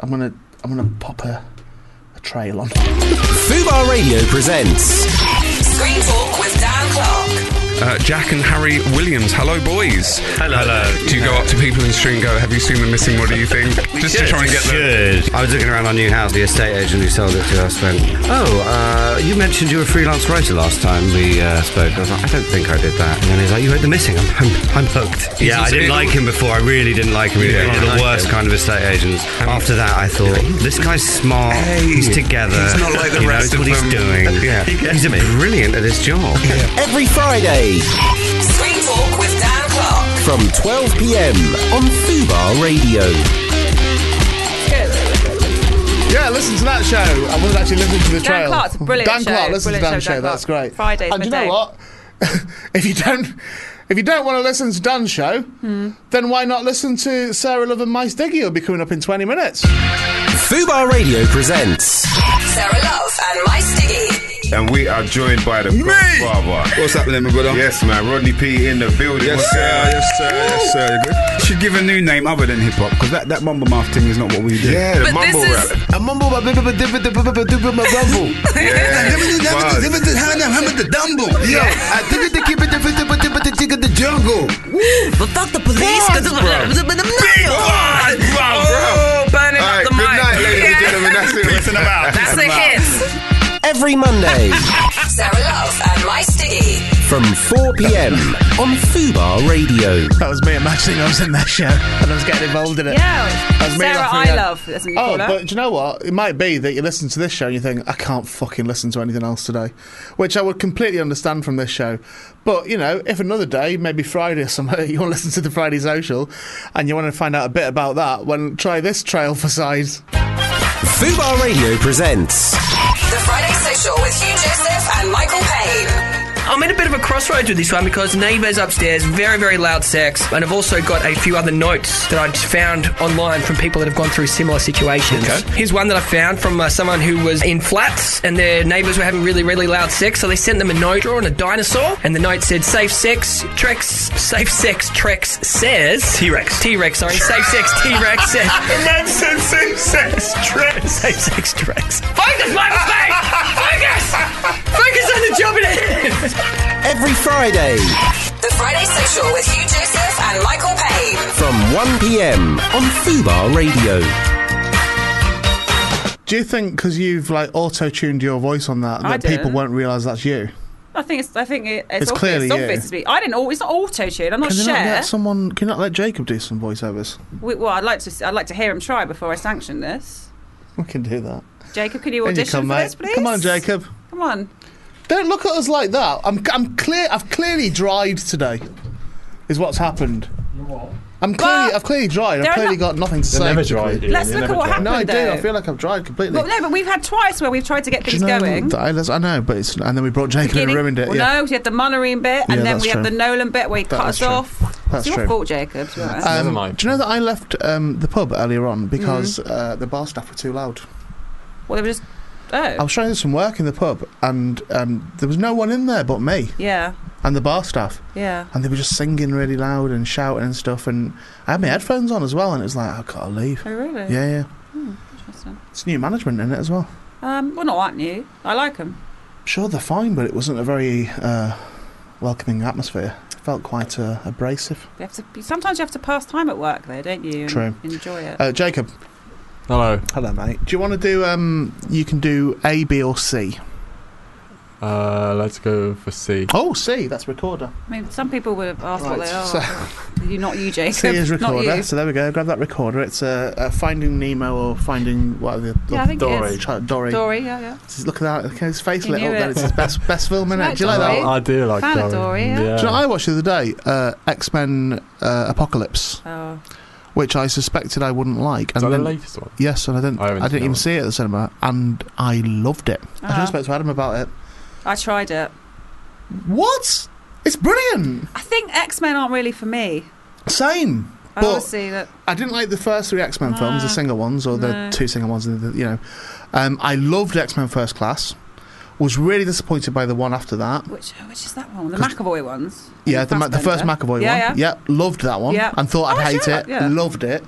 B: I'm gonna I'm gonna pop a a trail on.
A: Fubar Radio presents
H: Screen Talk with Dan Clark.
M: Uh, Jack and Harry Williams. Hello, boys. Hello. Hello. Do you go up to people in the street and go, "Have you seen the missing? What do you think?" Just to
N: should.
M: try and get
N: We
M: the.
N: I was looking around our new house. The estate agent who sold it to us went, "Oh, uh, you mentioned you were a freelance writer last time we uh, spoke." I was like, "I don't think I did that." And then he's like, "You wrote the missing. I'm, I'm, I'm hooked."
M: He's
N: yeah, I
M: also-
N: didn't like him before. I really didn't like him. He was
M: Yeah.
N: one of the worst kind of estate agents. After that, I thought, "This guy's smart. he's together.
M: he's not like the
N: he
M: rest
N: knows
M: of
N: what
M: them."
N: he's doing.
M: Yeah. He
N: he's brilliant at his job."
A: every Friday
H: Screen Talk with Dan Clark.
A: from 12 p.m. on Fubar Radio.
B: Yeah, listen to that show. I wasn't actually listening to the
C: Dan
B: trail.
C: Clark's a brilliant
B: Dan
C: show,
B: Clark, listen to
C: brilliant
B: Dan's
C: show,
B: show.
C: Dan
B: That's
C: Clark.
B: great.
C: Fridays
B: And you
C: my
B: know
C: day.
B: what? if you don't if you don't want to listen to Dan's show,
C: Hmm.
B: then why not listen to Sarah Love and Mice Diggy? It'll be coming up in 20 minutes.
A: Fubar Radio presents
H: Sarah Love and Mike Stiggy.
O: and we are joined by the Godfather. What's happening, my brother? Yes, man. Rodney P in the building.
P: Yes,
O: What's
P: sir.
O: going on?
P: Yes, sir. Yes, sir. You're good. Should give a new name other than hip hop because that, that mumble mouth thing is not what we do.
O: Yeah, the But mumble this is-
P: A mumble rap.
Q: Yo, I think they keep it the fit, but the tick of the jungle. But fuck the police, because
O: Bro. Big bars, bro, bro.
H: Oh,
O: All right, good night, ladies and gentlemen. That's it. Peace about.
H: That's the hit.
A: Every Monday
H: Sarah Love and Mike Stiggy.
A: from 4 pm on Fubar Radio.
B: That was me imagining I was in that show and I was getting involved in it.
C: Yeah, it's
B: That was me
C: Sarah
B: laughing
C: I
B: at-
C: Love, that's what you
B: Oh,
C: call her.
B: but do you know what? It might be that you listen to this show and you think, I can't fucking listen to anything else today, which I would completely understand from this show. But, you know, if another day, maybe Friday or something, you want to listen to the Friday social and you want to find out a bit about that, well, try this trail for size.
A: Fubar Radio presents
H: The Friday Social with Hugh Joseph and Michael Payne.
Q: I'm in a bit of a crossroads with this one because neighbours upstairs, very, very loud sex, and I've also got a few other notes that I just found online from people that have gone through similar situations.
I: Okay.
Q: Here's one that I found from uh, someone who was in flats and their neighbours were having really, really loud sex, so they sent them a note drawing a dinosaur, and the note said, Safe sex, Trex, safe sex, Trex says. T Rex. T Rex, sorry, safe sex, T Rex says.
H: And
Q: then said, Safe sex, Trex. Safe sex, Trex. Focus, my mistake! Focus! Focus on the job at hand!
A: every Friday
H: The Friday Social with Hugh Joseph and Michael Payne.
A: from 1 pm on Fubar Radio.
B: Do you think because you've like auto-tuned your voice on that,
C: I
B: that people
C: didn't.
B: won't realise that's you?
C: I think it's. I think it, it's,
B: It's
C: obvious,
B: clearly
C: it's
B: you.
C: obvious to me. I didn't. al- It's not auto tune. I'm not
B: can you
C: sure.
B: not let someone? Can you not let Jacob do some voiceovers?
C: We, well, I'd like to. s- I'd like to hear him try before I sanction this.
B: We can do that.
C: Jacob, can you
B: In
C: audition
B: come,
C: for
B: mate.
C: this, please?
B: Come on, Jacob.
C: Come on.
B: Don't look at us like that. I'm, I'm clear. I've clearly dried today. Is what's happened. I'm clearly, I've clearly dried.
C: there
B: I've
C: are
B: clearly
C: not-
B: got nothing to
G: You're
B: say.
G: never dried, Ian.
C: Let's You're look at never what dried.
B: No, I
C: happened,
B: do.
C: though.
B: I feel like I've dried completely.
C: Well, no, but we've had twice where we've tried to get
B: Do you
C: things
B: know
C: going.
B: that I, that's- I know, but it's, and then we brought Jacob in and
C: Beginning-
B: ruined it.
C: Well,
B: yeah.
C: No, we had the Monarine bit,
B: Yeah,
C: and then
B: that's
C: we had
B: true.
C: the Nolan bit where he
B: That
C: cut
B: is
C: us
B: true.
C: off.
B: That's
C: it's your
B: true.
C: fault, Jacob. to be honest.
B: Um, do you know that I left um, the pub earlier on because
C: Mm-hmm.
B: uh, the bar staff were too loud?
C: well, they were just.
B: I
C: Oh,
B: was trying to do some work in the pub, and um, there was no one in there but me
C: yeah,
B: and the bar staff.
C: yeah.
B: And they were just singing really loud and shouting and stuff. And I had my headphones on as well, and it was like, I've got to leave.
C: Oh, really?
B: Yeah, yeah.
C: Hmm, interesting.
B: It's new management in it as well.
C: Um, well, not that new. I like them.
B: Sure, they're fine, but it wasn't a very uh, welcoming atmosphere. It felt quite uh, abrasive.
C: You have to, sometimes you have to pass time at work, though, don't you? and
B: True.
C: Enjoy it.
B: Uh, Jacob.
G: Hello.
B: Hello, mate. Do you want to do, um, you can do A, B, or C?
G: Uh, let's go for C.
B: Oh, C, that's recorder.
C: I mean, some people would have asked what
B: Right,
C: they are.
B: so-
C: you not you, Jacob.
B: C is
C: Not you.
B: recorder. So there we go. Grab that recorder. It's uh, uh, Finding Nemo or Finding what are the
C: Yeah, I think it is.
B: Chi- Dory.
C: Dory, yeah, yeah.
B: Just Look at that. Look at his face
C: He
B: lit up.
C: knew
B: Then
C: it.
B: it's his best best film in it. Do you like that?
C: Dory. I do like Fan of Dory. Dory, yeah.
B: Do you know
G: Um,
B: what I watched the other day? Uh, X Men uh, Apocalypse.
C: Oh.
B: Which I suspected I wouldn't like.
G: Is that the latest one?
B: Yes, and I didn't.
G: I
B: I,
G: haven't seen
B: didn't
G: that
B: even
G: one.
B: see it at the cinema, and I loved it. I should
C: Ah.
B: have spoke to Adam about it.
C: I tried it.
B: What? It's brilliant.
C: I think X Men aren't really for me.
B: Same.
C: I
B: But-
C: always see that.
B: I didn't like the first three X Men films, the
C: No.
B: single ones or the
C: Ah. No.
B: two single ones, and the, you know. Um, I loved X Men First Class. Was really disappointed by the one after that.
C: Which which is that one? The
B: 'Cause-
C: McAvoy ones.
B: Yeah, the, ma- the first
C: Fassbender.
B: McAvoy
C: Yeah,
B: one.
C: yeah.
B: Yeah, loved that one.
C: Yeah.
B: And thought
C: Oh,
B: I'd hate
C: sure,
B: it.
C: yeah.
B: Loved it.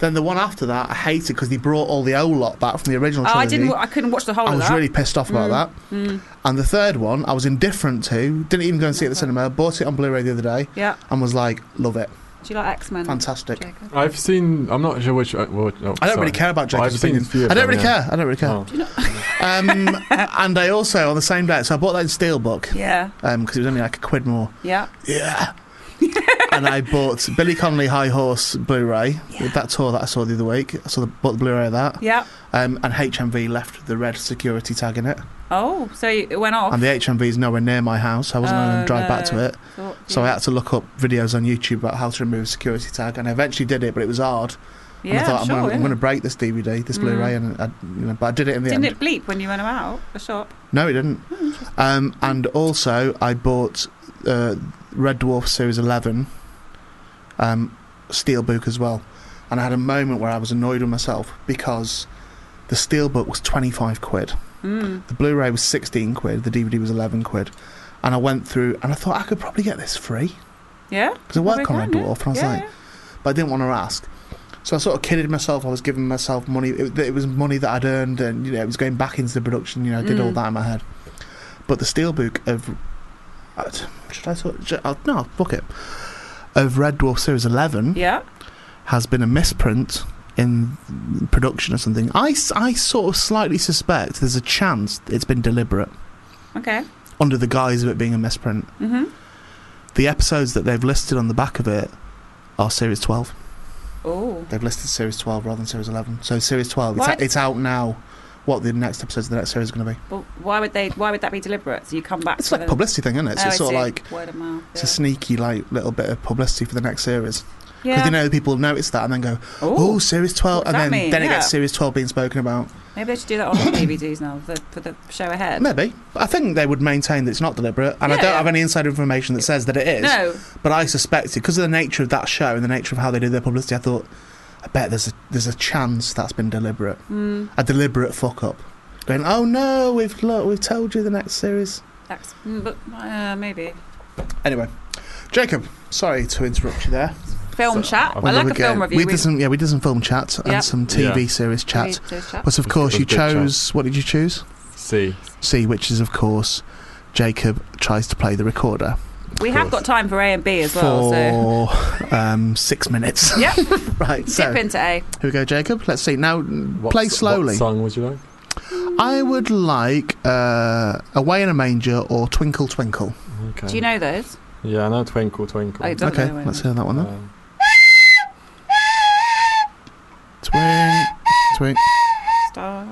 B: Then the one after that, I hated because they brought all the old lot back from the original
C: Oh,
B: trilogy.
C: I didn't. wa- I couldn't watch the whole
B: I
C: of
B: was
C: that.
B: really pissed off about that.
C: Mm.
B: And the third one, I was indifferent to. Didn't even go and see it at the cinema. Bought it on Blu-ray the other day.
C: Yeah.
B: And was like, love it.
C: Do you like X Men?
B: Fantastic.
G: I've seen. I'm not sure which. Uh, well, oh,
B: I don't
G: sorry.
B: really care about Jacob's
G: I've seen
B: opinion.
G: a few of
B: I don't
G: them,
B: really
G: yeah.
B: care. I don't really care.
G: Oh.
B: um, and I also on the same day, so I bought that in Steelbook.
C: Yeah.
B: Because it was only like a quid more.
C: Yeah.
B: Yeah. and I bought Billy Connolly High Horse Blu-ray with that tour that I saw the other week. I saw the, bought the Blu-ray of that.
C: Yeah.
B: Um, and HMV left the red security tag in it,
C: Oh, so you- it went off.
B: and the HMV is nowhere near my house. I wasn't going
C: Oh,
B: to drive
C: no.
B: back to it,
C: Thought-
B: so I had to look up videos on YouTube about how to remove a security tag, and I eventually did it, but it was hard. and
C: Yeah,
B: I thought
C: I'm
B: I'm,
C: sure,
B: gonna, I'm
C: yeah.
B: going to break this DVD, this
C: Mm.
B: Blu-ray, and I, you know, but I did it in the
C: Didn't
B: end.
C: it bleep when you went out the shop?
B: No, it didn't. Um, and also, I bought uh, Red Dwarf Series 11 um, Steelbook as well. And I had a moment where I was annoyed with myself because the Steelbook was 25 quid.
C: Mm.
B: The Blu-ray was 16 quid, the DVD was 11 quid, and I went through and I thought I could probably get this free
C: Yeah.
B: because I work on
C: Probably
B: Red
C: can, yeah.
B: Dwarf, and I was
C: Yeah,
B: like, but I didn't want to ask. So I sort of kidded myself. I was giving myself money. It, it was money that I'd earned, and you know, it was going back into the production. You know, I did all
J: Mm.
B: that in my head. But the Steelbook of uh, should I sort? Should, oh, no, fuck it. Of Red Dwarf Series Eleven
C: yeah.
B: has been a misprint in production or something. I, s- I sort of slightly suspect there's a chance it's been deliberate
C: Okay.
B: under the guise of it being a misprint.
C: hmm
B: The episodes that they've listed on the back of it are Series 12.
C: Oh.
B: They've listed Series 12 rather than Series 11. So Series 12,
C: Why
B: it's,
C: d-
B: it's out now. What the next episodes of the next series is going to be.
C: Well, why would they? Why would that be deliberate? So you come back.
B: It's
C: to
B: like a
C: them.
B: publicity thing, isn't it? So
C: Oh,
B: it's
C: I
B: sort of
C: see.
B: like-
C: word of mouth.
B: It's a sneaky like little bit of publicity for the next series. Because
C: Yeah.
B: they know people notice that and then go, oh, Series 12.
C: does
B: And
C: that
B: then,
C: mean?
B: then it
C: Yeah.
B: gets Series 12 being spoken about.
C: Maybe they should do that on the DVDs now for, for the show ahead.
B: Maybe. But I think they would maintain that it's not deliberate, and I
C: Yeah,
B: don't
C: yeah.
B: have any inside information that says that it is.
C: No.
B: But I suspect it because of the nature of that show and the nature of how they did their publicity. I thought, I bet there's a there's a chance that's been deliberate,
C: Mm.
B: a deliberate fuck up. Going, oh no, we've look, we've told you the next series.
C: That's, mm, but uh, maybe
B: Anyway, Jacob, sorry to interrupt you there.
C: film chat. I like a film review.
B: We did some yeah, we did some film chat
C: Yeah.
B: and some TV
C: Yeah.
B: series chat.
C: TV series chat.
B: But of
C: It
B: course,
C: was
B: you
C: good chat.
B: chose. What did you choose?
G: C.
B: C, which is of course, Jacob tries to play the recorder.
C: We have got time for A and B as well. So
B: for um, six minutes.
C: Yep.
B: right. So
C: dip
B: here
C: into A.
B: we go, Jacob. Let's see. Now play
G: s-
B: slowly.
G: What song would you like?
B: I would like uh, "Away in a Manger" or "Twinkle Twinkle."
G: Okay.
B: Um,
C: Do you know those?
G: Yeah, I know Twinkle Twinkle. Um,
C: I don't know
B: okay,
C: Away in a
B: let's hear that one then. Twink, twink.
C: Star.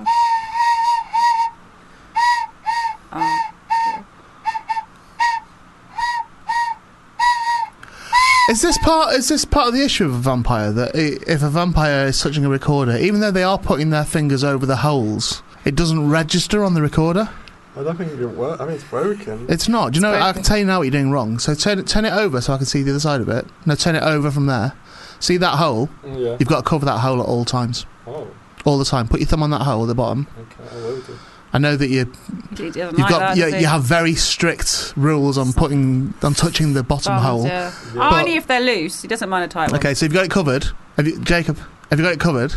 B: Is this part? Is this part of the issue of a vampire that i- if a vampire is touching a recorder, even though they are putting their fingers over the holes, it doesn't register on the recorder?
G: I don't think it work. I mean, it's broken.
B: It's not. Do you know? I can tell you now what you're doing wrong. So turn it, turn it over so I can see the other side of it. No, turn it over from there. See that hole?
G: Yeah.
B: You've got to cover that hole at all times.
G: Oh.
B: All the time. Put your thumb on that hole at the bottom.
G: Okay, I will do.
B: I know that you.
C: He doesn't
B: You've
C: like
B: got
C: that,
B: you,
C: does he?
B: you have very strict rules on putting on touching the bottom
C: Thumbs,
B: hole.
C: yeah. Oh,
B: But-
C: Only if they're loose. He doesn't mind a tight one.
B: okay, so you've got it covered. Have you, Jacob? Have you got it covered?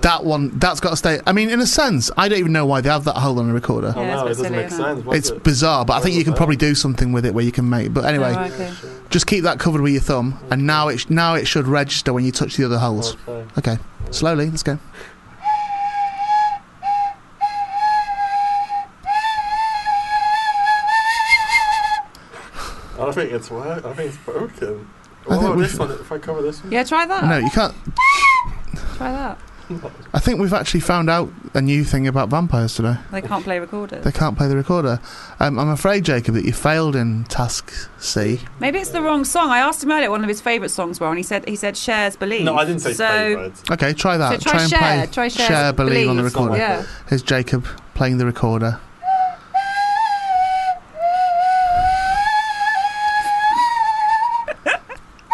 B: That one, that's got to stay. I mean, in a sense, I don't even know why they have that hole on a recorder.
G: Oh, no, it doesn't make sense.
B: It's bizarre, but I think you can probably do something with it where you can make. But anyway,
G: Oh, okay.
B: just keep that covered with your thumb, and now it sh- now it should register when you touch the other holes.
G: Oh, Okay.
B: okay. slowly, let's go.
G: I don't think it's work. I think it's broken.
B: I think
G: oh,
B: we
G: this
B: should-
G: one. If I cover this one.
C: Yeah, try that.
B: No, you can't.
C: Try that.
B: I think we've actually found out a new thing about vampires today.
C: They can't play recorders.
B: They can't play the recorder. Um, I'm afraid, Jacob, that you failed in task C.
C: Maybe it's the wrong song. I asked him earlier what one of his favourite songs were, and he said he said Shares Believe.
G: No, I didn't say
C: so,
G: favourite.
B: Okay, Ah, try that.
C: So try
B: and
C: share.
B: play
C: Try share.
B: share believe, on the
C: Believe.
B: recorder.
C: Yeah.
B: Here's Jacob playing the recorder.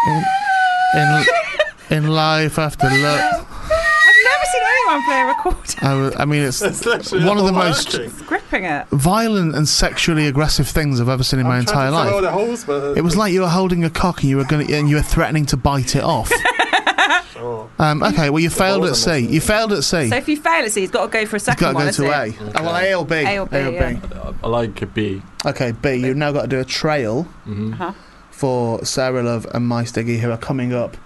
B: in, in, in life after love.
C: I've never seen anyone play a recorder.
B: I, w- I mean, it's,
C: It's literally
B: one of the
C: not
B: most
C: working. It's gripping it.
B: violent and sexually aggressive things I've ever seen in my entire life.
G: holes, but
B: It was like you were holding a cock and you were going to and you were threatening to bite it off. um, okay, well you failed at C. You failed at C.
C: So if you fail at C, he's got to go for a second
B: gotta go
C: one.
B: to
C: has he?
B: A. Oh, well, A or B.
C: A or B.
B: A or B.
C: yeah.
G: I like a B.
B: Okay, B. You've now got to do a trail
G: Mm-hmm.
C: Uh-huh.
B: for Sarah Love and My Stiggy, who are coming up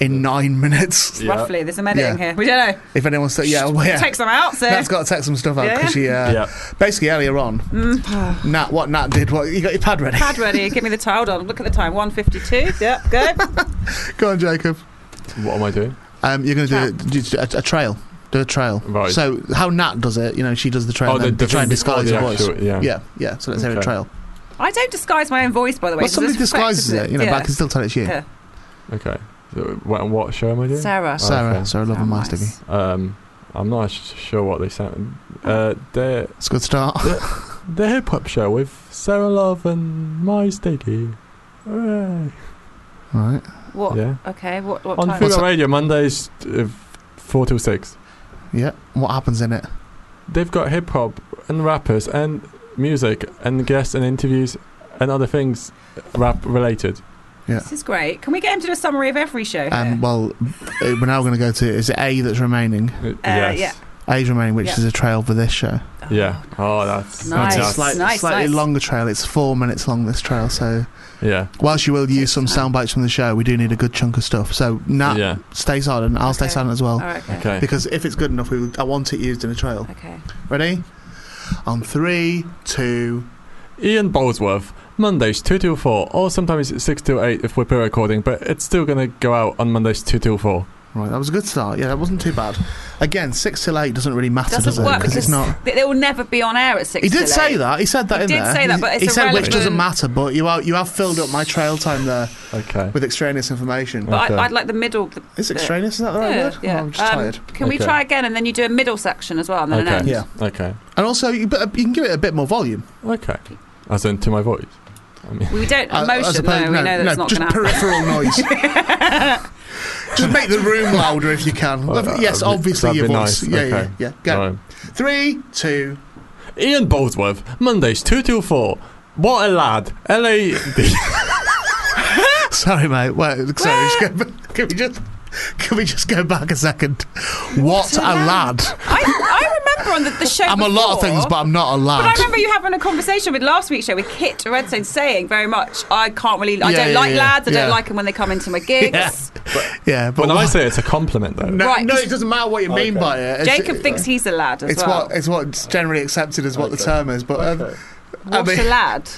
B: in nine minutes.
C: Roughly, there's some editing
B: Yeah.
C: here. We don't know.
B: If anyone's th- yeah, well, yeah.
C: Take some out. So.
B: Nat's got to take some stuff out because
C: Yeah.
B: she uh, basically earlier on.
C: Mm.
B: Nat, what Nat did? What you got your pad ready?
C: Pad ready. Give me the towel on. Look at the time. 1:52. Yeah, good.
B: Go on, Jacob.
G: What am I doing?
B: Um, you're going to do, do a, a trail. Do a trail.
G: Right.
B: So how Nat does it, you know, she does the trail.
G: Oh,
B: and
G: the-
B: then
G: the
B: to try and
G: thing before
B: disguise
G: the
B: her voice.
G: actual- yeah.
B: yeah, yeah. So let's hear a
G: Okay.
B: trail.
C: I don't disguise my own voice, by the way.
B: well,
C: so
B: somebody
C: this affects
B: disguises it, you know,
C: yeah.
B: but I can still tell it's you.
C: Yeah.
G: Okay. So, what, what show am I doing?
C: Sarah.
G: Oh,
B: Sarah,
G: okay.
B: Sarah Love and
C: Oh,
B: Miles
G: Um, I'm not sh- sure what they sound. Uh, they're.
B: It's a good start.
G: The hip hop show with Sarah Love and My Stiggy. Hooray.
B: Right.
C: What?
G: Yeah.
C: Okay. What? What
G: On
C: time?
G: Fuga Radio, Mondays, uh, 4 till 6.
B: Yeah. What happens in it?
G: they've got hip hop and rappers and music and guests and interviews and other things rap related.
B: Yeah.
C: This is great. Can we get him to do a summary of every show?
B: Um, well, uh, we're now going to go to is it A that's remaining?
C: yes. yeah.
B: A's remaining, which
C: Yeah.
B: is a trail for this show.
G: Yeah. Oh, that's
C: Nice,
B: It's a slight-
C: nice,
B: slightly
C: nice.
B: longer trail. It's four minutes long. This trail, so
G: Yeah.
B: whilst you will use some sound bites from the show, we do need a good chunk of stuff. So Nat,
G: Yeah.
B: stay silent. I'll stay silent as well.
G: All right, okay. Okay.
B: Because if it's good enough, we will, I want it used in a trail.
C: Okay.
B: Ready? On three, two.
G: Ian Bolsworth, Mondays 2 till 4, or sometimes 6 till 8 if we're pre recording, but it's still going to go out on Mondays 2 till 4.
B: Right, that was a good start. Yeah, that wasn't too bad. Again, six till eight doesn't really matter,
C: Doesn't
B: does it?
C: work because
B: it's not.
C: They, they will never be on air at six.
B: He did
C: till
B: say
C: eight.
B: that. He said that
C: He
B: in
C: did
B: there.
C: say that, but it's
B: he said which doesn't
C: irrelevant.
B: matter. But you are you have filled up my trail time there.
G: Okay.
B: With extraneous information.
C: But I, I'd like the middle. The,
B: Is
C: the-
B: extraneous? Is that the right
C: yeah,
B: word?
C: Yeah.
B: Oh, I'm just
C: Um,
B: tired.
C: Can we
B: Okay.
C: try again and then you do a middle section as well and then an end?
B: Yeah.
G: Okay.
B: And also, you, but you can give it a bit more volume.
G: Okay. As in to my voice. I mean,
C: We don't
B: I- I
C: emotion.
B: suppose-
C: no, we
B: Uh, no,
C: know that's
B: no,
C: not
B: just
C: going to happen.
B: peripheral noise. Just make the room louder if you can. yes,
G: Uh, that'd be-
B: obviously
G: that'd
B: your
G: be nice.
B: voice. Yeah, yeah,
G: Okay.
B: yeah. Go.
G: Right.
B: Three, two.
G: Ian Bolsworth, Mondays 2 till 4. What a lad. LAD.
B: Sorry, mate. Wait, sorry. Just go back. Can we just can we just go back a second? What a lad!
C: I, I remember on the, the show.
B: I'm a lot of things,
C: before-
B: but I'm not a
C: But I
B: lad.
C: remember you having a conversation with last week's show with Kit Redstone saying very much, I can't really, I
G: Yeah,
C: don't
G: yeah,
C: like
G: yeah,
C: lads, I
G: yeah.
C: don't like them when they come into my gigs.
B: yeah, but
G: when I say it's a compliment though.
B: No, no, it doesn't matter what you mean by it. It's-
C: Jacob thinks he's a lad as
B: It's
C: well.
B: what it's what's generally accepted as what the term is, but um, I
C: What's
B: mean,
C: a lad?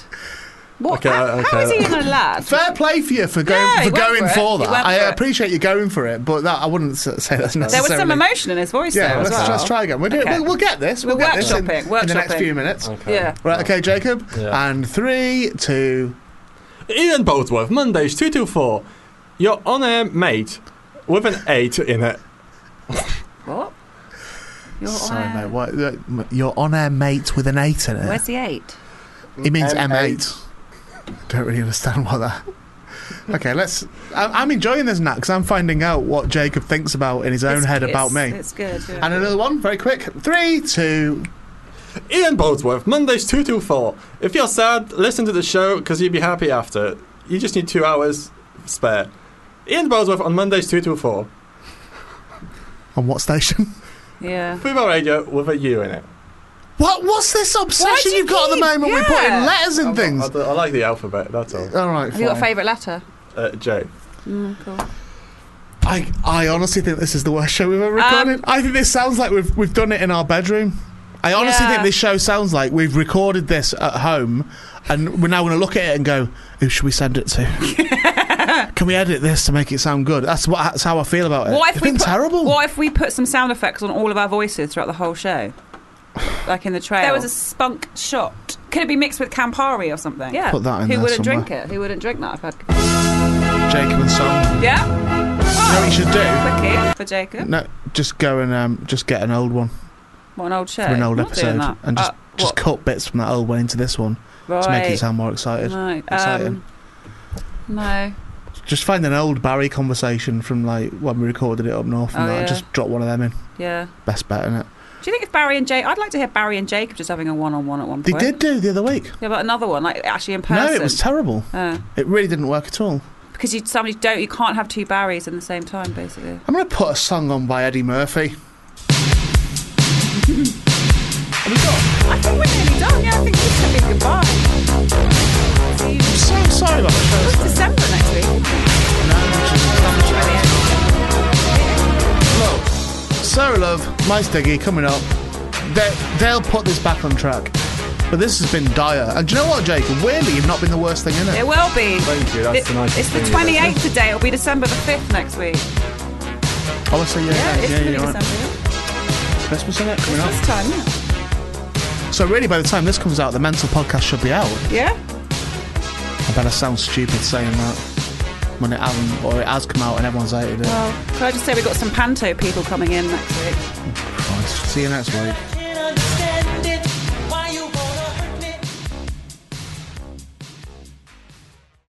C: What,
B: Okay,
C: how, how
B: okay.
C: is he in a lad?
B: Fair play for you for going
C: No, he
B: for
C: went
B: going
C: for it.
B: for
C: He
B: that.
C: went
B: I
C: for it.
B: appreciate you going for it, but that I wouldn't s- say that's necessarily.
C: There was some emotion in his voice
B: Yeah,
C: there
B: let's,
C: as well.
B: let's try again. We'll, do,
C: Okay.
B: we'll, we'll get this. We'll
C: We're
B: get this in,
C: workshopping,
B: in the next
C: workshopping.
B: few minutes.
C: Okay. Yeah.
B: Right. Okay, Jacob.
G: Yeah.
B: And three, two.
G: Ian Bolsworth, Mondays 2 till 4. Your on air mate with an 8 in it.
C: What? You're
B: Sorry,
C: on air.
B: mate. What, uh, m- you're on air, mate, with an eight in it.
C: Where's the eight?
B: It means M8. Don't really understand what that. Okay, let's. I, I'm enjoying this now because I'm finding out what Jacob thinks about in his own
G: It's-
B: head about
G: it's-
B: me.
G: it's
C: good.
B: And another one, very quick. Three, two.
G: Ian Boldsworth, Mondays 2 till 4. If you're sad, listen to the show because you'll be happy after. You just need two hours spare. Ian Boldsworth on Mondays 2 till 4.
B: On what station?
C: Yeah.
G: Fubar Radio with a U in it.
B: What? What's this obsession
C: do you
B: you've got at the
C: keep-
B: moment with putting
C: yeah.
B: letters in
G: I-
B: things?
G: I, I like the alphabet, that's all.
B: All right.
C: Have you got a
B: fine.
C: favourite letter?
G: Uh, J.
C: Mm, cool.
B: I, I honestly think this is the worst show we've ever recorded.
C: Um,
B: I think this sounds like we've we've done it in our bedroom. I honestly
C: Yeah.
B: think this show sounds like we've recorded this at home, and we're now going to look at it and go, "Who should we send it to? Can we edit this to make it sound good?" That's what that's how I feel about it.
C: What if
B: it's
C: we
B: been
C: put,
B: terrible.
C: What if we put some sound effects on all of our voices throughout the whole show? Like in the trail. There was a spunk shot. Could it be mixed with Campari or something? Yeah.
B: Put that in
C: Who
B: there
C: wouldn't
B: somewhere.
C: drink it? Who wouldn't drink that? I've had.
B: Jacob and Son.
C: Yeah.
B: You know what you should do?
C: Quickie for Jacob.
B: No, just go and um, just get an old one
C: What an old show.
B: from an old
C: I'm not doing
B: episode,
C: that.
B: and just
C: Uh,
B: just cut bits from that old one into this one to make it
C: Right.
B: sound more excited.
C: Right,
B: Exciting.
C: um, no.
B: Just find an old Barry conversation from like when we recorded it up north and
C: Oh,
B: that,
C: yeah.
B: and just drop one of them in.
C: Yeah.
B: Best bet, innit?
C: Do you think if Barry and Jake, I'd like to hear Barry and Jacob just having a one-on-one at one
B: They
C: point.
B: did do the other week.
C: Yeah, but another one, like actually in
B: No,
C: person.
B: it was terrible.
C: Oh.
B: It really didn't work at all.
C: because you somebody don't you can't have two Barrys in the same time, basically.
B: I'm going to put a song on by Eddie Murphy.
C: I think we're nearly done. Yeah, I think this should be goodbye. See you.
B: So sorry about that.
C: It's December next week.
B: Sarah Love, My Stiggy coming up. They, they'll put this back on track. But this has been dire. And do you know what, Jake? Weirdly, you've not been the worst thing in it.
C: It will be.
B: Thank you, that's
C: It-
B: the nicest
C: It's the
B: thing you've ever
C: 28th today. It'll be December the 5th next week.
B: Oh, I see, yeah,
C: Yeah,
B: yeah,
C: it's
B: yeah,
C: going to be
B: you're right.
C: December.
B: Christmas in it coming up.
C: This time, yeah.
B: So, really, by the time this comes out, the mental podcast should be out.
C: Yeah.
B: I bet I sound stupid saying that when it hasn't, or it has come out and everyone's hated it.
C: Well, can I just say we've got some panto people coming in next week?
B: Christ. Oh, See you next week.